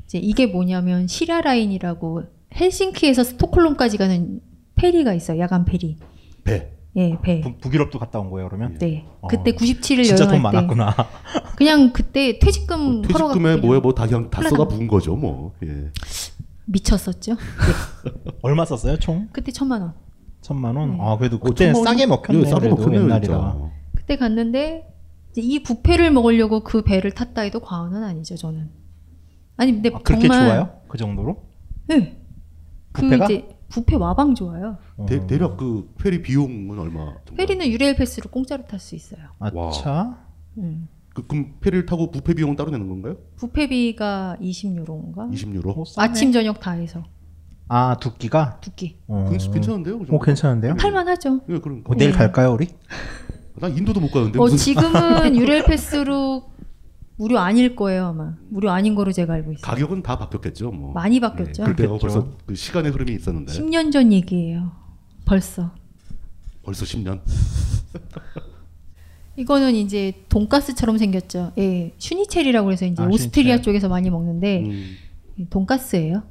Speaker 10: 이제 이게 뭐냐면 시라 라인이라고 헬싱키에서 스톡홀름까지 가는 페리가 있어요 야간 페리.
Speaker 9: 배.
Speaker 10: 예, 배.
Speaker 9: 북, 북유럽도 갔다 온 거예요, 그러면? 어.
Speaker 10: 네. 그때 97일
Speaker 9: 아, 진짜 돈
Speaker 10: 여행할 때.
Speaker 9: 많았구나.
Speaker 10: 그냥 그때 퇴직금 털어갖고
Speaker 8: 퇴직금에
Speaker 10: 그냥
Speaker 8: 뭐에 뭐다 그냥 다
Speaker 10: 플라당.
Speaker 8: 써다 부은 거죠, 뭐. 예.
Speaker 10: 미쳤었죠.
Speaker 9: 얼마 썼어요, 총?
Speaker 10: 그때 천만 원.
Speaker 9: 천만
Speaker 10: 네.
Speaker 9: 원. 아, 그래도 그때 는
Speaker 8: 어, 천만
Speaker 9: 싸게
Speaker 8: 원이-
Speaker 9: 먹혔네.
Speaker 8: 예, 싸게
Speaker 9: 그래도
Speaker 8: 먹혔네요,
Speaker 9: 옛날이라.
Speaker 10: 그때 갔는데 이제 이 부페를 먹으려고 그 배를 탔다 해도 과언은 아니죠 저는. 아니 근데
Speaker 9: 그렇게
Speaker 10: 정말
Speaker 9: 좋아요? 그 정도로?
Speaker 10: 네. 그
Speaker 8: 부페가?
Speaker 10: 이제 부페 와방 좋아요.
Speaker 9: 어.
Speaker 8: 대, 대략 그 페리 비용은 얼마? 정도?
Speaker 10: 페리는 유레일 패스로 공짜로 탈 수 있어요.
Speaker 8: 아차.
Speaker 10: 음.
Speaker 8: 그, 그럼 페리를 타고 부페 비용은 따로 내는 건가요?
Speaker 10: 부페비가 20유로인가?
Speaker 8: 20유로.
Speaker 10: 아침 저녁 다 해서
Speaker 9: 아, 두 끼가?
Speaker 10: 두 끼.
Speaker 9: 어.
Speaker 8: 그 괜찮은데요? 그 정도?
Speaker 9: 어, 괜찮은데요?
Speaker 10: 할만하죠.
Speaker 8: 예, 그럼.
Speaker 9: 어, 내일
Speaker 10: 네.
Speaker 9: 갈까요, 우리?
Speaker 8: 나 아, 인도도 못 가는데.
Speaker 10: 어
Speaker 8: 무슨-
Speaker 10: 지금은 유레일 패스로 무료 아닐 거예요 아마. 무료 아닌 거로 제가 알고 있어요.
Speaker 8: 가격은 다 바뀌었겠죠, 뭐.
Speaker 10: 많이 바뀌었죠.
Speaker 8: 예, 그때가
Speaker 10: 그렇겠죠.
Speaker 8: 벌써 그 시간의 흐름이 있었는데.
Speaker 10: 10년 전 얘기예요. 벌써.
Speaker 8: 벌써 10년.
Speaker 10: 이거는 이제 돈가스처럼 생겼죠. 예, 슈니첼이라고 해서 이제
Speaker 8: 아,
Speaker 10: 오스트리아
Speaker 8: 슈니첼.
Speaker 10: 쪽에서 많이 먹는데
Speaker 8: 음.
Speaker 10: 돈가스예요.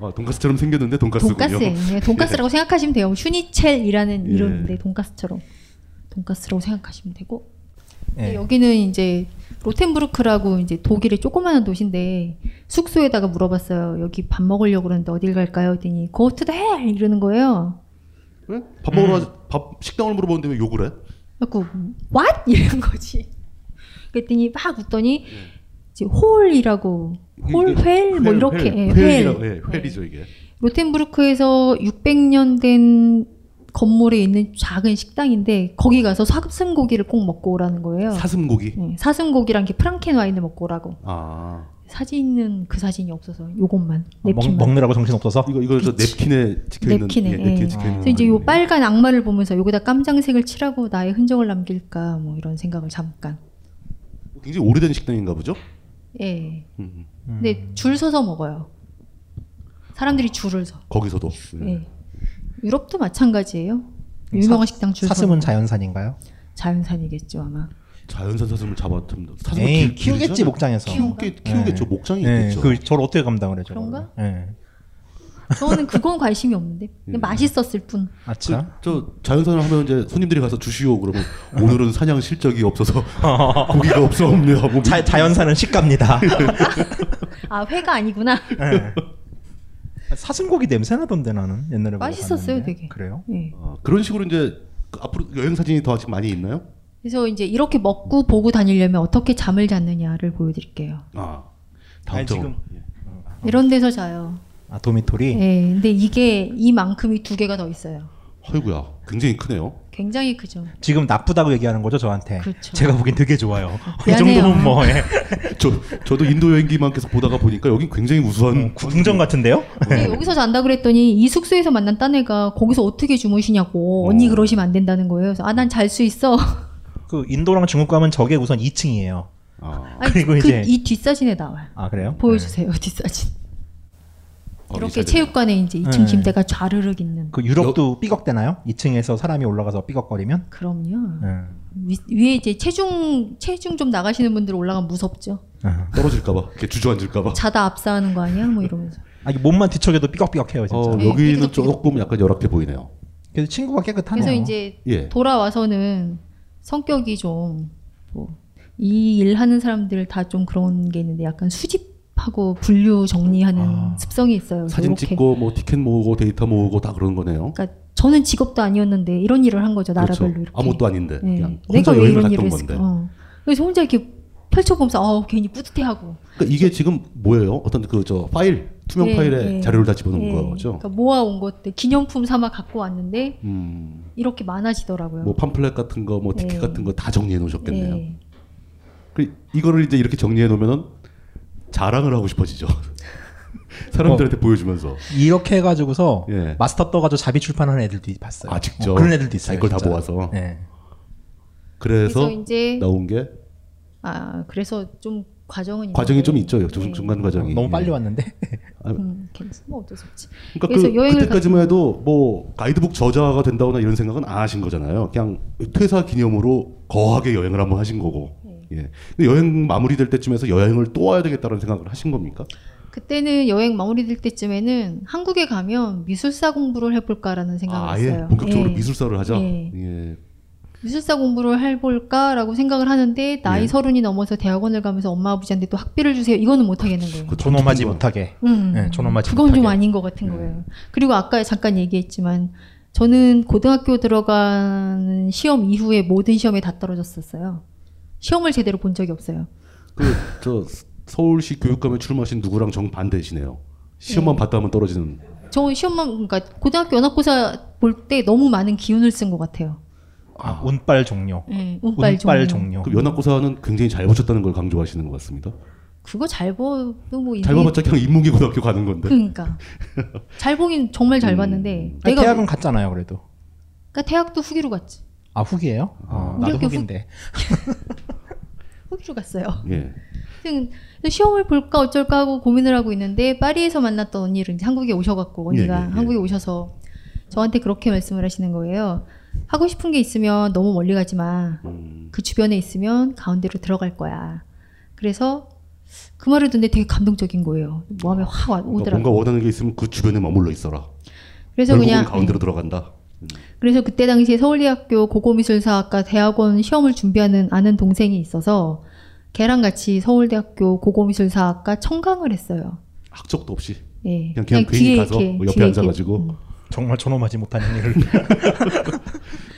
Speaker 8: 아, 돈가스처럼 생겼는데 돈가스군요.
Speaker 10: 돈가스예요. 예, 돈가스라고 생각하시면 돼요. 슈니첼이라는
Speaker 8: 예.
Speaker 10: 이름인데 돈가스처럼 돈가스라고 생각하시면 되고 네,
Speaker 9: 예.
Speaker 10: 여기는 이제 로텐부르크라고 이제 독일의 조그마한 도시인데 숙소에다가 물어봤어요. 여기 밥 먹으려고 그러는데 어딜 갈까요? 했더니 go to the hell 이러는 거예요.
Speaker 8: 예? 밥 먹으러
Speaker 10: 음.
Speaker 8: 와- 밥 식당을 물어보는데 왜 욕을 해?
Speaker 10: 그래갖고 what 이런 거지. 그랬더니 막 웃더니 이제 홀이라고 홀, 휠, 뭐 이렇게 예,
Speaker 8: 예. 회
Speaker 10: 휠.
Speaker 8: 휠이죠 이게.
Speaker 10: 로텐부르크에서 600년 된 건물에 있는 작은 식당인데 거기 가서 사슴 고기를 꼭 먹고 오라는 거예요.
Speaker 8: 사슴 고기.
Speaker 10: 네, 사슴 고기랑 이렇게 프랑켄 와인을 먹고 오라고.
Speaker 8: 아.
Speaker 10: 사진은 그 사진이 없어서 요것만
Speaker 9: 먹,
Speaker 10: 냅킨만.
Speaker 9: 먹느라고 정신 없어서?
Speaker 8: 이거 이거 저 냅킨에 찍혀 있는
Speaker 10: 냅킨에. 예. 그래서 이제 요 빨간 악마를 보면서 여기다 깜장색을 칠하고 나의 흔적을 남길까 뭐 이런 생각을 잠깐.
Speaker 8: 굉장히 오래된 식당인가 보죠?
Speaker 10: 예.
Speaker 8: 음.
Speaker 10: 근데 줄 서서 먹어요. 사람들이 줄을 서.
Speaker 8: 거기서도. 네.
Speaker 10: 예. 유럽도 마찬가지예요. 유명한 식당 줄 서.
Speaker 9: 사슴은 자연산인가요?
Speaker 10: 자연산이겠죠 아마.
Speaker 8: 자연산 사슴을 잡았습니다. 사슴을
Speaker 9: 에이,
Speaker 8: 길-
Speaker 9: 키우겠지
Speaker 8: 길이잖아요.
Speaker 9: 목장에서.
Speaker 8: 키우게
Speaker 10: 네.
Speaker 8: 키우겠죠
Speaker 9: 예.
Speaker 8: 목장이
Speaker 9: 예,
Speaker 8: 있겠죠.
Speaker 9: 그 저를 어떻게 감당을 해죠?
Speaker 10: 그런가?
Speaker 9: 예.
Speaker 10: 저는 그건 관심이 없는데 그냥
Speaker 8: 예.
Speaker 10: 맛있었을 뿐.
Speaker 9: 아차.
Speaker 8: 그, 저 자연산을 하면 이제 손님들이 가서 주시오 그러면 오늘은 사냥 실적이 없어서 고기가 없어 없네요. 뭐
Speaker 9: 자, 자연산은 식갑니다. 네.
Speaker 10: 아 회가 아니구나.
Speaker 9: 예. 사슴고기 냄새 나던데 나는 옛날에
Speaker 10: 맛있었어요,
Speaker 9: 먹어봤는데.
Speaker 10: 되게.
Speaker 9: 그래요?
Speaker 10: 예.
Speaker 8: 아, 그런 식으로 이제 그 앞으로 여행 사진이 더 아직 많이 있나요?
Speaker 10: 그래서 이제 이렇게 먹고 보고 다니려면 어떻게 잠을 잤느냐를 보여드릴게요.
Speaker 8: 아
Speaker 9: 아니,
Speaker 8: 다음
Speaker 9: 지금-
Speaker 8: 점.
Speaker 10: 이런 데서 자요.
Speaker 9: 아 도미토리.
Speaker 10: 예. 근데 이게 이만큼이 두 개가 더 있어요.
Speaker 8: 아이구야 굉장히 크네요.
Speaker 10: 굉장히 크죠.
Speaker 9: 지금 나쁘다고 얘기하는 거죠 저한테.
Speaker 10: 그렇죠.
Speaker 9: 제가 보기엔 되게 좋아요. 이
Speaker 10: 미안해요.
Speaker 9: 정도면 뭐. 예.
Speaker 8: 저 저도 인도 여행기만께서 보다가 보니까 여긴 굉장히 우수한
Speaker 9: 어,
Speaker 8: 네.
Speaker 9: 궁정 같은데요?
Speaker 10: 근데 네, 여기서 잔다 그랬더니 이 숙소에서 만난 딴애가 거기서 어떻게 주무시냐고 언니 그러시면 안 된다는 거예요. 그래서 아 난 잘 수 있어.
Speaker 9: 그 인도랑 중국 가면 저게 우선 2층이에요.
Speaker 10: 아니,
Speaker 9: 그리고 이제
Speaker 10: 그이 뒷사진에 나와요.
Speaker 9: 아 그래요?
Speaker 10: 보여주세요 뒷사진. 이렇게
Speaker 8: 어,
Speaker 9: 뒷사진이요?
Speaker 10: 체육관에 이제 2층
Speaker 9: 네.
Speaker 10: 침대가 좌르륵 있는. 그
Speaker 9: 그 유럽도 삐걱대나요? 2층에서 사람이 올라가서 삐걱거리면?
Speaker 10: 그럼요.
Speaker 9: 음.
Speaker 10: 위, 위에 이제 체중 체중 좀 나가시는 분들 올라가면 무섭죠.
Speaker 9: 아.
Speaker 8: 떨어질까봐 이렇게 주저앉을까봐
Speaker 10: 자다 압사하는 거 아니야? 뭐 이러면서.
Speaker 9: 아, 이게 몸만 뒤척여도 삐걱삐걱해요 진짜.
Speaker 10: 네,
Speaker 8: 어, 여기는 조금 약간 열악해 보이네요
Speaker 9: 그래서 친구가 깨끗하네요.
Speaker 10: 그래서 이제
Speaker 8: 예.
Speaker 10: 돌아와서는 성격이 좀뭐이 일하는 사람들 다 좀 그런 게 있는데 약간 수집하고 분류 정리하는 습성이 있어요. 그래서
Speaker 8: 아. 사진
Speaker 10: 이렇게.
Speaker 8: 찍고 뭐 티켓 모으고 데이터 모으고 다 그런 거네요
Speaker 10: 그러니까 저는 직업도 아니었는데 이런 일을 한 거죠 나라별로
Speaker 8: 그렇죠.
Speaker 10: 이렇게.
Speaker 8: 아무것도 아닌데
Speaker 10: 네.
Speaker 8: 그냥
Speaker 10: 내가
Speaker 8: 혼자
Speaker 10: 왜
Speaker 8: 여행을
Speaker 10: 이런
Speaker 8: 갔던
Speaker 10: 일을
Speaker 8: 건데.
Speaker 10: 했을까? 어. 그래서 혼자 이렇게 펼쳐보면서 어, 괜히 뿌듯해하고
Speaker 8: 그러니까 이게 지금 뭐예요 어떤 그 저 파일 투명
Speaker 10: 네,
Speaker 8: 파일에
Speaker 10: 네.
Speaker 8: 자료를 다 집어넣은
Speaker 10: 네.
Speaker 8: 거죠
Speaker 10: 그러니까 모아온 것들 기념품 삼아 갖고 왔는데
Speaker 8: 음,
Speaker 10: 이렇게 많아지더라고요.
Speaker 8: 뭐 팜플렛 같은 거 뭐 티켓
Speaker 10: 네.
Speaker 8: 같은 거 다 정리해 놓으셨겠네요
Speaker 10: 네.
Speaker 8: 그 이거를 이제 이렇게 정리해 놓으면은 자랑을 하고 싶어지죠 사람들한테 보여주면서
Speaker 9: 어.
Speaker 8: 예.
Speaker 9: 이렇게 해가지고서 마스터 떠가지고 자비 출판하는 애들도 봤어요.
Speaker 8: 아 직접
Speaker 9: 어, 그런 애들도 있어요.
Speaker 8: 이걸 다
Speaker 9: 진짜.
Speaker 8: 모아서
Speaker 9: 네.
Speaker 8: 그래서,
Speaker 10: 그래서 이제
Speaker 8: 나온 게
Speaker 10: 아 그래서 좀 과정은
Speaker 8: 과정이
Speaker 10: 있는데.
Speaker 8: 좀 있죠 중,
Speaker 10: 네.
Speaker 8: 중간 과정이
Speaker 9: 너무 빨리
Speaker 8: 예.
Speaker 9: 왔는데.
Speaker 8: 아,
Speaker 10: 음, 괜찮- 뭐 어쩔 수 없지.
Speaker 8: 그러니까
Speaker 10: 그래서
Speaker 8: 그,
Speaker 10: 여행을
Speaker 8: 그때까지만 해도 뭐 가이드북 저자가 된다거나 이런 생각은 안 하신 거잖아요. 그냥 퇴사 기념으로 거하게 여행을 한번 하신 거고.
Speaker 10: 네.
Speaker 8: 예. 근데 여행 마무리될 때쯤에서 여행을 또 와야 되겠다는 생각을 하신 겁니까?
Speaker 10: 그때는 여행 마무리될 때쯤에는 한국에 가면 미술사 공부를 해볼까라는 생각을
Speaker 8: 아, 예.
Speaker 10: 했어요.
Speaker 8: 본격적으로
Speaker 10: 예.
Speaker 8: 미술사를 하자.
Speaker 10: 예.
Speaker 8: 예.
Speaker 10: 미술사 공부를 해볼까라고 생각을 하는데 나이
Speaker 8: 예.
Speaker 10: 서른이 넘어서 대학원을 가면서 엄마 아버지한테 또 학비를 주세요. 이거는 못 하겠는 거예요.
Speaker 8: 아,
Speaker 9: 그 존엄하지 못하게.
Speaker 10: 음.
Speaker 9: 네, 존엄하지
Speaker 10: 그건
Speaker 9: 못하게. 네.
Speaker 10: 좀 아닌 것 같은 거예요. 그리고 아까 잠깐 얘기했지만 저는 고등학교 들어간 시험 이후에 모든 시험에 다 떨어졌었어요. 시험을 제대로 본 적이 없어요.
Speaker 8: 그 저 서울시 교육감에 출마하신 누구랑 정반대시네요.
Speaker 10: 예.
Speaker 8: 시험만 봤다 하면 떨어지는
Speaker 10: 저 시험만 그러니까 고등학교 연합고사 볼 때 너무 많은 기운을 쓴 것 같아요.
Speaker 9: 아, 운빨 종료.
Speaker 10: 예, 운빨 종료.
Speaker 8: 그 연합고사는 굉장히 잘 보셨다는 걸 강조하시는 것 같습니다.
Speaker 10: 그거 잘 봐도 뭐
Speaker 8: 잘
Speaker 10: 인생이-
Speaker 8: 봐봤자 그냥 인문계 고등학교 가는 건데.
Speaker 10: 그러니까 잘 보긴 정말 잘 봤는데 내가
Speaker 9: 대학은
Speaker 10: 왜-
Speaker 9: 음. 갔잖아요, 그래도.
Speaker 10: 그러니까 대학도 후기로 갔지.
Speaker 9: 아 후기예요? 어,
Speaker 10: 우리
Speaker 9: 나도
Speaker 10: 학교 후-
Speaker 9: 후기인데.
Speaker 10: 후기로 갔어요.
Speaker 8: 예.
Speaker 10: 하여튼 시험을 볼까 어쩔까 하고 고민을 하고 있는데 파리에서 만났던 언니를 이제 한국에 오셔갖고 언니가
Speaker 16: 예, 예, 예.
Speaker 10: 한국에 오셔서 저한테 그렇게 말씀을 하시는 거예요. 하고 싶은 게 있으면 너무 멀리 가지 마.
Speaker 8: 음.
Speaker 10: 그 주변에 있으면 가운데로 들어갈 거야. 그래서 그 말을 듣는데 되게 감동적인 거예요. 마음에 확 와-
Speaker 8: 그러니까
Speaker 10: 오더라고요.
Speaker 8: 뭔가 원하는 게 있으면 그 주변에 머물러 있어라.
Speaker 10: 그래서
Speaker 8: 결국은
Speaker 10: 그냥-
Speaker 8: 가운데로 들어간다.
Speaker 10: 그래서 그때 당시에 서울대학교 고고미술사학과 대학원 시험을 준비하는 아는 동생이 있어서 걔랑 같이 서울대학교 고고미술사학과 청강을 했어요.
Speaker 8: 학적도 없이
Speaker 10: 예.
Speaker 8: 그냥 그냥
Speaker 10: 그냥
Speaker 8: 괜히
Speaker 10: 뒤에
Speaker 8: 가서
Speaker 10: 이렇게, 음.
Speaker 8: 뭐 옆에
Speaker 10: 뒤에
Speaker 8: 앉아가지고
Speaker 9: 정말 존엄하지 못한 일을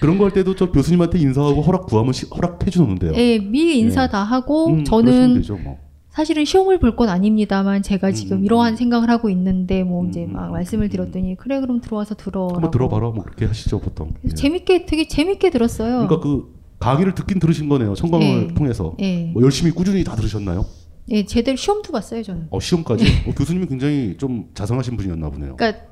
Speaker 8: 그런 거 할 때도 저 교수님한테 인사하고 허락 구하면 시- 허락해 주는데요.
Speaker 10: 예, 미리 인사 다 하고
Speaker 8: 음, 그러시면
Speaker 10: 저는
Speaker 8: 되죠, 음, 뭐.
Speaker 10: 사실은 시험을 볼 건 아닙니다만 제가 지금 이러한 생각을 하고 있는데 뭐
Speaker 8: 음,
Speaker 10: 이제 막 말씀을 드렸더니 그래 그럼 들어와서 들어.
Speaker 8: 한번 들어봐라 뭐 그렇게 하시죠 보통. 예.
Speaker 10: 재밌게 되게 재밌게 들었어요.
Speaker 8: 그러니까 그 강의를 듣긴 들으신 거네요. 청강을
Speaker 10: 예.
Speaker 8: 통해서
Speaker 10: 예.
Speaker 8: 뭐 열심히 꾸준히 다 들으셨나요?
Speaker 10: 예, 제대로 시험도 봤어요 저는.
Speaker 8: 어, 시험까지
Speaker 10: 네.
Speaker 8: 어, 교수님이 굉장히 좀 자상하신 분이었나 보네요. 예.
Speaker 10: 그러니까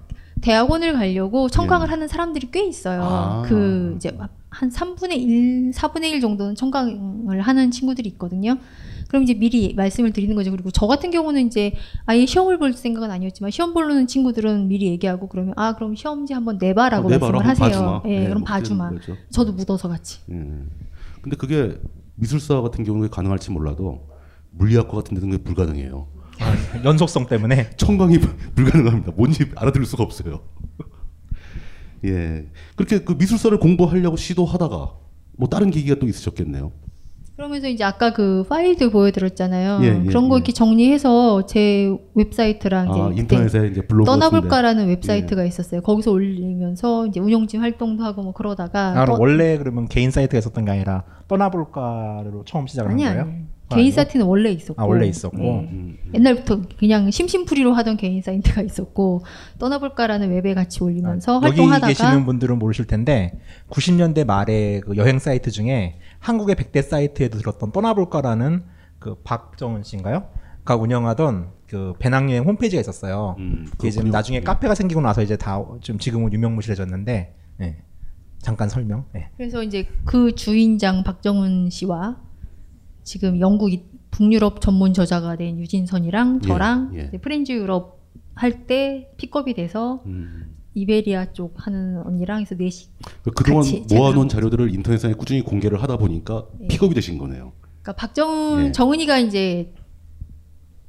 Speaker 10: 대학원을 가려고 청강을 하는 사람들이 꽤 있어요.
Speaker 8: 아.
Speaker 10: 그 이제 막한 3분의 1, 4분의 1 정도는 청강을 하는 친구들이 있거든요. 그럼 이제 미리 말씀을 드리는 거죠. 그리고 저 같은 경우는 이제 아예 시험을 볼 생각은 아니었지만 시험 보는 친구들은 미리 얘기하고 그러면 아 그럼 시험지 한번 내봐라고
Speaker 8: 어, 내봐라.
Speaker 10: 말씀을
Speaker 8: 한번
Speaker 10: 하세요.
Speaker 8: 봐주마.
Speaker 10: 예,
Speaker 8: 예,
Speaker 10: 그럼
Speaker 8: 뭐 그런
Speaker 10: 봐주마.
Speaker 8: 거죠.
Speaker 10: 저도 묻어서 같이.
Speaker 8: 예. 근데 그게 미술사 같은 경우에 가능할지 몰라도 물리학과 같은 데는 그게 불가능해요.
Speaker 9: 아, 연속성 때문에
Speaker 8: 청강이 불가능합니다. 뭔지 알아들을 수가 없어요. 예, 그렇게 그 미술사를 공부하려고 시도하다가 뭐 다른 계기가 또 있으셨겠네요.
Speaker 10: 그러면서 이제 아까 그 파일들 보여드렸잖아요.
Speaker 8: 예, 예,
Speaker 10: 그런 거 이렇게 정리해서 제 웹사이트랑
Speaker 8: 아,
Speaker 10: 이제 그때
Speaker 8: 인터넷에 이제 블로그
Speaker 10: 떠나볼까라는
Speaker 8: 같은데. 예.
Speaker 10: 웹사이트가 있었어요. 거기서 올리면서 이제 운영진 활동도 하고 뭐 그러다가
Speaker 9: 아, 그럼
Speaker 10: 떠-
Speaker 9: 원래 그러면 개인 사이트가 있었던 게 아니라 떠나볼까로 처음 시작을
Speaker 10: 아니
Speaker 9: 한 거예요?
Speaker 10: 아니
Speaker 9: 아,
Speaker 10: 개인
Speaker 9: 아니고?
Speaker 10: 사이트는 원래 있었고
Speaker 9: 아 원래 있었고
Speaker 8: 음,
Speaker 10: 예. 옛날부터 그냥 심심풀이로 하던 개인 사이트가 있었고 떠나볼까라는 웹에 같이 올리면서
Speaker 9: 아, 여기
Speaker 10: 활동하다가
Speaker 9: 계시는 분들은 모르실 텐데 90년대 말에 그 여행 사이트 중에 한국의 100대 사이트에도 들었던 떠나볼까라는 그 박정은 씨인가요? 가 운영하던 그 배낭여행 홈페이지가 있었어요. 그게 지금
Speaker 8: 음, 그렇군요.
Speaker 9: 나중에 카페가 생기고 나서 이제 다 좀 지금은 유명무실해졌는데 예. 잠깐 설명. 예.
Speaker 10: 그래서 이제 그 주인장 박정은 씨와 지금 영국 이- 북유럽 전문 저자가 된 유진선이랑 저랑
Speaker 8: 예, 예. 음,
Speaker 10: 이제 프렌즈 유럽 할 때 픽업이 돼서 이베리아 쪽 하는 언니랑 해서 넷이
Speaker 8: 그동안
Speaker 10: 같이 제가
Speaker 8: 모아놓은 자료들을 인터넷상에 꾸준히 공개를 하다 보니까
Speaker 9: 예.
Speaker 10: 네.
Speaker 8: 픽업이 되신 거네요.
Speaker 10: 그러니까 박정은
Speaker 8: 예.
Speaker 10: 정은이가 이제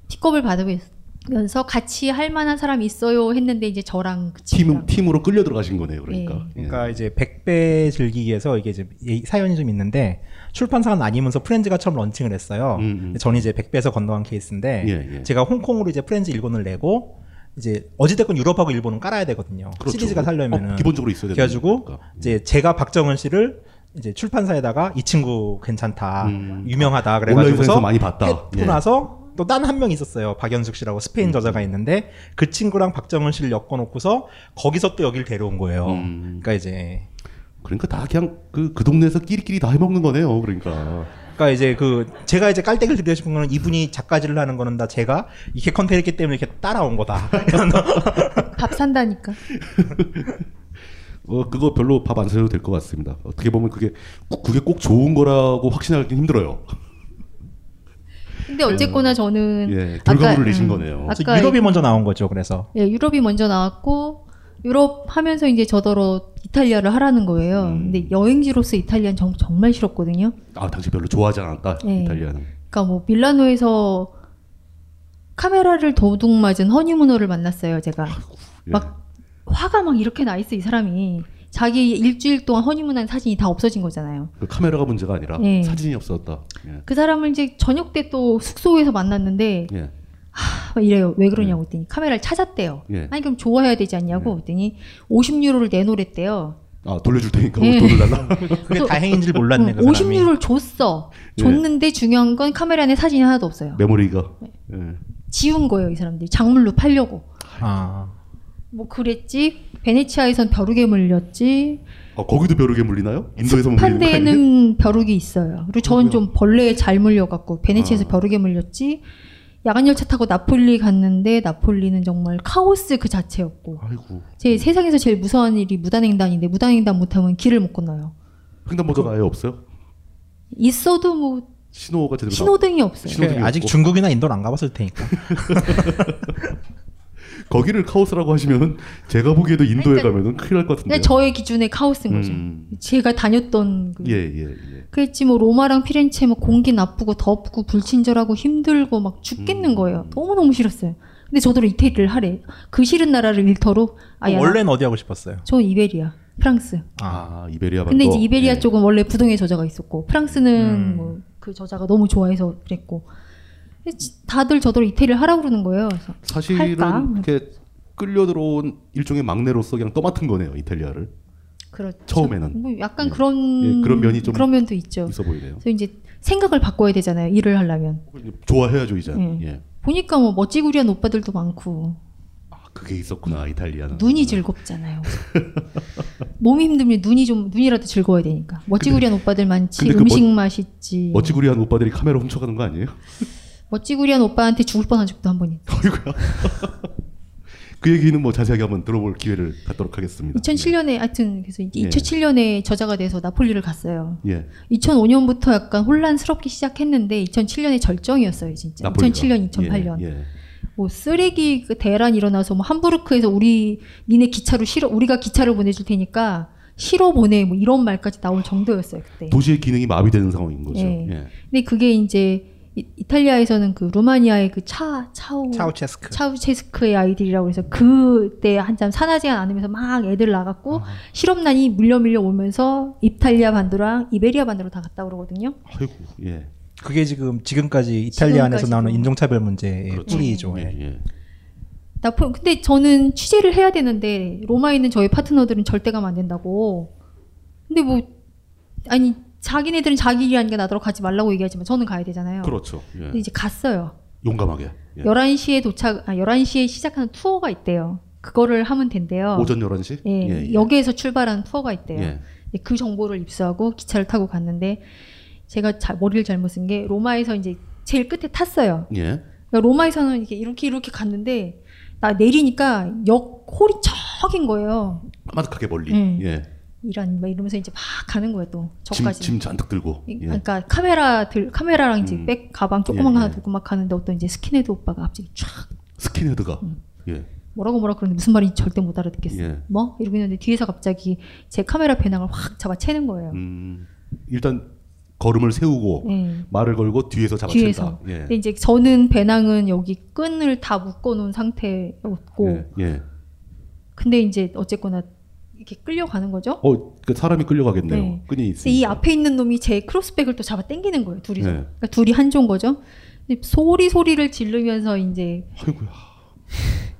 Speaker 10: 픽업을 받으면서 같이 할 만한 사람이 있어요 했는데 이제 저랑 그
Speaker 8: 팀 팀으로 끌려 들어가신 거네요. 그러니까.
Speaker 9: 그러니까 이제 100배 즐기기에서 이게 이제 이 사연이 좀 있는데 출판사는 아니면서 프렌즈가 처음 런칭을 했어요. 근데 저는 이제 100배에서 건너간 케이스인데
Speaker 8: 예, 예.
Speaker 9: 제가 홍콩으로 이제 프렌즈 1권을 내고 이제 어찌됐건 유럽하고 일본은 깔아야 되거든요.
Speaker 8: 그렇죠.
Speaker 9: 시리즈가 살려면
Speaker 8: 어, 기본적으로 있어야 되는
Speaker 9: 그래가지고 이제 제가 박정은 씨를 이제 출판사에다가 이 친구 괜찮다 유명하다
Speaker 8: 음. 온라인상에서
Speaker 9: 그래가지고서
Speaker 8: 많이 봤다.
Speaker 9: 해고
Speaker 8: 예. 음.
Speaker 9: 나서 또 딴 한 명 있었어요. 박연숙 씨라고 스페인 저자가 있는데 그 친구랑 박정은 씨를 엮어놓고서 거기서 또 여길 데려온 거예요. 그러니까 이제
Speaker 8: 음. 그러니까 다 그냥 그, 그 동네에서 끼리끼리 다 해먹는 거네요. 그러니까.
Speaker 9: 그러니까 이제 그 제가 이제 깔때기를 드리고 싶은 거는 이분이 작가질을 하는 거는 다 제가 이렇게 컨텐츠기 때문에 이렇게 따라온 거다.
Speaker 10: 밥 산다니까.
Speaker 8: 어, 그거 별로 밥 안 사셔도 될 것 같습니다. 어떻게 보면 그게 꼭- 그게 꼭 좋은 거라고 확신하기 힘들어요.
Speaker 10: 근데 어쨌거나 저는
Speaker 8: 예, 결과물을
Speaker 10: 아까-
Speaker 8: 내신
Speaker 10: 음,
Speaker 8: 거네요.
Speaker 10: 아까
Speaker 9: 유럽이 먼저 나온 거죠. 그래서
Speaker 10: 예, 유럽이 먼저 나왔고 유럽 하면서 이제 저더러 이탈리아를 하라는 거예요. 근데 여행지로서 이탈리아는 정, 정말 싫었거든요.
Speaker 8: 아 당시 별로 좋아하지 않았다
Speaker 9: 네.
Speaker 10: 예.
Speaker 8: 이탈리아는.
Speaker 10: 그러니까 뭐 밀라노에서 카메라를 도둑 맞은 허니문어를 만났어요. 제가 막 화가 막 이렇게 나 있어 이 사람이 자기 일주일 동안 허니문한 사진이 다 없어진 거잖아요.
Speaker 8: 그 카메라가 문제가 아니라
Speaker 10: 예.
Speaker 8: 사진이 없었다. 예.
Speaker 10: 그 사람을 이제 저녁 때 또 숙소에서 만났는데
Speaker 8: 예.
Speaker 10: 하, 막 이래요. 왜 그러냐고 했더니 카메라를 찾았대요.
Speaker 8: 예.
Speaker 10: 아니 그럼 좋아해야 되지 않냐고 했더니 50유로를 내놓랬대요.
Speaker 8: 아 돌려줄 테니까
Speaker 10: 예.
Speaker 8: 돈을 달라.
Speaker 10: 그래서-
Speaker 9: 다행인 줄 몰랐네, 그
Speaker 10: 50유로를 줬어.
Speaker 8: 예.
Speaker 10: 줬는데 중요한 건 카메라 안에 사진이 하나도 없어요.
Speaker 8: 메모리가.
Speaker 10: 네.
Speaker 8: 예.
Speaker 10: 지운 거예요, 이 사람들이. 작물로 팔려고.
Speaker 9: 아.
Speaker 10: 뭐 그랬지. 베네치아에선 벼룩에 물렸지.
Speaker 8: 아, 거기도 벼룩에 물리나요? 인도에서 물리는 거 아니에요?
Speaker 10: 판대에는 벼룩이 있어요. 그리고 저는 좀 벌레에 잘 물려갖고 베네치아에서 벼룩에 물렸지. 야간열차 타고 나폴리 갔는데 나폴리는 정말 카오스 그 자체였고.
Speaker 8: 아이고.
Speaker 10: 제 세상에서 제일 무서운 일이 무단횡단인데 무단횡단 못하면 길을 못 건너요. 그
Speaker 8: 횡단보도가 아예 없어요?
Speaker 10: 있어도 뭐
Speaker 8: 신호가 제대로
Speaker 10: 신호등이 없어요.
Speaker 8: 신호등이
Speaker 9: 네, 아직
Speaker 8: 없고.
Speaker 9: 중국이나 인도는 안 가봤을 테니까.
Speaker 8: 거기를 카오스라고 하시면 제가 보기에도 인도에 가면은 큰일 날 것 같은데.
Speaker 10: 그냥 네, 저의 기준의 카오스인 거죠.
Speaker 8: 네. 음.
Speaker 10: 제가 다녔던 그-
Speaker 8: 예, 예, 예.
Speaker 10: 그랬지 뭐 로마랑 피렌체 뭐 공기 나쁘고 덥고 불친절하고 힘들고 막
Speaker 8: 음.
Speaker 10: 죽겠는 거예요. 너무 너무 싫었어요. 근데 저더러 이태리를 하래. 그 싫은 나라를
Speaker 8: 어,
Speaker 10: 일터로 아야.
Speaker 9: 원래는 어디 하고 싶었어요?
Speaker 10: 저 이베리아, 프랑스.
Speaker 8: 아 이베리아 예.
Speaker 10: 근데
Speaker 8: 반도.
Speaker 10: 이제 이베리아 쪽은 원래 부동의 저자가 있었고
Speaker 8: 음.
Speaker 10: 프랑스는 뭐 그 저자가 너무 좋아해서 그랬고 근데 지- 다들 저더러 이태리를 하라고 그러는 거예요. 그래서
Speaker 8: 사실은
Speaker 10: 할까? 뭐
Speaker 8: 이렇게 끌려 들어온 일종의 막내로서 그냥 떠맡은 거네요 이탈리아를.
Speaker 10: 그렇죠.
Speaker 8: 처음에는.
Speaker 10: 뭐 약간 그런
Speaker 8: 예, 그런 면이 좀
Speaker 10: 그런 면도 있죠.
Speaker 8: 있어 보이네요.
Speaker 10: 그래서 이제 생각을 바꿔야 되잖아요. 일을 하려면.
Speaker 8: 좋아해야죠 이제.
Speaker 10: 예.
Speaker 8: 예.
Speaker 10: 보니까 뭐 멋지구리한 오빠들도 많고
Speaker 8: 아, 그게 있었구나 이탈리아는. 음.
Speaker 10: 눈이 즐겁잖아요. 몸이 힘들면 눈이 좀 눈이라도 즐거워야 되니까 멋지구리한 오빠들 많지
Speaker 8: 근데 그
Speaker 10: 음식
Speaker 8: 멋-
Speaker 10: 맛있지
Speaker 8: 멋지구리한 오빠들이 카메라 훔쳐가는 거 아니에요?
Speaker 10: 멋지구리한 오빠한테 죽을 뻔한 적도 한 번 있고
Speaker 8: 그 얘기는 뭐 자세하게 한번 들어볼 기회를 갖도록 하겠습니다.
Speaker 10: 2007년에 하여튼 그래서
Speaker 8: 네. 예.
Speaker 10: 2007년에 저자가 돼서 나폴리를 갔어요.
Speaker 8: 예.
Speaker 10: 2005년부터 약간 혼란스럽기 시작했는데 2007년에 절정이었어요 진짜.
Speaker 8: 나폴리가.
Speaker 10: 2007년 2008년
Speaker 8: 예, 예.
Speaker 10: 뭐 쓰레기 그 대란 일어나서 뭐 함부르크에서 우리 니네 기차로 실어 우리가 기차를 보내줄 테니까 실어 보내 뭐 이런 말까지 나올 정도였어요 그때.
Speaker 8: 도시의 기능이 마비되는 상황인 거죠.
Speaker 10: 예.
Speaker 8: 예.
Speaker 10: 근데 그게 이제 이, 이탈리아에서는 그 루마니아의 그차 차우
Speaker 9: 차우체스크
Speaker 10: 차우체스크의 아이들이라고 해서 그때 한참 산하제한 안 하면서 막 애들 나갔고
Speaker 9: 아.
Speaker 10: 실업난이 물려 밀려 오면서 이탈리아 반도랑 이베리아 반도로 다 갔다 오거든요.
Speaker 8: 아이고 예.
Speaker 9: 그게 지금 지금까지 이탈리아 안에서
Speaker 10: 지금까지도.
Speaker 9: 나오는 인종차별 문제의
Speaker 8: 그렇죠.
Speaker 9: 뿌리죠. 예.
Speaker 10: 나 포- 근데 저는 취재를 해야 되는데 로마에 있는 저희 파트너들은 절대 가면 안 된다고. 근데 뭐 아니 자기네들은 자기 일이 아니까 나더러 가지 말라고 얘기하지만 저는 가야 되잖아요.
Speaker 8: 그렇죠. 예.
Speaker 10: 어. 근데 이제 갔어요.
Speaker 8: 용감하게. 예.
Speaker 10: 11시에 도착 아 11시에 시작하는 투어가 있대요. 그거를 하면 된대요.
Speaker 8: 오전 11시?
Speaker 10: 예.
Speaker 8: 예, 예.
Speaker 10: 여기에서 출발한 투어가 있대요.
Speaker 8: 예.
Speaker 10: 예, 그 정보를 입수하고 기차를 타고 갔는데 제가 자- 머리를 잘못 쓴 게 로마에서 이제 제일 끝에 탔어요.
Speaker 8: 예.
Speaker 10: 그러니까 로마에서는 이렇게 이렇게 이렇게 갔는데 나 내리니까 역 홀이 척인 거예요.
Speaker 8: 까마득하게 멀리.
Speaker 10: 음.
Speaker 8: 예.
Speaker 10: 이란 막 이러면서 이제 막 가는 거예요 또
Speaker 8: 짐,
Speaker 10: 저까지.
Speaker 8: 짐 잔뜩 들고.
Speaker 10: 이-
Speaker 8: 예. 음.
Speaker 10: 그러니까 카메라 들 카메라랑 이제 백 가방 조그만 거
Speaker 8: 예,
Speaker 10: 하나 들고 막 가는데 어떤 이제 스킨헤드 오빠가 갑자기 촥
Speaker 8: 스킨헤드가. 예.
Speaker 10: 뭐라고 뭐라 그러는데 무슨 말인지 절대 못 알아듣겠어요.
Speaker 8: 예.
Speaker 10: 뭐? 이러고 있는데 뒤에서 갑자기 제 카메라 배낭을 확 잡아채는 거예요.
Speaker 8: 음, 일단 걸음을 세우고
Speaker 10: 네.
Speaker 8: 말을 걸고 뒤에서 잡아챈다.
Speaker 10: 뒤에서.
Speaker 8: 예.
Speaker 10: 근데 이제 저는 배낭은 여기 끈을 다 묶어놓은 상태였고,
Speaker 8: 예. 예.
Speaker 10: 근데 이제 어쨌거나 이렇게 끌려가는 거죠.
Speaker 8: 어, 그 사람이 끌려가겠네요.
Speaker 10: 네.
Speaker 8: 끈이
Speaker 10: 근데
Speaker 8: 있으니.
Speaker 10: 이 앞에 있는 놈이 제 크로스백을 또 잡아 당기는 거예요. 둘이서.
Speaker 8: 네.
Speaker 10: 그러니까 둘이 한조인 거죠. 근데 소리 소리를 지르면서 이제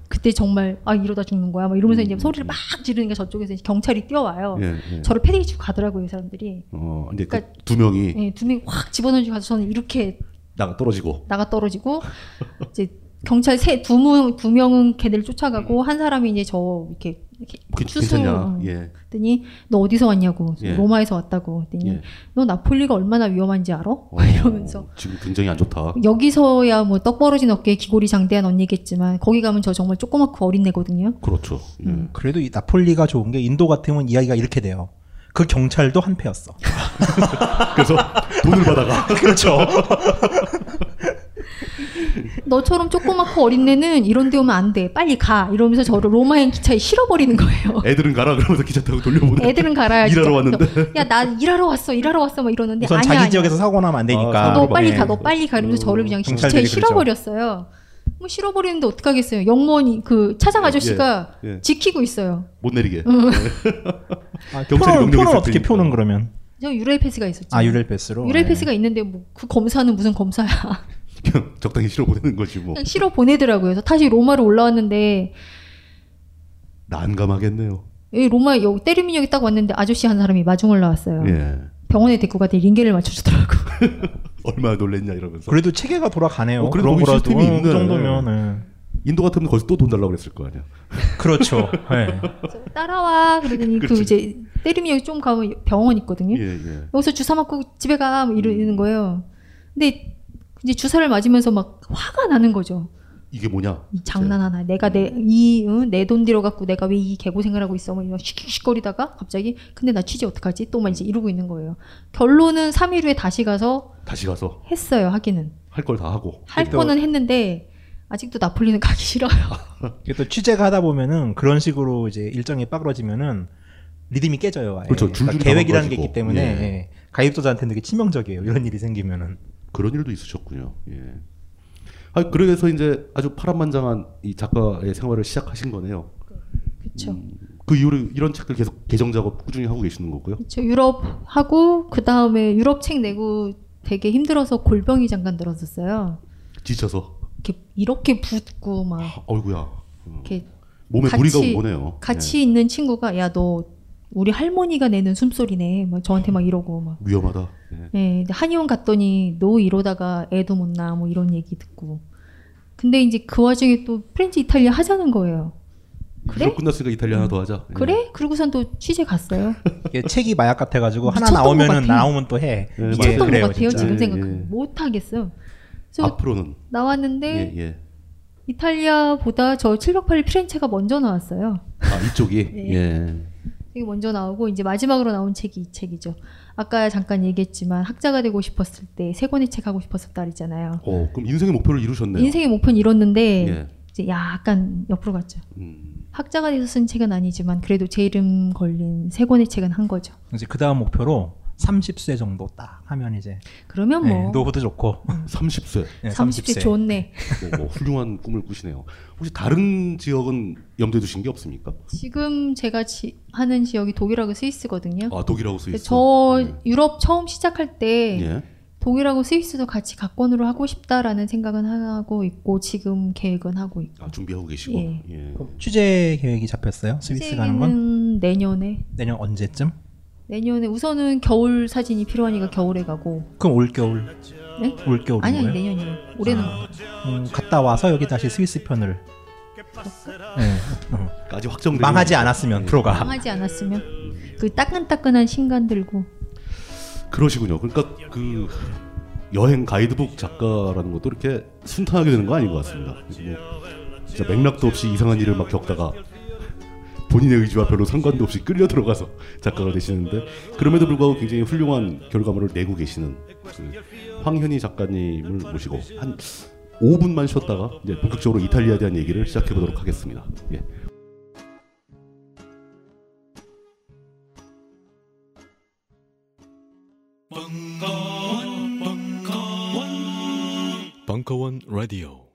Speaker 10: 그때 정말 아 이러다 죽는 거야. 막 이러면서 이제 소리를 막 지르니까 저쪽에서 이제 경찰이 뛰어와요.
Speaker 8: 음. 예, 예.
Speaker 10: 저를 패딩 치고 가더라고요, 이 사람들이.
Speaker 8: 어, 이제 그
Speaker 10: 그러니까-
Speaker 8: 두 명이
Speaker 10: 예, 두 명이 확 집어넣어주고 가서 저는 이렇게
Speaker 8: 나가 떨어지고.
Speaker 10: 나가 떨어지고 이제 경찰 세두명두 명은 걔들
Speaker 8: 음.
Speaker 10: 쫓아가고 한 사람이 이제 저 이렇게 이렇게
Speaker 8: 괜-
Speaker 10: 추수
Speaker 8: 괜찮냐?
Speaker 10: 어,
Speaker 8: 예.
Speaker 10: 그랬더니 너 어디서 왔냐고
Speaker 8: 예.
Speaker 10: 로마에서 왔다고 그랬더니
Speaker 8: 예.
Speaker 10: 너 나폴리가 얼마나 위험한지 알아? 이러면서
Speaker 8: 지금 굉장히 안 좋다.
Speaker 10: 여기서야 뭐 떡 벌어진 어깨에 기골이 장대한 언니겠지만 거기 가면 저 정말 조그맣고 어린 애거든요.
Speaker 8: 그렇죠.
Speaker 10: 음.
Speaker 9: 그래도 이 나폴리가 좋은 게 인도 같으면 이야기가 이렇게 돼요. 그 경찰도 한패였어.
Speaker 8: 그래서 돈을 받아가. 네,
Speaker 9: 그렇죠.
Speaker 10: 너처럼 조그맣고 어린 애는 이런 데 오면 안 돼. 빨리 가. 이러면서 저를 로마행 기차에 실어버리는 거예요.
Speaker 8: 애들은 가라 그러면서 기차 타고 돌려보내.
Speaker 10: 애들은 갈아야
Speaker 8: 일하러 왔는데.
Speaker 10: 야 나 일하러 왔어 일하러 왔어 막 이러는데
Speaker 9: 우선
Speaker 10: 아니야
Speaker 9: 자기
Speaker 10: 아니야.
Speaker 9: 지역에서 사고 나면 안
Speaker 8: 아,
Speaker 9: 되니까.
Speaker 10: 너 어,
Speaker 8: 예.
Speaker 10: 빨리 가 너 빨리 가 이러면서
Speaker 8: 음,
Speaker 10: 저를 그냥
Speaker 9: 경찰들이
Speaker 10: 시체에 실어버렸어요 뭐 실어버리는데 어떡하겠어요 영무원이 그 차장 아저씨가
Speaker 8: 예, 예.
Speaker 10: 지키고 있어요
Speaker 8: 못 내리게. 네. 아,
Speaker 10: 음. 아,
Speaker 8: 경찰이
Speaker 9: 표는,
Speaker 8: 명령했을
Speaker 9: 표는 어떻게
Speaker 8: 테니까.
Speaker 9: 표는 그러면?
Speaker 10: 저 유레일 패스가 있었죠
Speaker 9: 아 유렐 패스로.
Speaker 10: 유레일
Speaker 9: 예.
Speaker 10: 패스가 있는데 뭐 그 검사는 무슨 검사야
Speaker 8: 그냥 적당히 실어보내는 거지 뭐.
Speaker 10: 그냥 실어 보내더라고요 그래서 다시 로마로 올라왔는데
Speaker 8: 난감하겠네요.
Speaker 10: 여기 로마 여기 때르민역에 딱 왔는데 아저씨 한 사람이 마중을 나왔어요
Speaker 8: 예.
Speaker 10: 병원에 데리고 가더니 링겔을 맞춰주더라고요
Speaker 8: 얼마나 놀랬냐 이러면서.
Speaker 9: 그래도 체계가 돌아가네요.
Speaker 8: 어, 그래도
Speaker 9: 그런
Speaker 8: 거기
Speaker 9: 거라도
Speaker 8: 시스템이
Speaker 9: 어,
Speaker 8: 있네.
Speaker 9: 그 정도면,
Speaker 8: 인도 같으면 거기서 또 돈 달라고 그랬을 거 아니야.
Speaker 9: 그렇죠. 예.
Speaker 10: 따라와 그러더니 그
Speaker 8: 그렇지.
Speaker 10: 이제 때리면 좀 가면 병원 있거든요.
Speaker 8: 예, 예.
Speaker 10: 여기서 주사 맞고 집에 가뭐 이러는 거예요. 근데 이제 주사를 맞으면서 막 화가 나는 거죠.
Speaker 8: 이게 뭐냐?
Speaker 10: 이 장난 하나. 내가 내이내돈 들어 갖고 내가 왜 이 개고생을 하고 있어? 막 씩씩거리다가 갑자기 근데 나 취재 어떡하지? 또 막 이제 이러고 있는 거예요. 결론은 3일 후에 다시 가서
Speaker 8: 다시 가서
Speaker 10: 했어요. 하기는
Speaker 8: 할 걸 다 하고.
Speaker 10: 할 거는 했는데 아직도 나폴리는 가기 싫어요.
Speaker 9: 이게 또 취재가 하다 보면은 그런 식으로 이제 일정이 빠그러지면은 리듬이 깨져요. 아예.
Speaker 8: 그렇죠. 줄줄이
Speaker 9: 그러니까 계획이라는 게
Speaker 8: 망가지고.
Speaker 9: 있기 때문에
Speaker 8: 예.
Speaker 9: 예. 가입자한테는 되게 치명적이에요. 이런 일이 생기면은.
Speaker 8: 그런 일도 있으셨군요. 예. 아, 그래서 이제 아주 파란만장한 이 작가의 생활을 시작하신 거네요.
Speaker 10: 그렇죠.
Speaker 8: 그 이후로 이런 책들 계속 개정 작업 꾸준히 하고 계시는 거고요.
Speaker 10: 저 유럽 하고 그 다음에 유럽 책 내고 되게 힘들어서 골병이 잠깐 들었었어요.
Speaker 8: 지쳐서.
Speaker 10: 이렇게 이렇게 붓고 막
Speaker 8: 어이구야.
Speaker 10: 이렇게
Speaker 8: 몸에 무리가 온 거네요.
Speaker 10: 같이 있는 친구가 야 너 우리 할머니가 내는 숨소리네. 막 저한테 막 이러고 막.
Speaker 8: 위험하다. 예.
Speaker 10: 예, 근데 한의원 갔더니 너 이러다가 애도 못 낳아 뭐 이런 얘기 듣고. 근데 이제 그 와중에 또 프렌치 이탈리아 하자는 거예요.
Speaker 8: 유럽 끝났으니까 이탈리아 하나 더 하자. 예.
Speaker 10: 음. 그래? 그러고선 또 취재 갔어요.
Speaker 9: 이게 책이 마약 같아가지고 하나
Speaker 10: 미쳤던 것
Speaker 9: 나오면은
Speaker 10: 같아요.
Speaker 9: 나오면 또 해.
Speaker 8: 예,
Speaker 9: 이게
Speaker 8: 미쳤던 것
Speaker 9: 그래요,
Speaker 10: 같아요
Speaker 9: 진짜.
Speaker 10: 지금 생각하면 못 하겠어요. 그래서
Speaker 8: 네, 앞으로는
Speaker 10: 나왔는데
Speaker 8: 예, 예.
Speaker 10: 이탈리아보다 저 708 피렌체가 먼저 나왔어요.
Speaker 8: 아, 이쪽이
Speaker 10: 네.
Speaker 8: 예.
Speaker 10: 이게 먼저 나오고 이제 마지막으로 나온 책이 이 책이죠. 아까 잠깐 얘기했지만 학자가 되고 싶었을 때 세 권의 책 하고 싶었었다 그랬잖아요.
Speaker 8: 어,
Speaker 9: 네.
Speaker 8: 그럼 인생의 목표를 이루셨네요.
Speaker 10: 인생의 목표는 이뤘는데
Speaker 8: 예.
Speaker 10: 이제 약간 옆으로 갔죠.
Speaker 8: 음.
Speaker 10: 학자가 돼서 쓴 책은 아니지만 그래도 제 이름 걸린 세 권의 책은 한 거죠.
Speaker 9: 이제 그 다음 목표로 30세 정도 딱 하면 이제
Speaker 10: 그러면
Speaker 9: 예,
Speaker 10: 뭐
Speaker 9: 노후도 좋고
Speaker 8: 네, 30세.
Speaker 9: 예,
Speaker 10: 30세 네, 좋네.
Speaker 8: 뭐, 뭐 훌륭한 꿈을 꾸시네요. 혹시 다른 지역은 염두에 두신 게 없습니까?
Speaker 10: 지금 제가 지- 하는 지역이 독일하고 스위스거든요.
Speaker 8: 아, 독일하고 스위스. 네.
Speaker 10: 저 유럽 처음 시작할 때
Speaker 8: 예.
Speaker 10: 독일하고 스위스도 같이 가권으로 하고 싶다라는 생각은 하고 있고 지금 계획은 하고 있고.
Speaker 8: 아, 준비하고 계시고.
Speaker 10: 예.
Speaker 8: 예.
Speaker 9: 취재 계획이 잡혔어요. 스위스 가는 건
Speaker 10: 는 내년에
Speaker 9: 내년 언제쯤?
Speaker 10: 내년에 우선은 겨울 사진이 필요하니까 겨울에 가고.
Speaker 9: 그럼 올 겨울.
Speaker 10: 네?
Speaker 9: 올 겨울인
Speaker 10: 아니 아니
Speaker 9: 거예요?
Speaker 10: 내년이요. 올해는 안 가요.
Speaker 9: 음, 갔다 와서 여기 다시 스위스 편을. 예. 어.
Speaker 8: 아직 확정된
Speaker 9: 망하지
Speaker 8: 건 없죠.
Speaker 9: 않았으면
Speaker 8: 예.
Speaker 9: 프로가.
Speaker 10: 망하지 않았으면 그 따끈따끈한 신간 들고
Speaker 8: 그러시군요. 그러니까 그 여행 가이드북 작가라는 것도 이렇게 순탄하게 되는 거 아닌 것 같습니다. 뭐 진짜 맥락도 없이 이상한 일을 막 겪다가 본인의 의지와 별로 상관도 없이 끌려 들어가서 작가가 되시는데 그럼에도 불구하고 굉장히 훌륭한 결과물을 내고 계시는 그 황현희 작가님을 모시고 한 5분만 쉬었다가 이제 본격적으로 이탈리아에 대한 얘기를 시작해 보도록 하겠습니다. 예.
Speaker 17: 벙커원 라디오